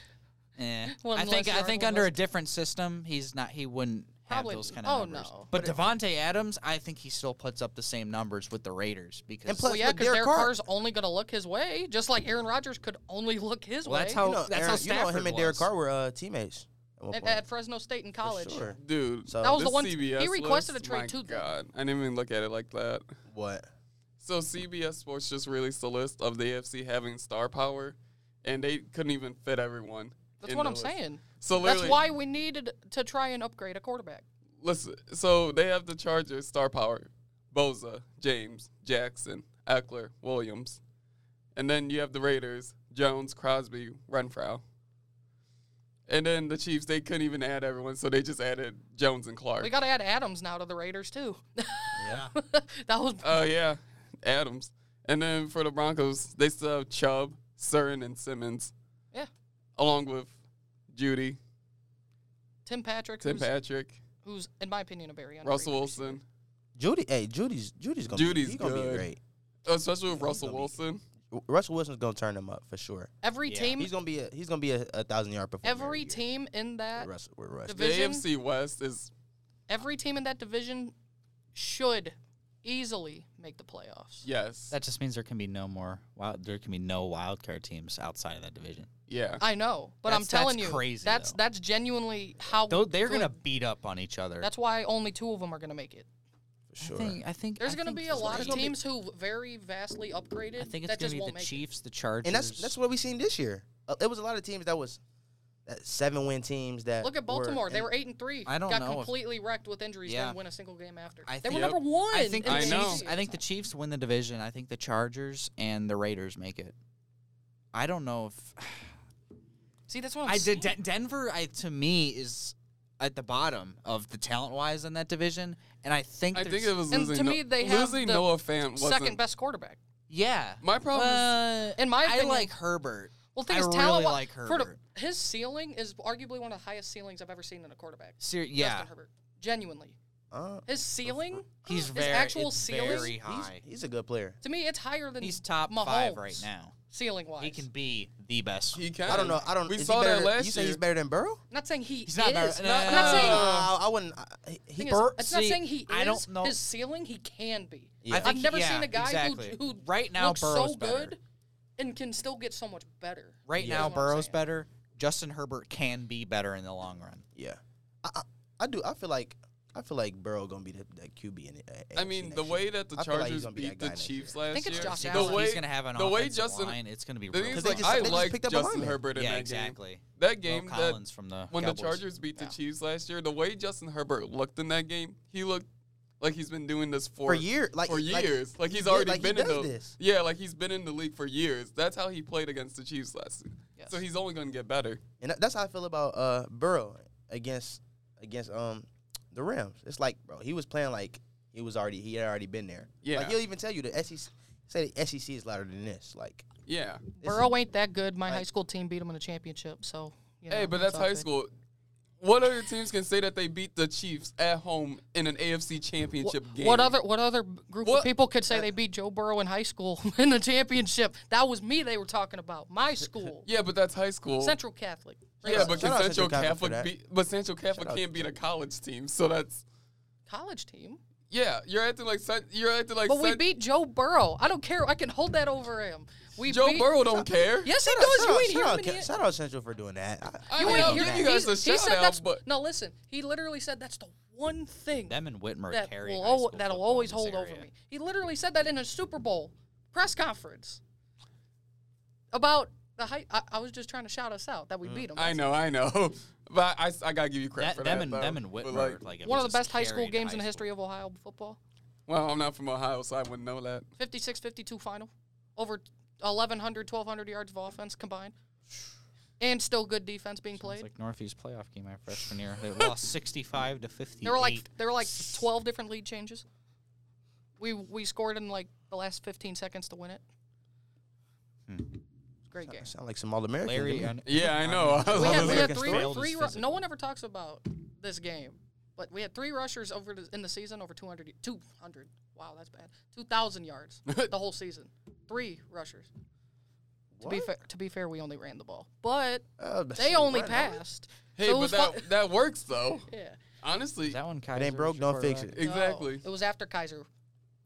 Speaker 5: Eh.
Speaker 1: One
Speaker 5: I think
Speaker 1: less
Speaker 5: I
Speaker 1: yard,
Speaker 5: think
Speaker 1: one
Speaker 5: under
Speaker 1: less-
Speaker 5: a different system, he's not. He wouldn't have
Speaker 1: Probably-
Speaker 5: those kind
Speaker 1: oh,
Speaker 5: of numbers.
Speaker 1: no.
Speaker 5: But, Devonte Adams, I think he still puts up the same numbers with the Raiders because
Speaker 2: And plus-
Speaker 1: Well, yeah,
Speaker 2: But
Speaker 1: because
Speaker 2: Derek
Speaker 1: Derek
Speaker 2: Carr-
Speaker 1: Carr's only going to look his way, just like Aaron Rodgers could only look his
Speaker 5: Well,
Speaker 1: way.
Speaker 5: that's how-
Speaker 2: you know,
Speaker 5: that's how
Speaker 2: Aaron- you know him
Speaker 5: Stafford
Speaker 2: and Derek
Speaker 5: was.
Speaker 2: Carr were uh, teammates. At one
Speaker 1: at,
Speaker 2: point.
Speaker 1: at Fresno State in college.
Speaker 2: sure.
Speaker 4: Dude,
Speaker 2: So-
Speaker 1: That was
Speaker 4: Uh, this
Speaker 1: the one
Speaker 4: CBS
Speaker 1: he requested
Speaker 4: list,
Speaker 1: a trade
Speaker 4: my
Speaker 1: too. though.
Speaker 4: God, I didn't even look at it like that.
Speaker 2: What?
Speaker 4: So CBS Sports just released a list of the AFC having star power, and they couldn't even fit everyone.
Speaker 1: That's
Speaker 4: in
Speaker 1: what
Speaker 4: the
Speaker 1: I'm
Speaker 4: list.
Speaker 1: saying.
Speaker 4: So
Speaker 1: That's
Speaker 4: literally-
Speaker 1: why we needed to try and upgrade a quarterback.
Speaker 4: Listen, so they have the Chargers star power: Boza, James, Jackson, Eckler, Williams, and then you have the Raiders: Jones, Crosby, Renfrow. And then the Chiefs, they couldn't even add everyone, so they just added Jones and Clark.
Speaker 1: We got to add Adams now to the Raiders too.
Speaker 3: Yeah.
Speaker 1: that was
Speaker 4: Oh yeah, Adams. And then for the Broncos, they still have Chubb, Surin, and Simmons,
Speaker 1: yeah.
Speaker 4: along with Judy,
Speaker 1: Tim Patrick,
Speaker 4: Tim
Speaker 1: who's,
Speaker 4: Patrick,
Speaker 1: who's in my opinion a very underrated
Speaker 4: Russell
Speaker 1: receiver.
Speaker 4: Wilson.
Speaker 2: Judy? Hey, Judy's Judy's gonna
Speaker 4: Judy's
Speaker 2: be, he's gonna be
Speaker 4: good.
Speaker 2: great.
Speaker 4: Oh, Especially
Speaker 2: Yeah,
Speaker 4: with
Speaker 2: he's
Speaker 4: Russell
Speaker 2: gonna be-
Speaker 4: Wilson.
Speaker 2: W- Russell Wilson's gonna turn him up for sure.
Speaker 1: Every
Speaker 5: Yeah.
Speaker 1: team,
Speaker 2: He's gonna be a he's gonna be a, a thousand yard performer.
Speaker 1: every
Speaker 2: year.
Speaker 1: team in
Speaker 2: With
Speaker 1: that,
Speaker 2: Russell, with Russell.
Speaker 1: the Division?
Speaker 4: The AFC West is
Speaker 1: every team in that division should easily make the playoffs.
Speaker 4: yes.
Speaker 5: that just means there can be no more wild. There can be no wild card teams outside of that division.
Speaker 4: yeah.
Speaker 1: I know, but I'm
Speaker 5: That's-
Speaker 1: telling
Speaker 5: that's
Speaker 1: you,
Speaker 5: crazy,
Speaker 1: that's
Speaker 5: though.
Speaker 1: that's genuinely how
Speaker 5: Though they're
Speaker 1: good-
Speaker 5: gonna beat up on each other.
Speaker 1: That's why only two of them are gonna make it.
Speaker 2: for sure.
Speaker 5: I think. I think
Speaker 1: There's
Speaker 5: I
Speaker 1: gonna
Speaker 5: think
Speaker 1: be a lot
Speaker 5: there's
Speaker 1: of
Speaker 5: gonna be-
Speaker 1: teams who very vastly upgraded.
Speaker 5: I think it's
Speaker 1: that
Speaker 5: gonna
Speaker 1: just
Speaker 5: be
Speaker 1: won't
Speaker 5: the
Speaker 1: make it.
Speaker 5: Chiefs, the Chargers,
Speaker 2: and that's that's what we seen this year. Uh, it was a lot of teams that was that seven win teams that
Speaker 1: Look at
Speaker 2: were-
Speaker 1: Baltimore; they
Speaker 2: and-
Speaker 1: were eight and three.
Speaker 5: I don't
Speaker 1: got
Speaker 5: know if-
Speaker 1: completely wrecked with injuries.
Speaker 5: Yeah.
Speaker 1: Didn't win a single game after.
Speaker 5: I
Speaker 1: they were
Speaker 5: think-
Speaker 1: number one.
Speaker 5: I think
Speaker 1: in
Speaker 5: the
Speaker 4: I
Speaker 1: the
Speaker 4: know.
Speaker 5: Chiefs. I think the Chiefs win the division. I think the Chargers and the Raiders make it. I don't know if
Speaker 1: See, that's what I'm
Speaker 5: I
Speaker 1: saying.
Speaker 5: did. De- Denver, I to me is at the bottom of the talent wise in that division, and I think
Speaker 4: I think
Speaker 5: there's-
Speaker 4: it was
Speaker 1: And
Speaker 4: losing.
Speaker 1: to me,
Speaker 4: No-
Speaker 1: they have
Speaker 4: losing
Speaker 1: the
Speaker 4: Noah Fant wasn't.
Speaker 1: second best quarterback.
Speaker 5: yeah.
Speaker 4: My problem is-
Speaker 5: Well,
Speaker 1: In my
Speaker 5: I
Speaker 1: opinion-
Speaker 5: like Herbert.
Speaker 1: Well, the thing
Speaker 5: I
Speaker 1: is,
Speaker 5: really
Speaker 1: talent
Speaker 5: like
Speaker 1: for the-
Speaker 5: Herbert.
Speaker 1: his ceiling is arguably one of the highest ceilings I've ever seen in a quarterback.
Speaker 5: Ser-
Speaker 1: Justin
Speaker 5: yeah,
Speaker 1: Herbert, genuinely,
Speaker 2: Uh,
Speaker 1: his ceiling,
Speaker 5: he's
Speaker 1: his
Speaker 5: very
Speaker 1: actual
Speaker 5: it's
Speaker 1: ceiling.
Speaker 5: very
Speaker 2: he's,
Speaker 5: high.
Speaker 2: he's a good player.
Speaker 1: To me, it's higher than
Speaker 5: He's top
Speaker 1: Mahomes,
Speaker 5: five right now.
Speaker 1: ceiling wise.
Speaker 5: He can be the best.
Speaker 4: he can.
Speaker 2: I don't know. I don't.
Speaker 4: We
Speaker 2: is he
Speaker 4: saw
Speaker 2: better,
Speaker 4: that last
Speaker 2: You
Speaker 4: year.
Speaker 2: say he's better than Burrow?
Speaker 1: I'm not saying he
Speaker 5: He's not
Speaker 1: is.
Speaker 5: better- no,
Speaker 1: I'm not
Speaker 5: no,
Speaker 1: saying.
Speaker 5: no, no,
Speaker 2: Uh, I wouldn't. I, he,
Speaker 1: thing is,
Speaker 5: Burt-
Speaker 1: it's not
Speaker 5: see,
Speaker 1: saying he is.
Speaker 5: I don't know-
Speaker 1: His ceiling, he can be.
Speaker 2: Yeah. I
Speaker 1: I've
Speaker 5: think-
Speaker 1: never
Speaker 5: yeah,
Speaker 1: seen a guy
Speaker 5: exactly.
Speaker 1: who, who
Speaker 5: Right now,
Speaker 1: looks
Speaker 5: Burrow's
Speaker 1: so
Speaker 5: better.
Speaker 1: good and can still get so much better.
Speaker 5: Right
Speaker 1: That's
Speaker 5: now,
Speaker 1: what I'm
Speaker 5: Burrow's
Speaker 1: saying.
Speaker 5: better. Justin Herbert can be better in the long run.
Speaker 2: yeah, I, I, I do. I feel like I feel like Burrow gonna be the, the QB in the. uh, A-
Speaker 4: I
Speaker 2: AFC
Speaker 4: mean, the
Speaker 2: next
Speaker 4: way
Speaker 2: year.
Speaker 4: that the
Speaker 2: I feel like he's
Speaker 4: Chargers
Speaker 2: gonna be that
Speaker 4: beat
Speaker 2: guy
Speaker 4: the
Speaker 2: next
Speaker 4: Chiefs
Speaker 2: year.
Speaker 4: last
Speaker 1: think it's
Speaker 4: year,
Speaker 1: Josh
Speaker 4: the
Speaker 1: Allen.
Speaker 4: way
Speaker 5: he's gonna have an
Speaker 4: the way
Speaker 5: offensive
Speaker 4: Justin,
Speaker 5: line. It's gonna be
Speaker 4: the
Speaker 5: real.
Speaker 4: thing is,
Speaker 2: they
Speaker 4: like,
Speaker 2: just-
Speaker 4: I
Speaker 2: they just
Speaker 4: like
Speaker 2: picked up a
Speaker 4: Justin
Speaker 2: lineman.
Speaker 4: Herbert in
Speaker 5: yeah,
Speaker 4: that game.
Speaker 5: exactly.
Speaker 4: That game,
Speaker 5: Will
Speaker 4: that
Speaker 5: Collins from the
Speaker 4: when the
Speaker 5: Cowboys.
Speaker 4: Chargers beat the
Speaker 1: Yeah.
Speaker 4: Chiefs last year, the way Justin Herbert looked in that game, he looked like he's been doing this for,
Speaker 2: for year, like
Speaker 4: for
Speaker 2: like-
Speaker 4: years. Like, he's
Speaker 2: yeah,
Speaker 4: already
Speaker 2: like he
Speaker 4: been in
Speaker 2: does
Speaker 4: the
Speaker 2: this.
Speaker 4: yeah, like he's been in the league for years. That's how he played against the Chiefs last season.
Speaker 1: Yes.
Speaker 4: So he's only going to get better.
Speaker 2: And that- that's how I feel about uh, Burrow against against um the Rams. It's like, bro, he was playing like he was already he had already been there.
Speaker 4: Yeah.
Speaker 2: like, he'll even tell you the SEC say the SEC is louder than this. Like,
Speaker 4: Yeah.
Speaker 1: Burrow ain't that good. My high
Speaker 2: Like-
Speaker 1: school team beat him in a championship. So you know,
Speaker 4: Hey, but that's
Speaker 1: all
Speaker 4: high
Speaker 1: good.
Speaker 4: school. What other teams can say that they beat the Chiefs at home in an AFC championship game?
Speaker 1: What other what other group
Speaker 4: What- Uh,
Speaker 1: of people could say they beat Joe Burrow in high school in the championship? That was me they were talking about. My school.
Speaker 4: Yeah, but that's high school.
Speaker 1: Central Catholic.
Speaker 4: yeah,
Speaker 2: Shout
Speaker 4: but can
Speaker 2: out
Speaker 4: Central
Speaker 2: Central Catholic for
Speaker 4: Catholic,
Speaker 2: that.
Speaker 4: beat but Central Catholic
Speaker 2: out
Speaker 4: can't beat a college team, so that's
Speaker 1: college team.
Speaker 4: yeah. You're acting like Cent- you're acting like
Speaker 1: But we
Speaker 4: Cent-
Speaker 1: beat Joe Burrow. I don't care. I can hold that over him. We
Speaker 4: Joe
Speaker 1: beat,
Speaker 4: Burrow. Don't care.
Speaker 1: Yes, he
Speaker 2: shout
Speaker 1: does.
Speaker 2: out-
Speaker 1: You ain't
Speaker 2: shout out-
Speaker 1: hear
Speaker 2: shout
Speaker 1: him.
Speaker 2: out
Speaker 1: in
Speaker 2: Ca-
Speaker 1: the-
Speaker 2: Shout out Central for doing that. I-
Speaker 4: I,
Speaker 1: You
Speaker 4: mean,
Speaker 1: ain't
Speaker 4: I'll
Speaker 1: hear
Speaker 4: give
Speaker 1: him.
Speaker 4: you guys
Speaker 1: He's-
Speaker 4: a
Speaker 1: he
Speaker 4: shout
Speaker 1: said
Speaker 4: out,
Speaker 1: that's
Speaker 4: but
Speaker 1: no. Listen, he literally said that's the one thing
Speaker 5: Them and Whitmer
Speaker 1: that
Speaker 5: carry.
Speaker 1: will
Speaker 5: high
Speaker 1: al-
Speaker 5: school
Speaker 1: that'll
Speaker 5: football
Speaker 1: always
Speaker 5: in
Speaker 1: hold
Speaker 5: this
Speaker 1: over
Speaker 5: area.
Speaker 1: me. He literally said that in a Super Bowl press conference about The hype. I, I was just trying to shout us out that we beat them.
Speaker 4: Mm. I know, I know, but I, I gotta give you credit
Speaker 5: That,
Speaker 4: for
Speaker 5: them,
Speaker 4: that.
Speaker 5: and,
Speaker 4: though.
Speaker 5: them and
Speaker 4: But,
Speaker 5: Whitmer,
Speaker 4: like,
Speaker 5: like, it
Speaker 1: One
Speaker 5: was
Speaker 1: of the
Speaker 5: just
Speaker 1: best high school
Speaker 5: carried
Speaker 1: games
Speaker 5: high
Speaker 1: in the history
Speaker 5: school.
Speaker 1: of Ohio football.
Speaker 4: well, I'm not from Ohio, so I wouldn't know that.
Speaker 1: 56-52 final. Over 1,100, 1,200 yards of offense combined. And still good defense being
Speaker 5: It was
Speaker 1: played.
Speaker 5: like Northeast playoff game my freshman year. They lost sixty-five to fifty.
Speaker 1: There were like there were like 12 different lead changes. We we scored in like the last 15 seconds to win it.
Speaker 5: Hmm.
Speaker 1: Great game.
Speaker 2: Sound like some all American.
Speaker 5: Larry.
Speaker 1: uh,
Speaker 5: I kn-
Speaker 4: Yeah, I know. I
Speaker 1: We
Speaker 4: love
Speaker 1: had, we
Speaker 4: it.
Speaker 1: had
Speaker 2: American
Speaker 1: three,
Speaker 5: story.
Speaker 1: three
Speaker 5: Failed
Speaker 1: ru-
Speaker 5: is
Speaker 1: no one ever talks about this game, but we had three rushers over the, in the season over 200, y- 200. Wow, that's bad. 2,000 yards the whole season. Three rushers. To be, fair, to be fair, we only ran the ball, but
Speaker 2: Oh,
Speaker 1: they only passed.
Speaker 4: Hey,
Speaker 1: So it
Speaker 4: but
Speaker 1: was
Speaker 4: that
Speaker 1: fu-
Speaker 4: that works though.
Speaker 1: yeah.
Speaker 4: Honestly,
Speaker 5: that one
Speaker 2: It
Speaker 5: Kaiser
Speaker 2: ain't broke,
Speaker 5: was
Speaker 2: don't fix
Speaker 5: quarterback.
Speaker 2: it.
Speaker 4: exactly.
Speaker 1: No, it was after Kaiser.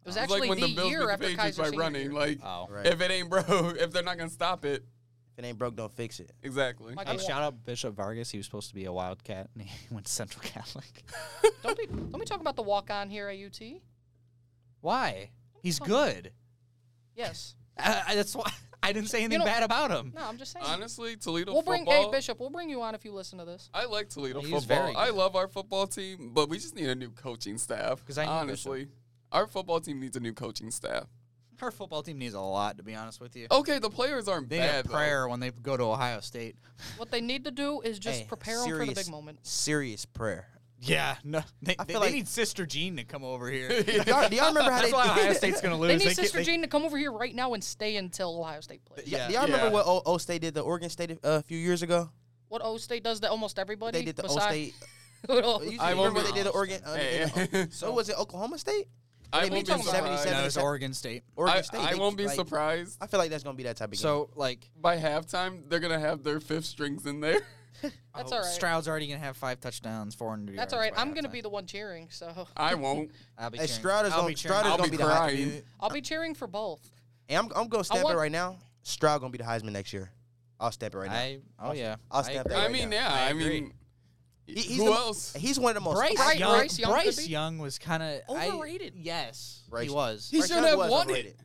Speaker 1: It was
Speaker 4: It's
Speaker 1: actually
Speaker 4: like when
Speaker 1: the,
Speaker 4: the Bills
Speaker 1: year
Speaker 4: did the
Speaker 1: after
Speaker 4: Patriots
Speaker 1: Kaiser
Speaker 4: by
Speaker 1: senior
Speaker 4: running.
Speaker 1: year.
Speaker 4: Like
Speaker 5: Oh,
Speaker 2: Right.
Speaker 4: if it ain't broke, if they're not gonna stop it,
Speaker 2: If it ain't broke, don't fix it.
Speaker 4: exactly.
Speaker 1: Michael
Speaker 5: Hey,
Speaker 1: Wa-
Speaker 5: shout out Bishop Vargas. He was supposed to be a Wildcat, and he went to Central Catholic.
Speaker 1: don't be don't be talking about the walk on here at UT.
Speaker 5: Why? He's good. Uh,
Speaker 1: Yes.
Speaker 5: I, I- that's why I didn't say anything
Speaker 1: know-
Speaker 5: bad about him.
Speaker 1: No, I'm just saying.
Speaker 4: Honestly, Toledo
Speaker 1: we'll bring
Speaker 4: football.
Speaker 1: hey Bishop. We'll bring you on if you listen to this.
Speaker 4: I like Toledo
Speaker 5: He's very
Speaker 4: football.
Speaker 5: good.
Speaker 4: I love our football team, but we just need a new coaching staff.
Speaker 5: 'Cause I knew
Speaker 4: honestly, our football team needs a new coaching staff.
Speaker 5: Our football team needs a lot, to be honest with you.
Speaker 4: Okay, the players aren't
Speaker 5: They need a
Speaker 4: Oh, bad. though.
Speaker 5: prayer when they go to Ohio State.
Speaker 1: What they need to do is just
Speaker 2: Hey,
Speaker 1: prepare 'em prepare them for the big moment.
Speaker 2: Serious prayer.
Speaker 5: Yeah, no, they,
Speaker 2: I
Speaker 5: they,
Speaker 2: feel
Speaker 5: they
Speaker 2: like-
Speaker 5: need Sister Jean to come over here.
Speaker 2: Y'all- do y'all remember how
Speaker 5: That's
Speaker 2: they?
Speaker 5: why Ohio State's gonna lose.
Speaker 1: They need
Speaker 5: get-
Speaker 1: Sister
Speaker 5: they-
Speaker 1: Jean to come over here right now and stay until Ohio State plays.
Speaker 2: Yeah.
Speaker 5: Yeah.
Speaker 2: Do y'all remember
Speaker 4: Yeah.
Speaker 2: what o-, o State did to Oregon State uh, a a few years ago?
Speaker 1: What O State does to almost everybody.
Speaker 2: They did the O
Speaker 1: beside-
Speaker 2: State.
Speaker 1: O-
Speaker 2: You
Speaker 4: I won't
Speaker 2: remember
Speaker 4: be-
Speaker 2: they did the Oregon? uh, they did the-
Speaker 4: Hey.
Speaker 2: so was it Oklahoma State?
Speaker 4: I
Speaker 2: They
Speaker 4: won't
Speaker 2: beat them
Speaker 4: be
Speaker 2: 77.
Speaker 5: uh, No,
Speaker 4: surprised.
Speaker 5: it's Oregon State.
Speaker 2: Oregon
Speaker 4: I,
Speaker 2: State.
Speaker 4: I
Speaker 2: They-
Speaker 4: won't be
Speaker 2: like,
Speaker 4: surprised.
Speaker 2: I feel like that's gonna be that type of game.
Speaker 5: So like,
Speaker 4: By halftime, they're gonna have their fifth strings in there.
Speaker 1: That's
Speaker 5: oh,
Speaker 1: all right.
Speaker 5: Stroud's already gonna have five touchdowns, four hundred.
Speaker 1: That's all right. I'm gonna be the one cheering, so
Speaker 4: I won't.
Speaker 5: I'll be
Speaker 2: Hey,
Speaker 5: cheering.
Speaker 2: Stroud is
Speaker 5: I'll
Speaker 2: gonna,
Speaker 5: be cheering.
Speaker 2: Stroud is
Speaker 4: I'll
Speaker 2: gonna
Speaker 4: be
Speaker 2: be, the Heisman.
Speaker 4: crying.
Speaker 1: I'll be cheering for both.
Speaker 2: And I'm, I'm gonna stamp
Speaker 1: want-
Speaker 2: it right now. Stroud gonna be the Heisman next year. I'll stamp it right now.
Speaker 5: I oh yeah.
Speaker 2: I'll
Speaker 5: I
Speaker 2: stamp
Speaker 5: agree.
Speaker 2: that.
Speaker 4: I
Speaker 2: Right
Speaker 4: mean,
Speaker 2: now.
Speaker 4: yeah.
Speaker 5: I
Speaker 4: I,
Speaker 5: agree.
Speaker 4: mean,
Speaker 2: He- he's
Speaker 4: who
Speaker 2: the-
Speaker 4: else?
Speaker 2: He's one of the most.
Speaker 5: Bryce,
Speaker 1: Bryce-
Speaker 5: Young,
Speaker 1: Bryce Young could
Speaker 5: Bryce
Speaker 1: be?
Speaker 5: Young was kind of
Speaker 1: Overrated.
Speaker 5: yes,
Speaker 2: Bryce-
Speaker 5: he was.
Speaker 4: He
Speaker 2: Bryce
Speaker 4: should
Speaker 2: Young
Speaker 4: have
Speaker 2: was
Speaker 4: won it.
Speaker 2: overrated.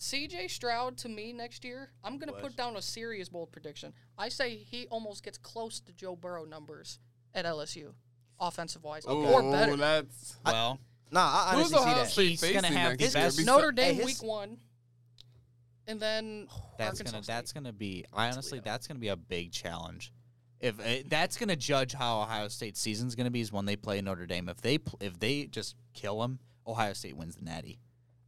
Speaker 1: CJ Stroud to me next year, I'm gonna put down a serious bold prediction. I say he almost gets close to Joe Burrow numbers at LSU, offensive wise, or
Speaker 4: Ooh,
Speaker 1: better.
Speaker 4: That's
Speaker 5: Well,
Speaker 2: Nah, I
Speaker 4: who's
Speaker 2: honestly see
Speaker 4: Ohio
Speaker 2: that.
Speaker 4: State
Speaker 5: He's
Speaker 4: facing
Speaker 5: gonna have
Speaker 4: next
Speaker 5: the
Speaker 4: year?
Speaker 5: best-
Speaker 4: Besides-
Speaker 1: Notre
Speaker 2: Hey,
Speaker 1: Dame
Speaker 2: his-
Speaker 1: week one, and then
Speaker 5: that's
Speaker 1: Arkansas
Speaker 5: gonna
Speaker 1: State.
Speaker 5: that's gonna be. I honestly, that's gonna be a big challenge. If uh, that's gonna judge how Ohio State's season's gonna be is when they play Notre Dame. If they pl- if they just kill them, Ohio State wins the Natty.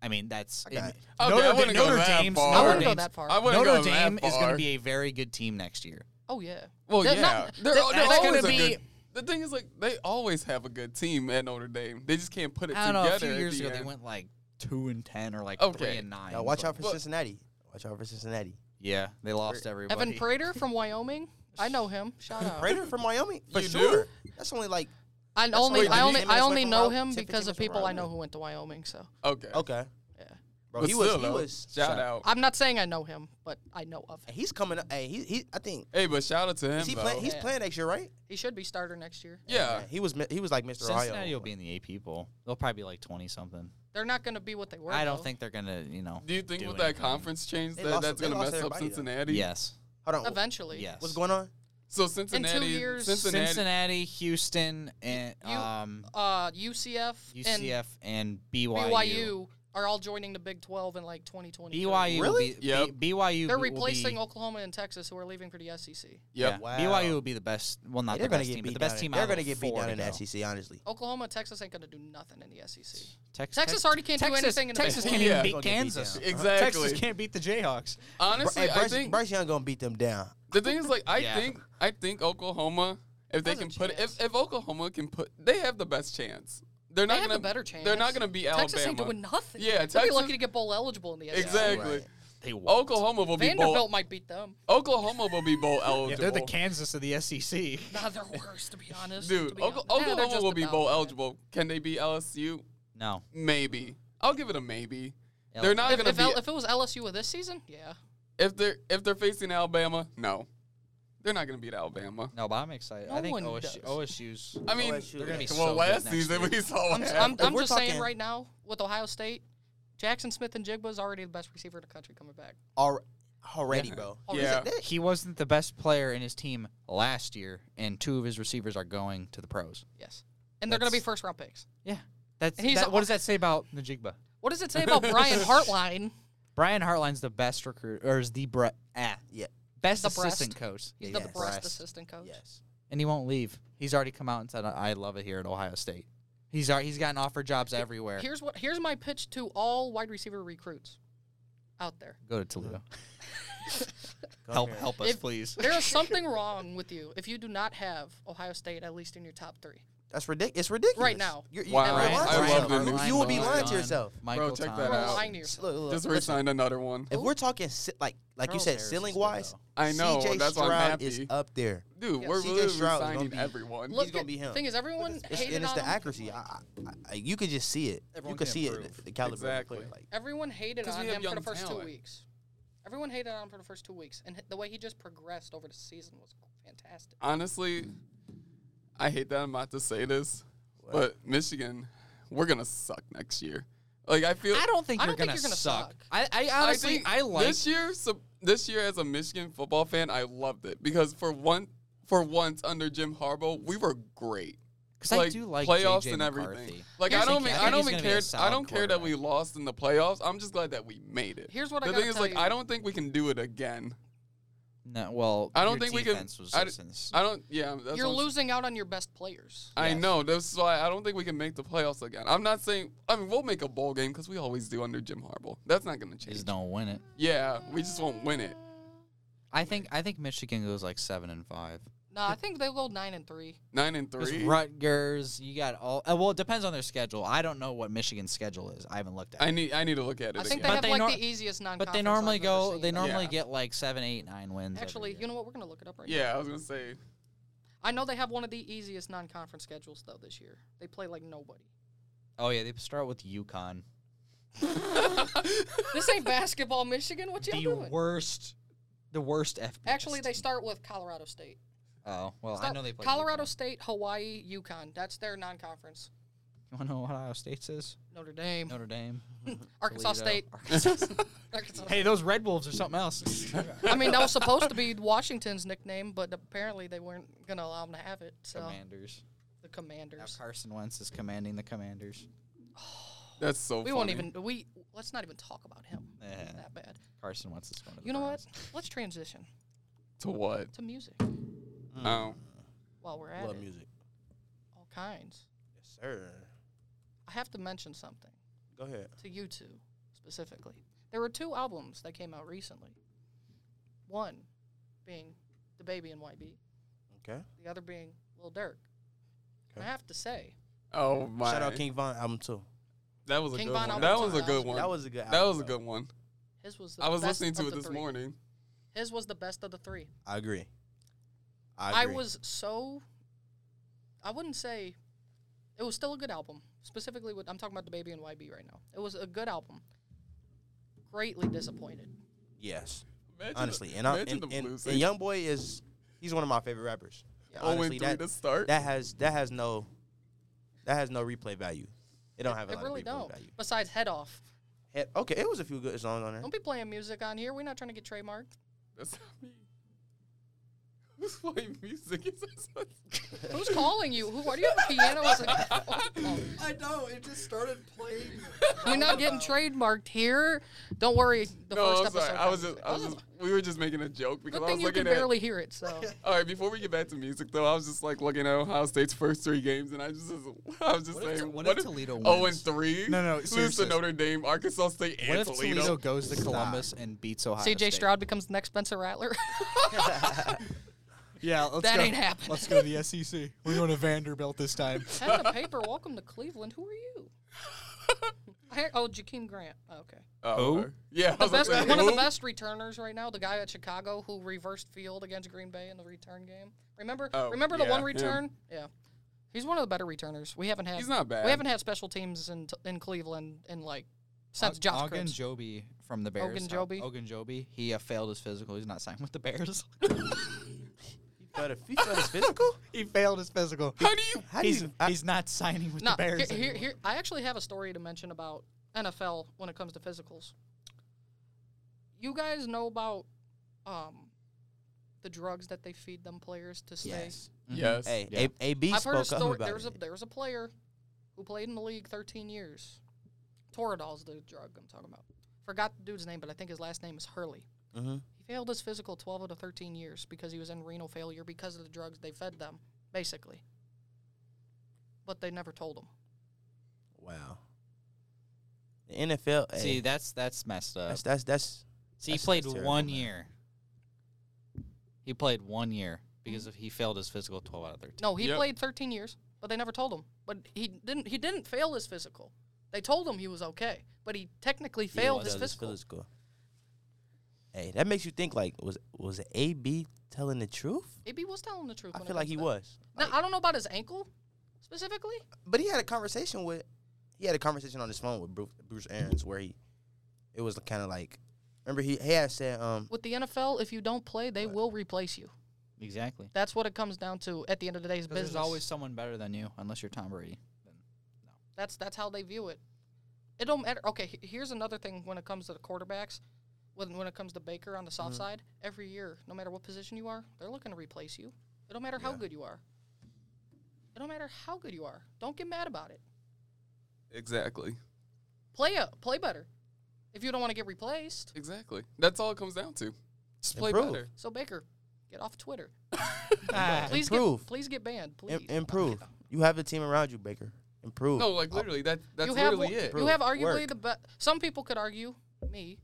Speaker 5: I mean, that's
Speaker 2: got
Speaker 5: in-
Speaker 2: it.
Speaker 4: Okay, I
Speaker 5: Notre,
Speaker 4: wouldn't
Speaker 5: Dame,
Speaker 4: go
Speaker 5: Notre
Speaker 4: that
Speaker 5: Dame's.
Speaker 4: far.
Speaker 1: I
Speaker 5: Notre
Speaker 1: wouldn't go
Speaker 5: Dame's,
Speaker 1: that far.
Speaker 4: I wouldn't
Speaker 5: Notre
Speaker 4: go that
Speaker 5: Dame is
Speaker 4: far.
Speaker 5: gonna be a very good team next year.
Speaker 1: Oh yeah.
Speaker 4: Well,
Speaker 1: They're
Speaker 4: yeah,
Speaker 1: not-
Speaker 4: they're,
Speaker 1: they're-
Speaker 4: they're
Speaker 1: that's
Speaker 4: always
Speaker 5: gonna
Speaker 4: a
Speaker 5: be-
Speaker 4: good- the thing is, like, they always have a good team at Notre Dame. They just can't put it
Speaker 5: I don't know.
Speaker 4: together.
Speaker 5: A few
Speaker 4: at
Speaker 5: years
Speaker 4: the
Speaker 5: ago, they
Speaker 4: end.
Speaker 5: went like two and ten or like three
Speaker 4: Okay.
Speaker 5: and nine.
Speaker 2: Now watch
Speaker 5: but-
Speaker 2: out for
Speaker 4: But-
Speaker 2: Cincinnati. Watch out for Cincinnati.
Speaker 5: Yeah, they lost everybody.
Speaker 1: Evan Prater from Wyoming. I know him. Shout out.
Speaker 2: Prater from Wyoming for
Speaker 4: You do?
Speaker 2: sure. That's only like
Speaker 1: I
Speaker 2: That's
Speaker 1: only
Speaker 2: what
Speaker 1: I
Speaker 2: you
Speaker 1: only
Speaker 2: did.
Speaker 1: I
Speaker 2: Ten
Speaker 1: only
Speaker 2: minutes
Speaker 1: know
Speaker 2: went from
Speaker 1: him
Speaker 2: Wyoming. Ten,
Speaker 1: because of
Speaker 2: fifteen minutes
Speaker 1: people I
Speaker 2: from
Speaker 1: know
Speaker 2: Wyoming.
Speaker 1: who went to Wyoming. So
Speaker 4: Okay.
Speaker 2: okay,
Speaker 1: yeah,
Speaker 2: Oh, bro.
Speaker 4: But
Speaker 2: he was
Speaker 4: still,
Speaker 2: he
Speaker 4: though,
Speaker 2: was.
Speaker 4: shout out.
Speaker 1: I'm not saying I know him, but I know of him.
Speaker 2: He's coming up. Hey, he he. I think
Speaker 4: Hey, but shout out to him.
Speaker 2: is he
Speaker 4: though.
Speaker 2: playing? He's
Speaker 1: Yeah.
Speaker 2: playing next year, right?
Speaker 1: He should be starter next year.
Speaker 4: yeah.
Speaker 2: He was mi- he was like Mr.
Speaker 5: Cincinnati
Speaker 2: Ohio.
Speaker 5: will be in the AP poll. They'll probably be like twenty something.
Speaker 1: They're not going to be what they were.
Speaker 5: I don't
Speaker 1: though.
Speaker 5: think they're gonna, you know.
Speaker 4: Do you think
Speaker 5: do
Speaker 4: with that
Speaker 5: anything.
Speaker 4: conference change
Speaker 2: They
Speaker 4: that
Speaker 2: lost-
Speaker 4: that's
Speaker 2: they
Speaker 4: going to
Speaker 2: lost
Speaker 4: mess up
Speaker 2: everybody, though.
Speaker 4: Cincinnati?
Speaker 5: Yes.
Speaker 2: Hold on.
Speaker 1: eventually.
Speaker 5: Yes.
Speaker 2: What's going on?
Speaker 4: So Cincinnati,
Speaker 1: years-
Speaker 4: Cincinnati,
Speaker 5: Cincinnati, Houston, and
Speaker 1: You-
Speaker 5: um,
Speaker 1: Uh, UCF, and
Speaker 5: UCF and BYU.
Speaker 1: BYU are all joining the Big 12 in like 2020.
Speaker 5: BYU
Speaker 2: Really?
Speaker 5: will be
Speaker 4: Yep.
Speaker 5: B- BYU.
Speaker 1: They're
Speaker 5: will be-
Speaker 1: replacing Oklahoma and Texas, who are leaving for the E SEC.
Speaker 4: Yep.
Speaker 5: yeah,
Speaker 2: Wow.
Speaker 5: BYU will be the best. Well, not
Speaker 2: Hey, they're
Speaker 5: the
Speaker 2: gonna
Speaker 5: best
Speaker 2: get
Speaker 5: team, but
Speaker 2: beat
Speaker 5: the best
Speaker 2: down.
Speaker 5: team.
Speaker 2: They're
Speaker 5: going to
Speaker 2: get beat
Speaker 5: four
Speaker 2: down
Speaker 5: to
Speaker 2: in E
Speaker 5: go.
Speaker 2: the SEC. Honestly,
Speaker 1: Oklahoma, Texas ain't going to do nothing in the SEC.
Speaker 5: Tex-
Speaker 1: Texas
Speaker 5: Tex-
Speaker 1: already can't do
Speaker 5: Texas-
Speaker 1: anything in the
Speaker 5: Texas
Speaker 1: Big
Speaker 5: can't
Speaker 4: Twelve.
Speaker 5: even
Speaker 4: Yeah.
Speaker 5: beat
Speaker 2: Gonna get beat
Speaker 5: Kansas.
Speaker 2: down.
Speaker 4: Exactly.
Speaker 5: Texas can't beat the Jayhawks.
Speaker 4: Honestly,
Speaker 2: Hey, Bryce,
Speaker 4: I think
Speaker 2: Bryce Young gonna beat them down.
Speaker 4: the thing is like I
Speaker 5: Yeah.
Speaker 4: think I think Oklahoma if they
Speaker 1: Has a
Speaker 4: can put
Speaker 1: chance.
Speaker 4: if, if Oklahoma can put they have the best chance. They're not
Speaker 1: they have
Speaker 4: gonna
Speaker 1: a better chance.
Speaker 4: They're not gonna be Alabama.
Speaker 1: Texas ain't doing nothing.
Speaker 4: Yeah,
Speaker 1: They'll be
Speaker 4: Texas-
Speaker 1: lucky to get bowl eligible in the SEC.
Speaker 4: Exactly.
Speaker 2: Right.
Speaker 5: They won't.
Speaker 4: Oklahoma will be
Speaker 1: Vanderbilt
Speaker 4: bowl.
Speaker 1: might beat them.
Speaker 4: Oklahoma will be bowl eligible.
Speaker 5: Yeah, they're the Kansas of the
Speaker 2: E
Speaker 5: SEC.
Speaker 1: Nah, they're worse, to be honest.
Speaker 4: Dude,
Speaker 1: to be
Speaker 4: Oka-
Speaker 1: honest. Nah, they're
Speaker 4: Oklahoma
Speaker 1: just
Speaker 4: will be
Speaker 1: about-
Speaker 4: bowl eligible. Can they be LSU?
Speaker 5: No.
Speaker 4: Maybe. I'll give it a maybe. They're not
Speaker 1: If,
Speaker 4: gonna
Speaker 1: if,
Speaker 4: be
Speaker 1: L- if it was LSU with this season, yeah.
Speaker 4: if they're if they're facing Alabama. No, they're not gonna beat Alabama.
Speaker 5: No, but I'm excited.
Speaker 1: No
Speaker 5: I think
Speaker 1: one
Speaker 5: OSU,
Speaker 1: does.
Speaker 5: OSU's.
Speaker 4: I mean,
Speaker 2: OSU,
Speaker 5: They're gonna be
Speaker 4: well,
Speaker 5: so good
Speaker 4: last
Speaker 5: next
Speaker 4: season
Speaker 5: year.
Speaker 4: we saw.
Speaker 1: I'm,
Speaker 4: what
Speaker 1: I'm,
Speaker 4: happened.
Speaker 1: I'm
Speaker 2: we're
Speaker 1: just saying
Speaker 2: talking-
Speaker 1: right now with Ohio State, Jackson Smith and Jigba is already the best receiver in the country coming back.
Speaker 2: All already, bro.
Speaker 1: Oh,
Speaker 4: yeah.
Speaker 2: That-
Speaker 5: He wasn't the best player in his team last year, and two of his receivers are going to the pros.
Speaker 1: Yes. And they're going to be
Speaker 5: That's-
Speaker 1: first round picks.
Speaker 5: Yeah, that's
Speaker 1: And he's
Speaker 5: that-
Speaker 1: a-
Speaker 5: what does that say about Najigba?
Speaker 1: What does it say about Brian Hartline?
Speaker 5: Brian Hartline's the best recruit, or is the bre- ah,
Speaker 2: Yeah.
Speaker 5: best
Speaker 1: The
Speaker 5: assistant coach.
Speaker 1: He's
Speaker 5: Yeah,
Speaker 1: the
Speaker 5: yes.
Speaker 1: breast
Speaker 2: Breast.
Speaker 1: assistant coach.
Speaker 2: Yes.
Speaker 5: and he won't leave. He's already come out and said, "I I love it here at Ohio State." He's already, he's gotten offered jobs everywhere.
Speaker 1: Here's what here's my pitch to all wide receiver recruits out there.
Speaker 5: Go to Toledo.
Speaker 2: Go
Speaker 5: help
Speaker 2: here.
Speaker 5: help us,
Speaker 1: If-
Speaker 5: please.
Speaker 1: There is something wrong with you if you do not have Ohio State at least in your top 3.
Speaker 2: That's ridiculous. It's ridiculous.
Speaker 1: Right now.
Speaker 2: You're, you're,
Speaker 4: Wow.
Speaker 2: you're
Speaker 4: Ryan-
Speaker 2: lying to
Speaker 4: I
Speaker 2: yourself,
Speaker 4: love the
Speaker 2: bro.
Speaker 4: new
Speaker 2: You would be
Speaker 4: Michael
Speaker 2: lying to
Speaker 4: Thomas.
Speaker 2: yourself.
Speaker 5: Michael
Speaker 4: check that
Speaker 5: Thomas.
Speaker 1: You're
Speaker 4: out.
Speaker 1: lying to yourself.
Speaker 2: Look, look,
Speaker 4: Just
Speaker 2: listen,
Speaker 4: re-signed another one.
Speaker 2: if we're talking si- like like you
Speaker 5: Charles
Speaker 2: said,
Speaker 5: Harris is
Speaker 2: ceiling
Speaker 5: good,
Speaker 2: wise,
Speaker 5: though.
Speaker 4: I know.
Speaker 2: CJ
Speaker 4: that's
Speaker 2: Stroud
Speaker 4: why I'm happy.
Speaker 2: is up there.
Speaker 4: Dude,
Speaker 1: Yeah,
Speaker 4: we're
Speaker 2: CJ
Speaker 4: really
Speaker 2: Stroud's gonna
Speaker 4: re-signing
Speaker 2: be-
Speaker 4: everyone.
Speaker 1: Look,
Speaker 2: gonna
Speaker 1: at-
Speaker 2: be him.
Speaker 1: Thing is, everyone
Speaker 2: It's,
Speaker 1: hated
Speaker 2: and it's
Speaker 1: on
Speaker 2: the
Speaker 1: him.
Speaker 2: accuracy. I, I, I, you could just see it.
Speaker 6: Everyone
Speaker 2: you could
Speaker 6: can
Speaker 2: see it.
Speaker 6: improve.
Speaker 2: The, the caliber of the player.
Speaker 4: Exactly.
Speaker 2: Like,
Speaker 1: Everyone hated
Speaker 4: 'Cause
Speaker 1: on
Speaker 4: we have
Speaker 1: him for the
Speaker 4: young
Speaker 1: first two
Speaker 4: talent.
Speaker 1: weeks. Everyone hated on him for the first two weeks, and h- the way he just progressed over the season was fantastic.
Speaker 4: Honestly, I hate that I'm about to say this, but Michigan, we're gonna suck next year. Like I feel.
Speaker 5: I don't think
Speaker 1: I
Speaker 5: you're
Speaker 1: don't think
Speaker 5: gonna
Speaker 1: you're gonna
Speaker 5: suck.
Speaker 1: suck.
Speaker 5: I, I
Speaker 4: I
Speaker 5: honestly
Speaker 4: think
Speaker 5: I, like
Speaker 4: this year. So, this year, as a Michigan football fan, I loved it because for one, for once under Jim Harbaugh, we were great.
Speaker 5: because I do like
Speaker 4: playoffs
Speaker 5: JJ
Speaker 4: and everything.
Speaker 5: McCarthy.
Speaker 4: Like
Speaker 5: Here's
Speaker 4: I don't,
Speaker 5: the
Speaker 4: mean,
Speaker 5: thing.
Speaker 4: I
Speaker 5: I
Speaker 4: don't
Speaker 5: think he's gonna
Speaker 4: even
Speaker 5: be a
Speaker 4: care. I
Speaker 5: solid
Speaker 4: don't care that we
Speaker 5: quarterback.
Speaker 4: lost in the playoffs. I'm just glad that we made it.
Speaker 1: Here's what I
Speaker 4: the
Speaker 1: gotta
Speaker 4: thing is,
Speaker 1: tell
Speaker 4: like
Speaker 1: you.
Speaker 4: I don't think we can do it again.
Speaker 5: No, well,
Speaker 4: I don't
Speaker 5: your
Speaker 4: think we can-
Speaker 5: defense Was
Speaker 4: I
Speaker 5: just ins-
Speaker 4: I don't. Yeah, that's
Speaker 1: You're
Speaker 4: what I'm-
Speaker 1: losing out on your best players.
Speaker 4: I
Speaker 5: Yes.
Speaker 4: know. That's why I don't think we can make the playoffs again. I'm not saying. I mean, we'll make a bowl game because we always do under Jim Harbaugh. That's not going to
Speaker 5: they
Speaker 4: change.
Speaker 5: just don't win it.
Speaker 4: Yeah, we just won't win it.
Speaker 5: I think I think Michigan goes like seven and five.
Speaker 1: No, I think they'll go nine and three.
Speaker 4: Nine and
Speaker 5: There's
Speaker 4: three.
Speaker 5: Rutgers. You got all. uh, Well, it depends on their schedule. I don't know what Michigan's schedule is. I haven't looked at.
Speaker 4: I
Speaker 5: it.
Speaker 4: need. I need to look at it.
Speaker 1: I think they
Speaker 4: again.
Speaker 1: have
Speaker 5: they
Speaker 1: like
Speaker 5: nor-
Speaker 1: the easiest non.
Speaker 5: But they normally go. They normally get like seven, eight, nine wins. every
Speaker 1: Actually,
Speaker 5: year.
Speaker 1: you know what? We're gonna look it up right now.
Speaker 4: yeah, I was going to say.
Speaker 1: I know they have one of the easiest non-conference schedules though this year. They play like nobody.
Speaker 5: Oh yeah, they start with UConn.
Speaker 1: this ain't basketball, Michigan. What y'all
Speaker 5: The
Speaker 1: doing?
Speaker 5: worst. The worst FBS.
Speaker 1: Actually, they start with Colorado State.
Speaker 5: Oh well, I
Speaker 1: Start-
Speaker 5: know they play.
Speaker 1: Colorado
Speaker 5: UConn.
Speaker 1: State, Hawaii, Yukon. That's their non-conference.
Speaker 5: You want to know what Ohio State says?
Speaker 1: Notre Dame,
Speaker 5: Notre Dame.
Speaker 1: Arkansas
Speaker 5: Toledo,
Speaker 1: State.
Speaker 5: Arkansas State.
Speaker 1: Arkansas
Speaker 5: hey, those Red Wolves are something else.
Speaker 1: I mean, that was supposed to be Washington's nickname, but apparently they weren't going to allow him to have it. So
Speaker 5: commanders.
Speaker 1: the
Speaker 5: Now
Speaker 1: Commanders.
Speaker 5: Carson Wentz is commanding the Commanders.
Speaker 4: That's so.
Speaker 1: We
Speaker 4: funny.
Speaker 1: won't even. We let's not even talk about him.
Speaker 5: Yeah.
Speaker 1: That bad.
Speaker 5: Carson Wentz is going to. The
Speaker 1: You know what?
Speaker 5: Browns.
Speaker 1: Let's transition
Speaker 4: To what?
Speaker 1: to music
Speaker 5: Mm.
Speaker 4: Oh,
Speaker 1: while we're at
Speaker 2: love
Speaker 1: it.
Speaker 2: music.
Speaker 1: All kinds.
Speaker 2: Yes, sir.
Speaker 1: I have to mention something
Speaker 2: Go ahead.
Speaker 1: to you two specifically. There were two albums that came out recently. One being the Baby and YB.
Speaker 2: Okay.
Speaker 1: The other being Lil Durk. And I
Speaker 2: Okay.
Speaker 1: have to say,
Speaker 4: oh my!
Speaker 2: Shout out King Von album too.
Speaker 4: That was a
Speaker 1: King
Speaker 4: good
Speaker 1: Von
Speaker 4: one.
Speaker 1: Albert
Speaker 4: That
Speaker 1: Tongue.
Speaker 4: was a good one.
Speaker 2: That was a good.
Speaker 4: That was a
Speaker 2: bro.
Speaker 4: good one.
Speaker 1: his was. The
Speaker 4: I was
Speaker 1: best
Speaker 4: listening to
Speaker 1: of
Speaker 4: it
Speaker 1: the
Speaker 4: this
Speaker 1: three.
Speaker 4: morning.
Speaker 1: His was the best of the three.
Speaker 2: I agree.
Speaker 1: I,
Speaker 2: agree.
Speaker 1: was so. I wouldn't say, it was still a good album. Specifically, with I'm talking about the Baby and YB right now. It was a good album. Greatly disappointed.
Speaker 2: yes,
Speaker 4: Imagine the-
Speaker 2: honestly, and I
Speaker 4: imagine
Speaker 2: and,
Speaker 4: the
Speaker 2: and,
Speaker 4: blues
Speaker 2: and
Speaker 4: they
Speaker 2: Young Boy is he's one of my favorite rappers.
Speaker 1: Yeah.
Speaker 4: all went
Speaker 2: honestly,
Speaker 4: through
Speaker 2: that-
Speaker 4: to start.
Speaker 2: That has that has no that has no replay value. It don't have a
Speaker 1: They
Speaker 2: lot
Speaker 1: really
Speaker 2: of replay
Speaker 1: don't.
Speaker 2: value.
Speaker 1: Besides, head off.
Speaker 2: Heck, okay, it was a few good songs on there.
Speaker 1: Don't be playing music on here. We're not trying to get trademarked.
Speaker 4: That's not me. Who's playing music? Is this-
Speaker 1: Who's calling you? Who? Why do you have a piano as a phone?
Speaker 6: I know. It just started playing.
Speaker 1: We're not getting trademarked here. Don't worry. The
Speaker 4: no,
Speaker 1: first
Speaker 4: I'm
Speaker 1: episode
Speaker 4: sorry. I was
Speaker 1: comes.
Speaker 4: just, I was just, we were just making a joke because
Speaker 1: Oh, Good thing
Speaker 4: I was
Speaker 1: you can
Speaker 4: looking at.
Speaker 1: barely hear it. So
Speaker 4: all right, before we get back to music though, I was just like looking at Ohio State's first three games, and I just, I was just
Speaker 5: What if
Speaker 4: saying,
Speaker 5: Tol- what if Toledo
Speaker 4: Oh, and
Speaker 5: wins?
Speaker 4: three.
Speaker 5: No, no,
Speaker 4: lose to
Speaker 5: seriously.
Speaker 4: Notre Dame, Arkansas State,
Speaker 5: What
Speaker 4: and
Speaker 5: if
Speaker 4: Toledo.
Speaker 5: Toledo goes to Columbus and beats Ohio
Speaker 1: CJ
Speaker 5: State?
Speaker 1: Stroud becomes the next Spencer Rattler.
Speaker 6: Yeah, let's
Speaker 1: That
Speaker 6: go.
Speaker 1: ain't happening.
Speaker 6: Let's go to the SEC. We're going to Vanderbilt this time.
Speaker 1: Pen to paper. Welcome to Cleveland. Who are you? I- oh, Jakeem Grant. Oh, okay,
Speaker 4: Oh,
Speaker 5: Who?
Speaker 4: yeah. I
Speaker 1: the
Speaker 4: was like,
Speaker 1: best, one of
Speaker 4: who?
Speaker 1: the best returners right now. The guy at Chicago who reversed field against Green Bay in the return game. Remember?
Speaker 4: Oh,
Speaker 1: remember the
Speaker 4: yeah,
Speaker 1: one
Speaker 4: him.
Speaker 1: return? Yeah. He's one of the better returners. We haven't had.
Speaker 4: He's not bad.
Speaker 1: We haven't had special teams in in Cleveland in like since Josh Cripps.
Speaker 5: Ogunjobi from the Bears.
Speaker 1: Ogunjobi?
Speaker 5: Ogunjobi. He uh, failed his physical. He's not signed with the Bears.
Speaker 2: He felt it- he felt his physical.
Speaker 6: he failed his physical.
Speaker 4: How do you?
Speaker 2: How do
Speaker 6: He's,
Speaker 2: you?
Speaker 5: uh,
Speaker 2: I,
Speaker 6: he's not signing with
Speaker 1: No,
Speaker 6: the Bears.
Speaker 1: here, here,
Speaker 6: anymore.
Speaker 1: here, I actually have a story to mention about NFL when it comes to physicals. You guys know about um, the drugs that they feed them players to stay.
Speaker 2: Yes.
Speaker 5: Mm-hmm.
Speaker 4: Yes.
Speaker 2: Hey,
Speaker 5: Yeah.
Speaker 2: A- AB
Speaker 1: I've
Speaker 2: spoke
Speaker 1: heard a
Speaker 2: up
Speaker 1: story.
Speaker 2: about
Speaker 1: There was a
Speaker 2: it.
Speaker 1: there was a player who played in the league 13 years. Toradol's the drug I'm talking about. Forgot the dude's name, but I think his last name is Hurley.
Speaker 2: Mhm.
Speaker 1: He failed his physical 12 out of 13 years because he was in renal failure because of the drugs they fed them, basically. But they never told him.
Speaker 2: Wow. The NFL. hey,
Speaker 5: See, that's that's messed up.
Speaker 2: that's that's that's.
Speaker 5: See, he
Speaker 2: that's-
Speaker 5: played
Speaker 2: that's terrible,
Speaker 5: one
Speaker 2: man.
Speaker 5: year. He played one year because of he failed his physical twelve out of thirteen.
Speaker 1: No, he
Speaker 4: Yep.
Speaker 1: played 13 years, but they never told him. But he didn't. He didn't fail his physical. They told him he was okay, but he technically failed his
Speaker 2: Yeah, that's
Speaker 1: physical.
Speaker 2: physical. Hey, that makes you think. Like, was was AB telling the truth?
Speaker 1: Maybe he was telling the truth.
Speaker 2: I
Speaker 1: when it
Speaker 2: feel like
Speaker 1: comes
Speaker 2: he
Speaker 1: to that.
Speaker 2: was.
Speaker 1: Now,
Speaker 2: Like-
Speaker 1: I don't know about his ankle specifically.
Speaker 2: but he had a conversation with. He had a conversation on his phone with Bruce, Bruce Aarons where he, it was kind of like, remember he he had said um
Speaker 1: With the NFL, if you don't play, they will replace you.
Speaker 5: Exactly.
Speaker 1: That's what it comes down to at the end of the day's
Speaker 5: There's
Speaker 1: business.
Speaker 5: always someone better than you, unless you're Tom Brady.
Speaker 1: That's that's how they view it. It don't matter. Okay, he- here's another thing when it comes to the quarterbacks. When when it comes to Baker on the soft
Speaker 2: Mm-hmm.
Speaker 1: side, every year, no matter what position you are, they're looking to replace you. It don't matter how good you are. It don't matter how good you are. Don't get mad about it.
Speaker 4: Exactly.
Speaker 1: Play up, play better. If you don't want to get replaced,
Speaker 4: Exactly. That's all it comes down to. Just play
Speaker 2: Improve.
Speaker 4: better.
Speaker 1: so Baker, get off Twitter.
Speaker 6: Ah,
Speaker 1: Please
Speaker 2: Improve.
Speaker 1: get please get banned.
Speaker 2: im-
Speaker 1: Please
Speaker 2: improve. You have the team around you, Baker. Improve.
Speaker 4: No,
Speaker 5: Oh.
Speaker 4: like literally, that that's
Speaker 1: you have one-
Speaker 4: literally it.
Speaker 1: You have
Speaker 2: Prove.
Speaker 1: arguably
Speaker 2: Work.
Speaker 1: the best. Some people could argue me,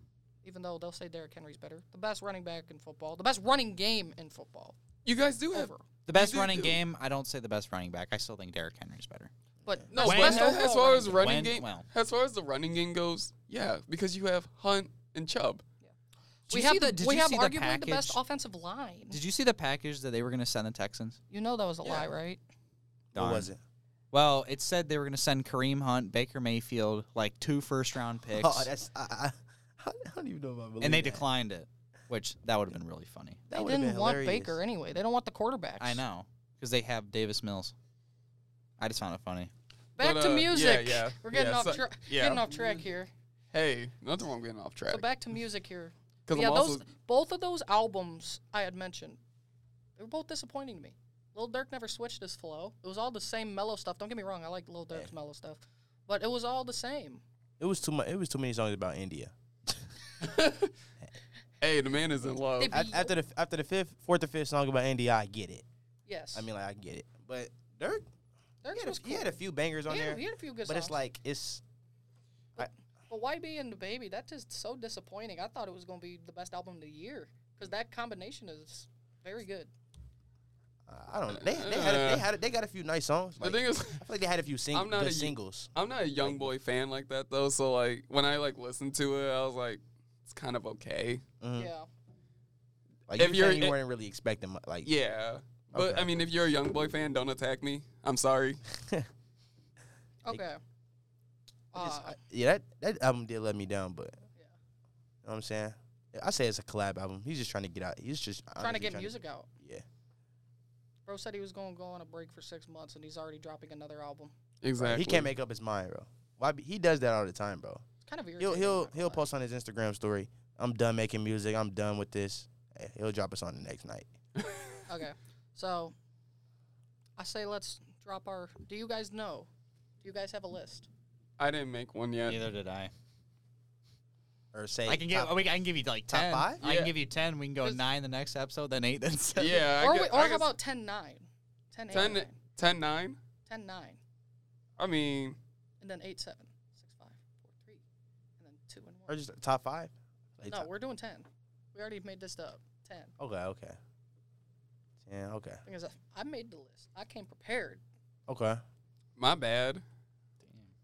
Speaker 1: even though they'll say Derrick Henry's better. The best running back in football. The best running game in football.
Speaker 4: You guys do have.
Speaker 1: Over.
Speaker 5: The best
Speaker 4: do
Speaker 5: running
Speaker 4: do.
Speaker 5: game, I don't say the best running back. I still think Derrick Henry's better.
Speaker 1: But
Speaker 4: No,
Speaker 1: that's
Speaker 4: but
Speaker 5: When-
Speaker 1: best
Speaker 4: as, as
Speaker 1: overall
Speaker 4: far
Speaker 1: running
Speaker 4: as
Speaker 1: game.
Speaker 4: running
Speaker 5: When-
Speaker 4: game,
Speaker 5: well.
Speaker 4: as far as the running game goes, yeah, because you have Hunt and Chubb.
Speaker 5: Did
Speaker 1: we
Speaker 5: you see
Speaker 1: have the,
Speaker 5: did
Speaker 1: we
Speaker 5: you
Speaker 1: have
Speaker 5: see
Speaker 1: arguably the, best
Speaker 5: package-
Speaker 1: offensive line.
Speaker 5: Did you see the package that they were going to send the Texans?
Speaker 1: You know that was a lie,
Speaker 4: Yeah.
Speaker 1: right?
Speaker 2: what
Speaker 5: Darn.
Speaker 2: was it?
Speaker 5: Well, it said they were going to send Kareem Hunt, Baker Mayfield, like two first round picks,
Speaker 2: Oh, that's I, I, I don't even know if I believe
Speaker 5: and they
Speaker 2: that.
Speaker 5: declined it, which that would have been really funny.
Speaker 2: That
Speaker 1: they
Speaker 2: would've
Speaker 1: didn't
Speaker 2: been
Speaker 1: want
Speaker 2: hilarious.
Speaker 1: Baker anyway. They don't want the quarterbacks.
Speaker 5: I know because they have Davis Mills. I just found it funny.
Speaker 1: Back
Speaker 4: But,
Speaker 1: to
Speaker 4: uh, yeah,
Speaker 1: music.
Speaker 4: yeah,
Speaker 1: We're getting
Speaker 4: yeah,
Speaker 1: off
Speaker 4: so-
Speaker 1: track.
Speaker 4: yeah.
Speaker 1: Getting off track here.
Speaker 4: Hey, nothing wrong with getting off track.
Speaker 1: So back to music here.
Speaker 4: 'Cause
Speaker 1: yeah,
Speaker 4: I'm also-
Speaker 1: those both of those albums I had mentioned, they were both disappointing to me. Lil Durk never switched his flow. It was all the same mellow stuff. Don't get me wrong, I like Lil Durk's mellow stuff, but it was all the same.
Speaker 2: It was too much. It was too many songs about India.
Speaker 4: hey, the man is in love.
Speaker 1: They-
Speaker 2: Af- After the after the fifth, fourth or fifth song about India, I get it.
Speaker 1: Yes,
Speaker 2: I mean, like I get it. But Dirk, he
Speaker 1: Durk's
Speaker 2: had, a,
Speaker 1: was cool.
Speaker 2: he had a few bangers on
Speaker 1: He had-
Speaker 2: there.
Speaker 1: he had a few good
Speaker 2: But it's
Speaker 1: songs.
Speaker 2: like it's
Speaker 1: but YB and the Baby, that is so disappointing. I thought it was going to be the best album of the year because that combination is very good.
Speaker 2: uh, I don't know. They they had a, they had a, they got a few nice songs.
Speaker 4: Uh, the
Speaker 2: Like,
Speaker 4: thing is,
Speaker 2: I feel like they had a few sing-
Speaker 4: I'm not
Speaker 2: good
Speaker 4: a-
Speaker 2: singles.
Speaker 4: I'm not a young boy fan like that though. So like when I like listened to it, I was like, it's kind of okay.
Speaker 2: Mhm.
Speaker 1: Yeah,
Speaker 2: Like
Speaker 4: If
Speaker 2: if you're,
Speaker 4: you're-
Speaker 2: you weren't really expecting mu- like
Speaker 4: Yeah, but
Speaker 2: Okay.
Speaker 4: I mean, if you're a young boy fan, don't attack me. I'm sorry.
Speaker 1: okay.
Speaker 2: I just-
Speaker 1: Uh,
Speaker 2: I- yeah, that that album did let me down, but you know what I'm saying? I say it's a collab album. He's just trying to get out. He's just
Speaker 1: trying to
Speaker 2: honestly
Speaker 1: get music out.
Speaker 2: yeah.
Speaker 1: Bro said he was going to go on a break for six months, and he's already dropping another album.
Speaker 4: Exactly.
Speaker 2: He can't make up his mind, bro. Why be- he does that all the time, bro.
Speaker 1: It's kind of irritating.
Speaker 2: He'll
Speaker 1: I'm
Speaker 2: he'll
Speaker 1: not gonna
Speaker 2: he'll
Speaker 1: lie.
Speaker 2: post on his Instagram story. I'm done making music. I'm done with this. Eh, He'll drop us on the next night.
Speaker 1: Okay. So I say let's drop our do you guys know? Do you guys have a list?
Speaker 4: I didn't make one yet.
Speaker 5: Neither did I.
Speaker 2: Or say
Speaker 5: I can
Speaker 2: top-
Speaker 5: give. I can give you like
Speaker 2: Top
Speaker 5: ten.
Speaker 2: five?
Speaker 5: I
Speaker 4: Yeah.
Speaker 5: can give you ten. We can go
Speaker 1: Cause-
Speaker 5: nine the next episode, then eight, then seven.
Speaker 4: Yeah. I
Speaker 1: or
Speaker 4: guess-
Speaker 1: we,
Speaker 4: I
Speaker 1: or how
Speaker 4: guess
Speaker 1: about 10 9? 10 8
Speaker 4: 10,
Speaker 1: 9,
Speaker 4: 10, 9?
Speaker 1: 10 9,
Speaker 4: I mean,
Speaker 1: and then 8 7, 6 5, 4 3, and then 2 and 1.
Speaker 2: or just top five. Like
Speaker 1: no,
Speaker 2: top-
Speaker 1: we're doing 10. We already made this up. 10. I
Speaker 2: okay, okay. Yeah, okay,
Speaker 1: think it's- I made the list. I came prepared.
Speaker 2: okay.
Speaker 4: my bad.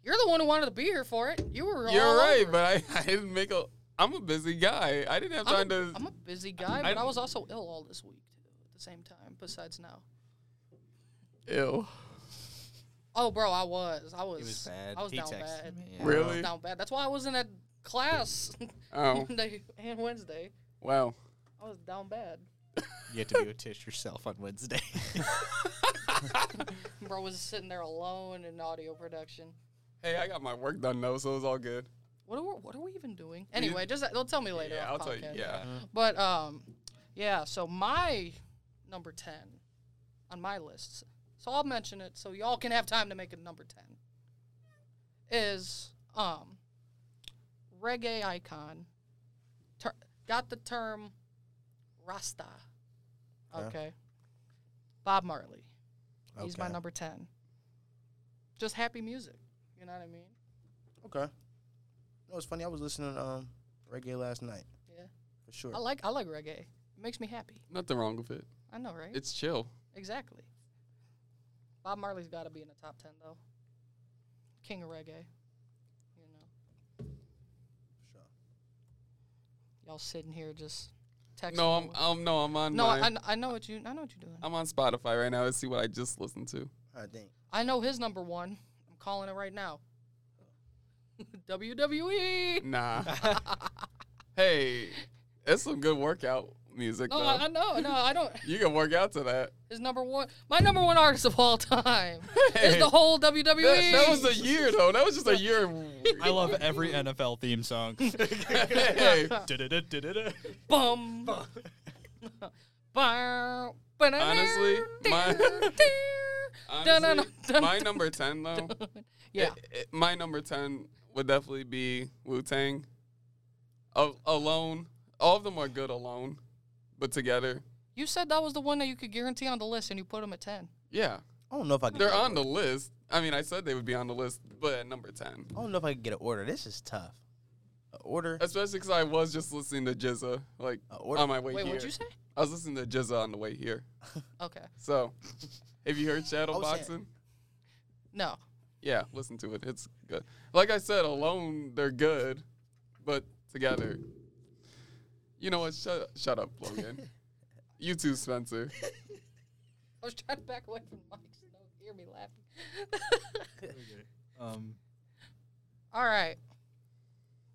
Speaker 1: You're the one who wanted to be here for it. You were
Speaker 4: You're
Speaker 1: all
Speaker 4: right,
Speaker 1: over it.
Speaker 4: but I, I didn't make a. I'm a busy guy. I didn't have
Speaker 1: I'm,
Speaker 4: time
Speaker 1: a-
Speaker 4: to.
Speaker 1: I'm a busy guy,
Speaker 4: I-
Speaker 1: but I was also ill all this week too at the same time besides now.
Speaker 4: Ew.
Speaker 1: Oh, bro, I was. I was.
Speaker 5: was bad.
Speaker 1: I was
Speaker 5: He
Speaker 1: down
Speaker 5: texted
Speaker 1: bad.
Speaker 5: me,
Speaker 1: I
Speaker 5: yeah.
Speaker 1: was
Speaker 4: Really?
Speaker 1: down bad. That's why I wasn't at class
Speaker 4: Oh,
Speaker 1: Monday and Wednesday.
Speaker 4: wow.
Speaker 1: I was down bad.
Speaker 5: You have to be a tish yourself on Wednesday.
Speaker 1: Bro was sitting there alone in audio production.
Speaker 4: Hey, I got my work done though, so it's all good.
Speaker 1: What are we, what are we even doing? Anyway, just they'll tell me later.
Speaker 4: Yeah,
Speaker 1: off
Speaker 4: I'll tell you.
Speaker 1: podcast.
Speaker 4: Yeah.
Speaker 1: But um, Yeah, so my number 10 on my list, so I'll mention it so y'all can have time to make it number 10, is um, reggae icon. Ter- got the term Rasta.
Speaker 2: Yeah.
Speaker 1: Okay. Bob Marley. He's my
Speaker 2: Okay.
Speaker 1: number 10. Just happy music. You know what I mean?
Speaker 2: Okay. No, it's funny. I was listening to um, reggae last night.
Speaker 1: Yeah.
Speaker 2: For sure.
Speaker 1: I like I like reggae. It makes me happy.
Speaker 4: Nothing wrong with it.
Speaker 1: I know, right?
Speaker 4: It's chill.
Speaker 1: Exactly. Bob Marley's got to be in the top 10, though. King of reggae. You know,
Speaker 2: For sure.
Speaker 1: y'all sitting here just texting.
Speaker 4: No, I'm,
Speaker 1: me.
Speaker 4: I'm no, I'm on.
Speaker 1: no,
Speaker 4: my,
Speaker 1: I, I- I know what you. I know what you're doing.
Speaker 4: I'm on Spotify right now to see what I just listened to.
Speaker 2: I think.
Speaker 1: I know his number one. I'm calling it right now. E. WWE.
Speaker 4: Nah. hey, that's some good workout music.
Speaker 1: No,
Speaker 4: though.
Speaker 1: I, I know. No, I don't.
Speaker 4: you can work out to that.
Speaker 1: His number one. My number one artist of all time is
Speaker 4: Hey,
Speaker 1: the whole E. WWE.
Speaker 4: that, that was a year though. That was just a year.
Speaker 5: I love every NFL theme song.
Speaker 4: hey,
Speaker 1: bum. Bum.
Speaker 4: Honestly, my- honestly, my number ten though.
Speaker 1: yeah,
Speaker 4: it- it- my number ten would definitely be Wu Tang. Alone, all of them are good alone, but together,
Speaker 1: you said that was the one that you could guarantee on the list, and you put him at ten.
Speaker 4: yeah,
Speaker 2: I don't know if I can.
Speaker 4: they're on the list. I mean, I said they would be on the list, but at number ten,
Speaker 2: I don't know if I can get an order. This is tough. A order.
Speaker 4: especially because I was just listening to Jizza like
Speaker 2: Uh, or-
Speaker 4: on my way
Speaker 1: Wait,
Speaker 4: here.
Speaker 1: what'd you say?
Speaker 4: I was listening to Jizza on the way here.
Speaker 1: Okay,
Speaker 4: So, have you heard
Speaker 1: Oh,
Speaker 2: I
Speaker 4: Shadow
Speaker 2: was saying-
Speaker 4: Boxing?
Speaker 1: no.
Speaker 4: Yeah, listen to it. It's good. Like I said, alone they're good, but together. You know what? Shut shut up, Logan. you too, Spencer.
Speaker 1: I was trying to back away from the mic so don't hear me laughing.
Speaker 5: um,
Speaker 1: All right,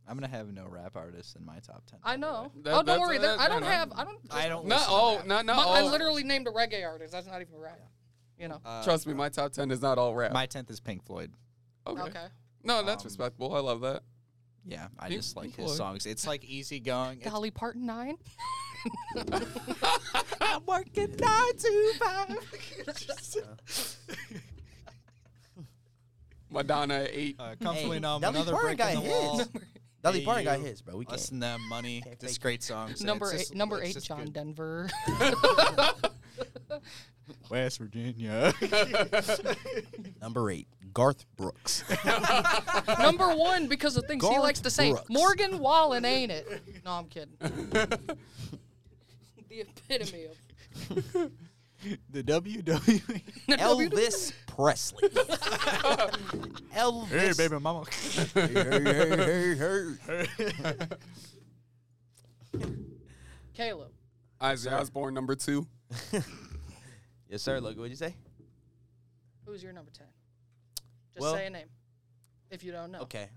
Speaker 5: I'm gonna have no rap artists in my top ten.
Speaker 1: I know.
Speaker 4: That-
Speaker 1: oh, don't
Speaker 4: that's-
Speaker 1: worry. there-
Speaker 4: that-
Speaker 1: I don't
Speaker 4: no, no.
Speaker 1: have. I don't.
Speaker 5: I don't.
Speaker 4: Not
Speaker 5: listen to
Speaker 4: all.
Speaker 5: rap.
Speaker 4: Not not
Speaker 1: my-
Speaker 4: all.
Speaker 1: I literally named a reggae artist. That's not even rap. You know.
Speaker 5: Uh,
Speaker 4: Trust me, my top ten is not all rap.
Speaker 5: My tenth is Pink Floyd.
Speaker 4: okay.
Speaker 1: Okay.
Speaker 4: No, that's
Speaker 5: Um,
Speaker 4: respectable. I love that.
Speaker 5: Yeah, I
Speaker 4: Pink-
Speaker 5: just like
Speaker 4: Pink
Speaker 5: his
Speaker 4: Floyd.
Speaker 5: songs. It's like easy going. It's-
Speaker 1: Dolly Parton nine.
Speaker 5: I'm working nine to five.
Speaker 4: Madonna at eight.
Speaker 5: Uh,
Speaker 2: Hey,
Speaker 5: comfortably numb.
Speaker 2: Dolly
Speaker 5: Another
Speaker 2: Parton
Speaker 5: brick
Speaker 2: got
Speaker 5: in the
Speaker 2: hit.
Speaker 5: wall.
Speaker 2: Dolly
Speaker 5: Hey,
Speaker 2: Parton got
Speaker 5: you.
Speaker 2: his, bro. We
Speaker 5: Us
Speaker 2: can't.
Speaker 5: and them, money.
Speaker 2: Can't
Speaker 5: Just
Speaker 2: fake
Speaker 5: great songs.
Speaker 1: number
Speaker 5: It's
Speaker 1: eight.
Speaker 5: just-
Speaker 1: number
Speaker 5: it's
Speaker 1: eight.
Speaker 5: just
Speaker 1: John
Speaker 5: good.
Speaker 1: Denver.
Speaker 5: West Virginia.
Speaker 2: Number eight, Garth Brooks.
Speaker 1: number one because of things he
Speaker 2: Garth
Speaker 1: likes to say.
Speaker 2: Brooks.
Speaker 1: Morgan Wallen, ain't it? No, I'm kidding. uh, the epitome of
Speaker 5: the WWE.
Speaker 2: E. Elvis Presley. Elvis.
Speaker 5: mama.
Speaker 2: Hey, hey, hey, hey, hey.
Speaker 1: Caleb.
Speaker 4: Isaac Osborne number two.
Speaker 2: Yes, sir. Look, what'd you say?
Speaker 1: Who's your number ten? Just
Speaker 2: Well-
Speaker 1: say a name if you don't know.
Speaker 2: Okay.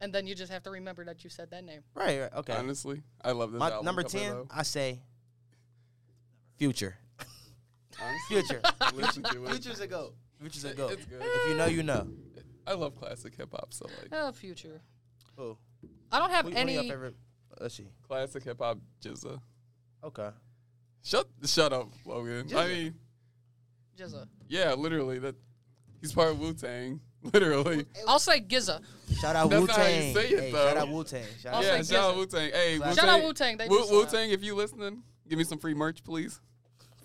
Speaker 1: And then you just have to remember that you said that name.
Speaker 2: Right. right okay.
Speaker 4: Honestly, I love this.
Speaker 2: My
Speaker 4: album
Speaker 2: number
Speaker 4: cover,
Speaker 2: ten,
Speaker 4: though.
Speaker 2: I say. Future.
Speaker 4: Honestly,
Speaker 2: Future.
Speaker 4: listen to it.
Speaker 2: Future's a go. Future's a go.
Speaker 4: It's good.
Speaker 2: If you know, you know.
Speaker 4: I love classic hip hop. So like
Speaker 1: Oh, future.
Speaker 2: Who?
Speaker 1: I don't have
Speaker 2: Who, one of your
Speaker 1: any.
Speaker 2: favorite? Let's see.
Speaker 4: classic hip hop, Jizza.
Speaker 2: Okay.
Speaker 4: Shut shut up, Logan. I
Speaker 2: Jizza.
Speaker 4: mean.
Speaker 1: Jizza.
Speaker 4: Yeah, literally. That he's part of Wu Tang. Literally.
Speaker 1: I'll say Gizza.
Speaker 2: Shout out Wu
Speaker 4: That's not how you
Speaker 2: Tang.
Speaker 4: say it,
Speaker 2: Hey,
Speaker 4: though.
Speaker 2: shout out Wu Tang. Shout
Speaker 1: I'll
Speaker 4: yeah,
Speaker 1: say
Speaker 2: out.
Speaker 4: shout out
Speaker 1: Gizza.
Speaker 4: Wu Tang. Hey, Wu
Speaker 2: Shout
Speaker 1: out Wu-Tang, they uh, just-
Speaker 4: Wu Tang, if you listening, give me some free merch, please.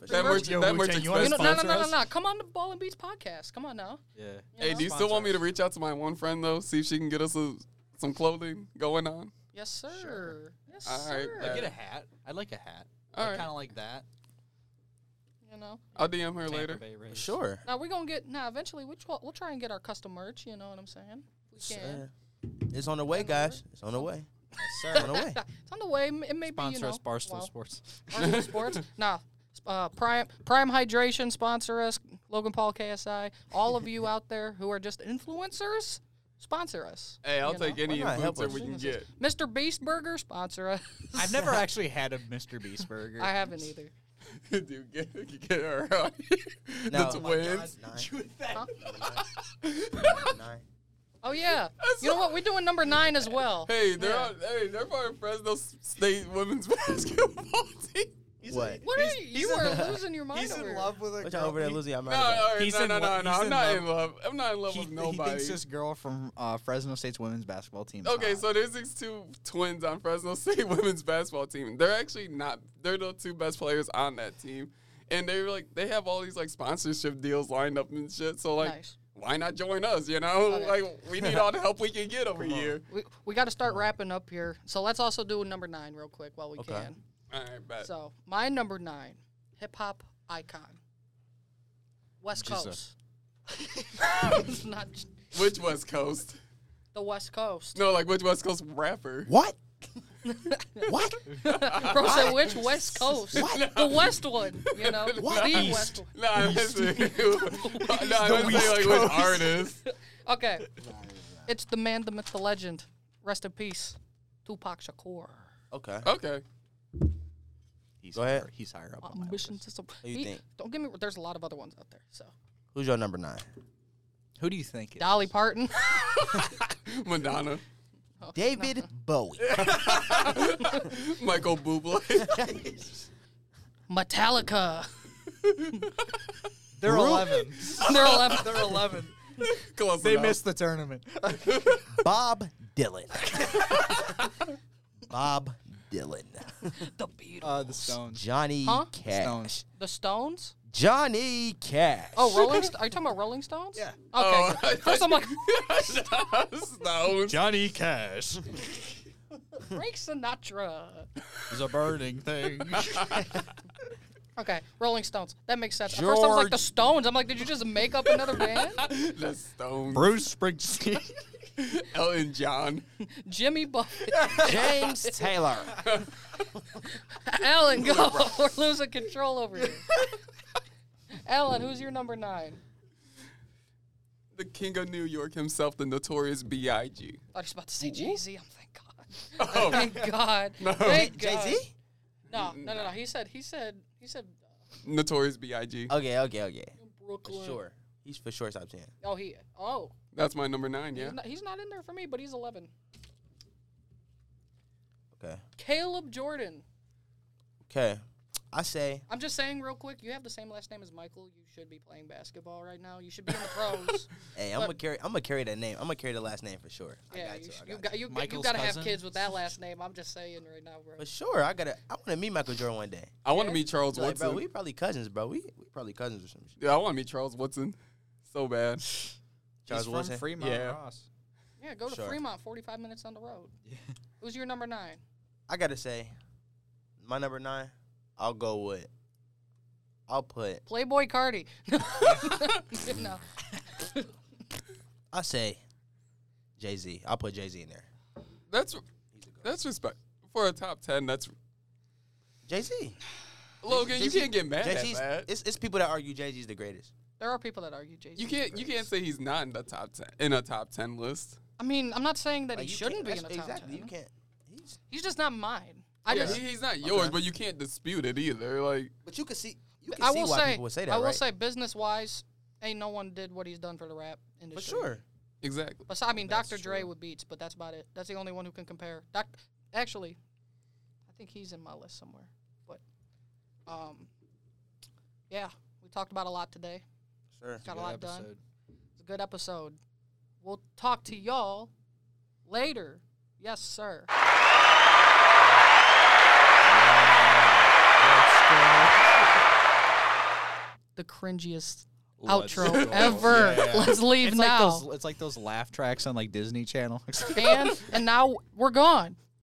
Speaker 4: That merch,
Speaker 5: Yo,
Speaker 4: that merch
Speaker 5: Wu-Tang, you wanna
Speaker 1: You
Speaker 4: expensive.
Speaker 1: know, no, no, no, no,
Speaker 5: sponsor
Speaker 1: no. Come on the Ball and Beats podcast. Come on now.
Speaker 5: Yeah.
Speaker 4: Hey, do you still want me to reach out to my one friend though? See if she can get us a, some clothing going on.
Speaker 1: Yes, sir. Yes,
Speaker 4: All right,
Speaker 1: sir.
Speaker 4: I
Speaker 5: Get a hat. I'd like a hat.
Speaker 4: All
Speaker 5: I
Speaker 4: right.
Speaker 5: kind of like that.
Speaker 1: You know.
Speaker 4: I'll DM her
Speaker 5: Tampa
Speaker 4: later.
Speaker 5: Bay Rays.
Speaker 2: Oh, Sure.
Speaker 1: Now we're gonna get. Now eventually we try, we'll try and get our custom merch. You know what I'm saying? We can.
Speaker 2: Sure. It's on the way, guys. It's on the way.
Speaker 5: Yes,
Speaker 2: It's on
Speaker 5: sir.
Speaker 2: the way.
Speaker 1: It's on the way. m- It may
Speaker 5: Sponsor
Speaker 1: be you know.
Speaker 5: us, Barstool
Speaker 1: well,
Speaker 5: Sports.
Speaker 1: Barstool Sports. Nah. sp- Uh, Prime Prime Hydration sponsor us. Logan Paul KSI. All of you out there who are just influencers, sponsor us.
Speaker 4: Hey,
Speaker 1: You
Speaker 4: I'll
Speaker 1: know?
Speaker 4: take any
Speaker 2: Why not? Help
Speaker 4: influencer
Speaker 2: us.
Speaker 4: we can get.
Speaker 1: Mr. Beast Burger sponsor us.
Speaker 5: I've never actually had a Mr. Beast burger.
Speaker 1: I haven't either.
Speaker 4: Dude, get, get her out.
Speaker 2: No.
Speaker 4: the twins.
Speaker 2: Nine.
Speaker 1: Huh?
Speaker 2: Nine.
Speaker 1: Oh yeah. You know what? We're doing number nine as well.
Speaker 4: Hey, they're
Speaker 1: Yeah.
Speaker 4: on, hey, they're part of Fresno State women's basketball team.
Speaker 6: He's
Speaker 2: What?
Speaker 6: like-
Speaker 1: What are
Speaker 6: he's-
Speaker 1: you?
Speaker 6: he's
Speaker 1: You
Speaker 6: in-
Speaker 1: are losing your mind.
Speaker 6: He's
Speaker 1: over
Speaker 6: in
Speaker 1: here.
Speaker 6: love with a
Speaker 2: Which
Speaker 6: girl.
Speaker 2: I'm over there
Speaker 6: He-
Speaker 2: losing. I'm
Speaker 4: No,
Speaker 2: out of
Speaker 4: no,
Speaker 5: He's
Speaker 4: no,
Speaker 5: in
Speaker 4: no, no,
Speaker 5: love-
Speaker 4: no.
Speaker 5: he's
Speaker 4: I'm
Speaker 5: in
Speaker 4: not
Speaker 5: love.
Speaker 4: in love. I'm not in love
Speaker 6: he,
Speaker 4: with
Speaker 6: he
Speaker 4: nobody.
Speaker 6: thinks this girl from uh, Fresno State's women's basketball team. is
Speaker 4: Okay,
Speaker 6: hot.
Speaker 4: so there's these two twins on Fresno State women's basketball team. They're actually not. They're the two best players on that team, and they're like they have all these like sponsorship deals lined up and shit. So like,
Speaker 1: Nice.
Speaker 4: why not join us? You know,
Speaker 1: Okay.
Speaker 4: like we need all the help we can get over here.
Speaker 1: We, we got to start wrapping up here. So let's also do number nine real quick while we
Speaker 2: Okay.
Speaker 1: can.
Speaker 4: All right, bet.
Speaker 1: Uh, So my number nine, hip hop icon, West
Speaker 5: Which is a-
Speaker 1: Coast. It's not j-
Speaker 4: Which West Coast?
Speaker 1: the West Coast.
Speaker 4: No, like which West Coast rapper?
Speaker 2: What? what?
Speaker 1: Bro said which West Coast? The West one. You know,
Speaker 2: What?
Speaker 1: the West
Speaker 2: East.
Speaker 1: one.
Speaker 4: No, I'm listening. no, I'm listening
Speaker 2: West
Speaker 4: like which
Speaker 2: Coast.
Speaker 4: artist?
Speaker 1: Okay, it's the man, the myth, the legend. Rest in peace, Tupac Shakur.
Speaker 2: Okay.
Speaker 4: Okay.
Speaker 5: He's
Speaker 2: Go ahead.
Speaker 5: higher- He's higher up. On my
Speaker 1: Ambition
Speaker 5: list.
Speaker 1: to sup-
Speaker 2: you
Speaker 1: he-
Speaker 2: think?
Speaker 1: Don't get me. There's a lot of other ones out there. So
Speaker 2: Who's your number nine?
Speaker 5: Who do you think? It
Speaker 1: Dolly Parton.
Speaker 4: Madonna,
Speaker 2: David Bowie.
Speaker 4: Michael Bublé.
Speaker 1: Metallica.
Speaker 6: they're
Speaker 2: Really?
Speaker 6: eleven.
Speaker 1: They're 11.
Speaker 6: They're eleven.
Speaker 4: Close
Speaker 6: They
Speaker 4: enough.
Speaker 6: missed the tournament.
Speaker 2: Bob Dylan. Bob Dylan.
Speaker 1: The Beatles.
Speaker 6: Uh, the Stones.
Speaker 2: Johnny
Speaker 1: Huh?
Speaker 2: Cash.
Speaker 6: Stones.
Speaker 1: the Stones.
Speaker 2: Johnny Cash.
Speaker 1: Oh, Rolling. St- are you talking about Rolling Stones?
Speaker 6: Yeah.
Speaker 1: Okay.
Speaker 4: Oh,
Speaker 1: good. First, I'm like,
Speaker 4: Stones.
Speaker 5: Johnny Cash
Speaker 1: Frank Sinatra.
Speaker 5: is a burning thing.
Speaker 1: Okay, Rolling Stones. That makes sense. At first, I was like, the
Speaker 2: George-
Speaker 1: Stones. I'm like, did you just make up another band?
Speaker 4: The Stones.
Speaker 5: Bruce Springsteen.
Speaker 4: Elton John.
Speaker 1: Jimmy Buffett.
Speaker 2: James Taylor.
Speaker 1: Alan, go. We're losing control over you. Alan, who's your number nine?
Speaker 4: The King of New York himself, the notorious B.I.G.
Speaker 1: I thought he was about to say Jay Z. I'm thank God.
Speaker 4: Oh.
Speaker 1: Thank God.
Speaker 4: No.
Speaker 1: Thank
Speaker 2: Jay
Speaker 1: God.
Speaker 2: Z.
Speaker 1: No, no, no, no. He said. He said. He said.
Speaker 4: Notorious B.I.G.
Speaker 2: Okay, okay, okay.
Speaker 1: Brooklyn.
Speaker 2: For sure. He's for sure top ten.
Speaker 1: Oh, he. Oh,
Speaker 4: That's my number nine, yeah.
Speaker 1: he's, not, he's not in there for me, but he's 11.
Speaker 2: Okay.
Speaker 1: Caleb Jordan.
Speaker 2: Okay. I say
Speaker 1: I'm just saying real quick, you have the same last name as Michael. You should be playing basketball right now. You should be in the pros.
Speaker 2: Hey, I'm
Speaker 1: But-
Speaker 2: gonna carry. I'm gonna carry that name. I'm gonna carry the last name for sure. I
Speaker 1: yeah,
Speaker 2: got
Speaker 1: you,
Speaker 2: to.
Speaker 1: should-
Speaker 2: I
Speaker 1: you
Speaker 2: got
Speaker 1: got
Speaker 2: to.
Speaker 1: you, got- you
Speaker 5: Michael's
Speaker 1: gotta have
Speaker 5: cousin?
Speaker 1: kids with that last name. I'm just saying right now, bro.
Speaker 2: For sure, I gotta. I want to meet Michael Jordan one day.
Speaker 4: I want to meet Charles
Speaker 2: Like,
Speaker 4: Woodson.
Speaker 2: bro, we probably cousins, bro. We we probably cousins or some shit.
Speaker 4: yeah, I want to meet Charles Woodson so bad.
Speaker 2: Charles
Speaker 5: He's
Speaker 2: Woodson.
Speaker 5: from Fremont
Speaker 4: Yeah.
Speaker 5: Ross.
Speaker 1: Yeah, go to
Speaker 2: Sure.
Speaker 1: Fremont, 45 minutes on the road. Who's your number nine?
Speaker 2: I gotta say, my number nine. I'll go with. I'll put.
Speaker 1: Playboy Cardi. no.
Speaker 2: I say. Jay Z. I'll put Jay Z in there.
Speaker 4: That's that's respect. For a top 10, that's.
Speaker 2: Jay Z.
Speaker 4: Logan, you
Speaker 2: Jay-Z-
Speaker 4: can't get mad
Speaker 2: Jay
Speaker 4: at
Speaker 2: Z's.
Speaker 4: that.
Speaker 2: It's it's people that argue Jay Z's the greatest.
Speaker 1: There are people that argue Jay Z.
Speaker 4: you can't you can't say he's not in the top 10 in a top 10 list.
Speaker 1: I mean, I'm not saying that
Speaker 2: Like,
Speaker 1: he
Speaker 2: you
Speaker 1: shouldn't
Speaker 2: can't-
Speaker 1: be in the
Speaker 2: that's-
Speaker 1: top
Speaker 2: exactly.
Speaker 1: 10.
Speaker 2: You can't. He's,
Speaker 1: He's just not mine. I
Speaker 4: yeah,
Speaker 1: just
Speaker 4: he- he's not yours, but you can't dispute it either. Like
Speaker 2: but you can see. You can
Speaker 1: I
Speaker 2: see
Speaker 1: will
Speaker 2: why
Speaker 1: say,
Speaker 2: people would say that,
Speaker 1: I will
Speaker 2: right?
Speaker 1: say business wise, ain't no one did what he's done for the rap
Speaker 2: for
Speaker 1: industry.
Speaker 2: sure.
Speaker 4: exactly.
Speaker 1: Besi- I mean,
Speaker 2: That's
Speaker 1: Dr. Dre
Speaker 2: true.
Speaker 1: with Beats, but that's about it. That's the only one who can compare. Doc, actually, I think he's in my list somewhere. But, um, yeah, we talked about a lot today.
Speaker 2: Sure.
Speaker 1: Got a lot done. It's a good episode. We'll talk to y'all later. Yes, sir. The cringiest
Speaker 5: Let's
Speaker 1: outro
Speaker 5: go.
Speaker 1: ever.
Speaker 5: Yeah.
Speaker 1: Let's leave
Speaker 5: It's
Speaker 1: now.
Speaker 5: like those. It's like those laugh tracks on like Disney Channel.
Speaker 1: and and now we're gone.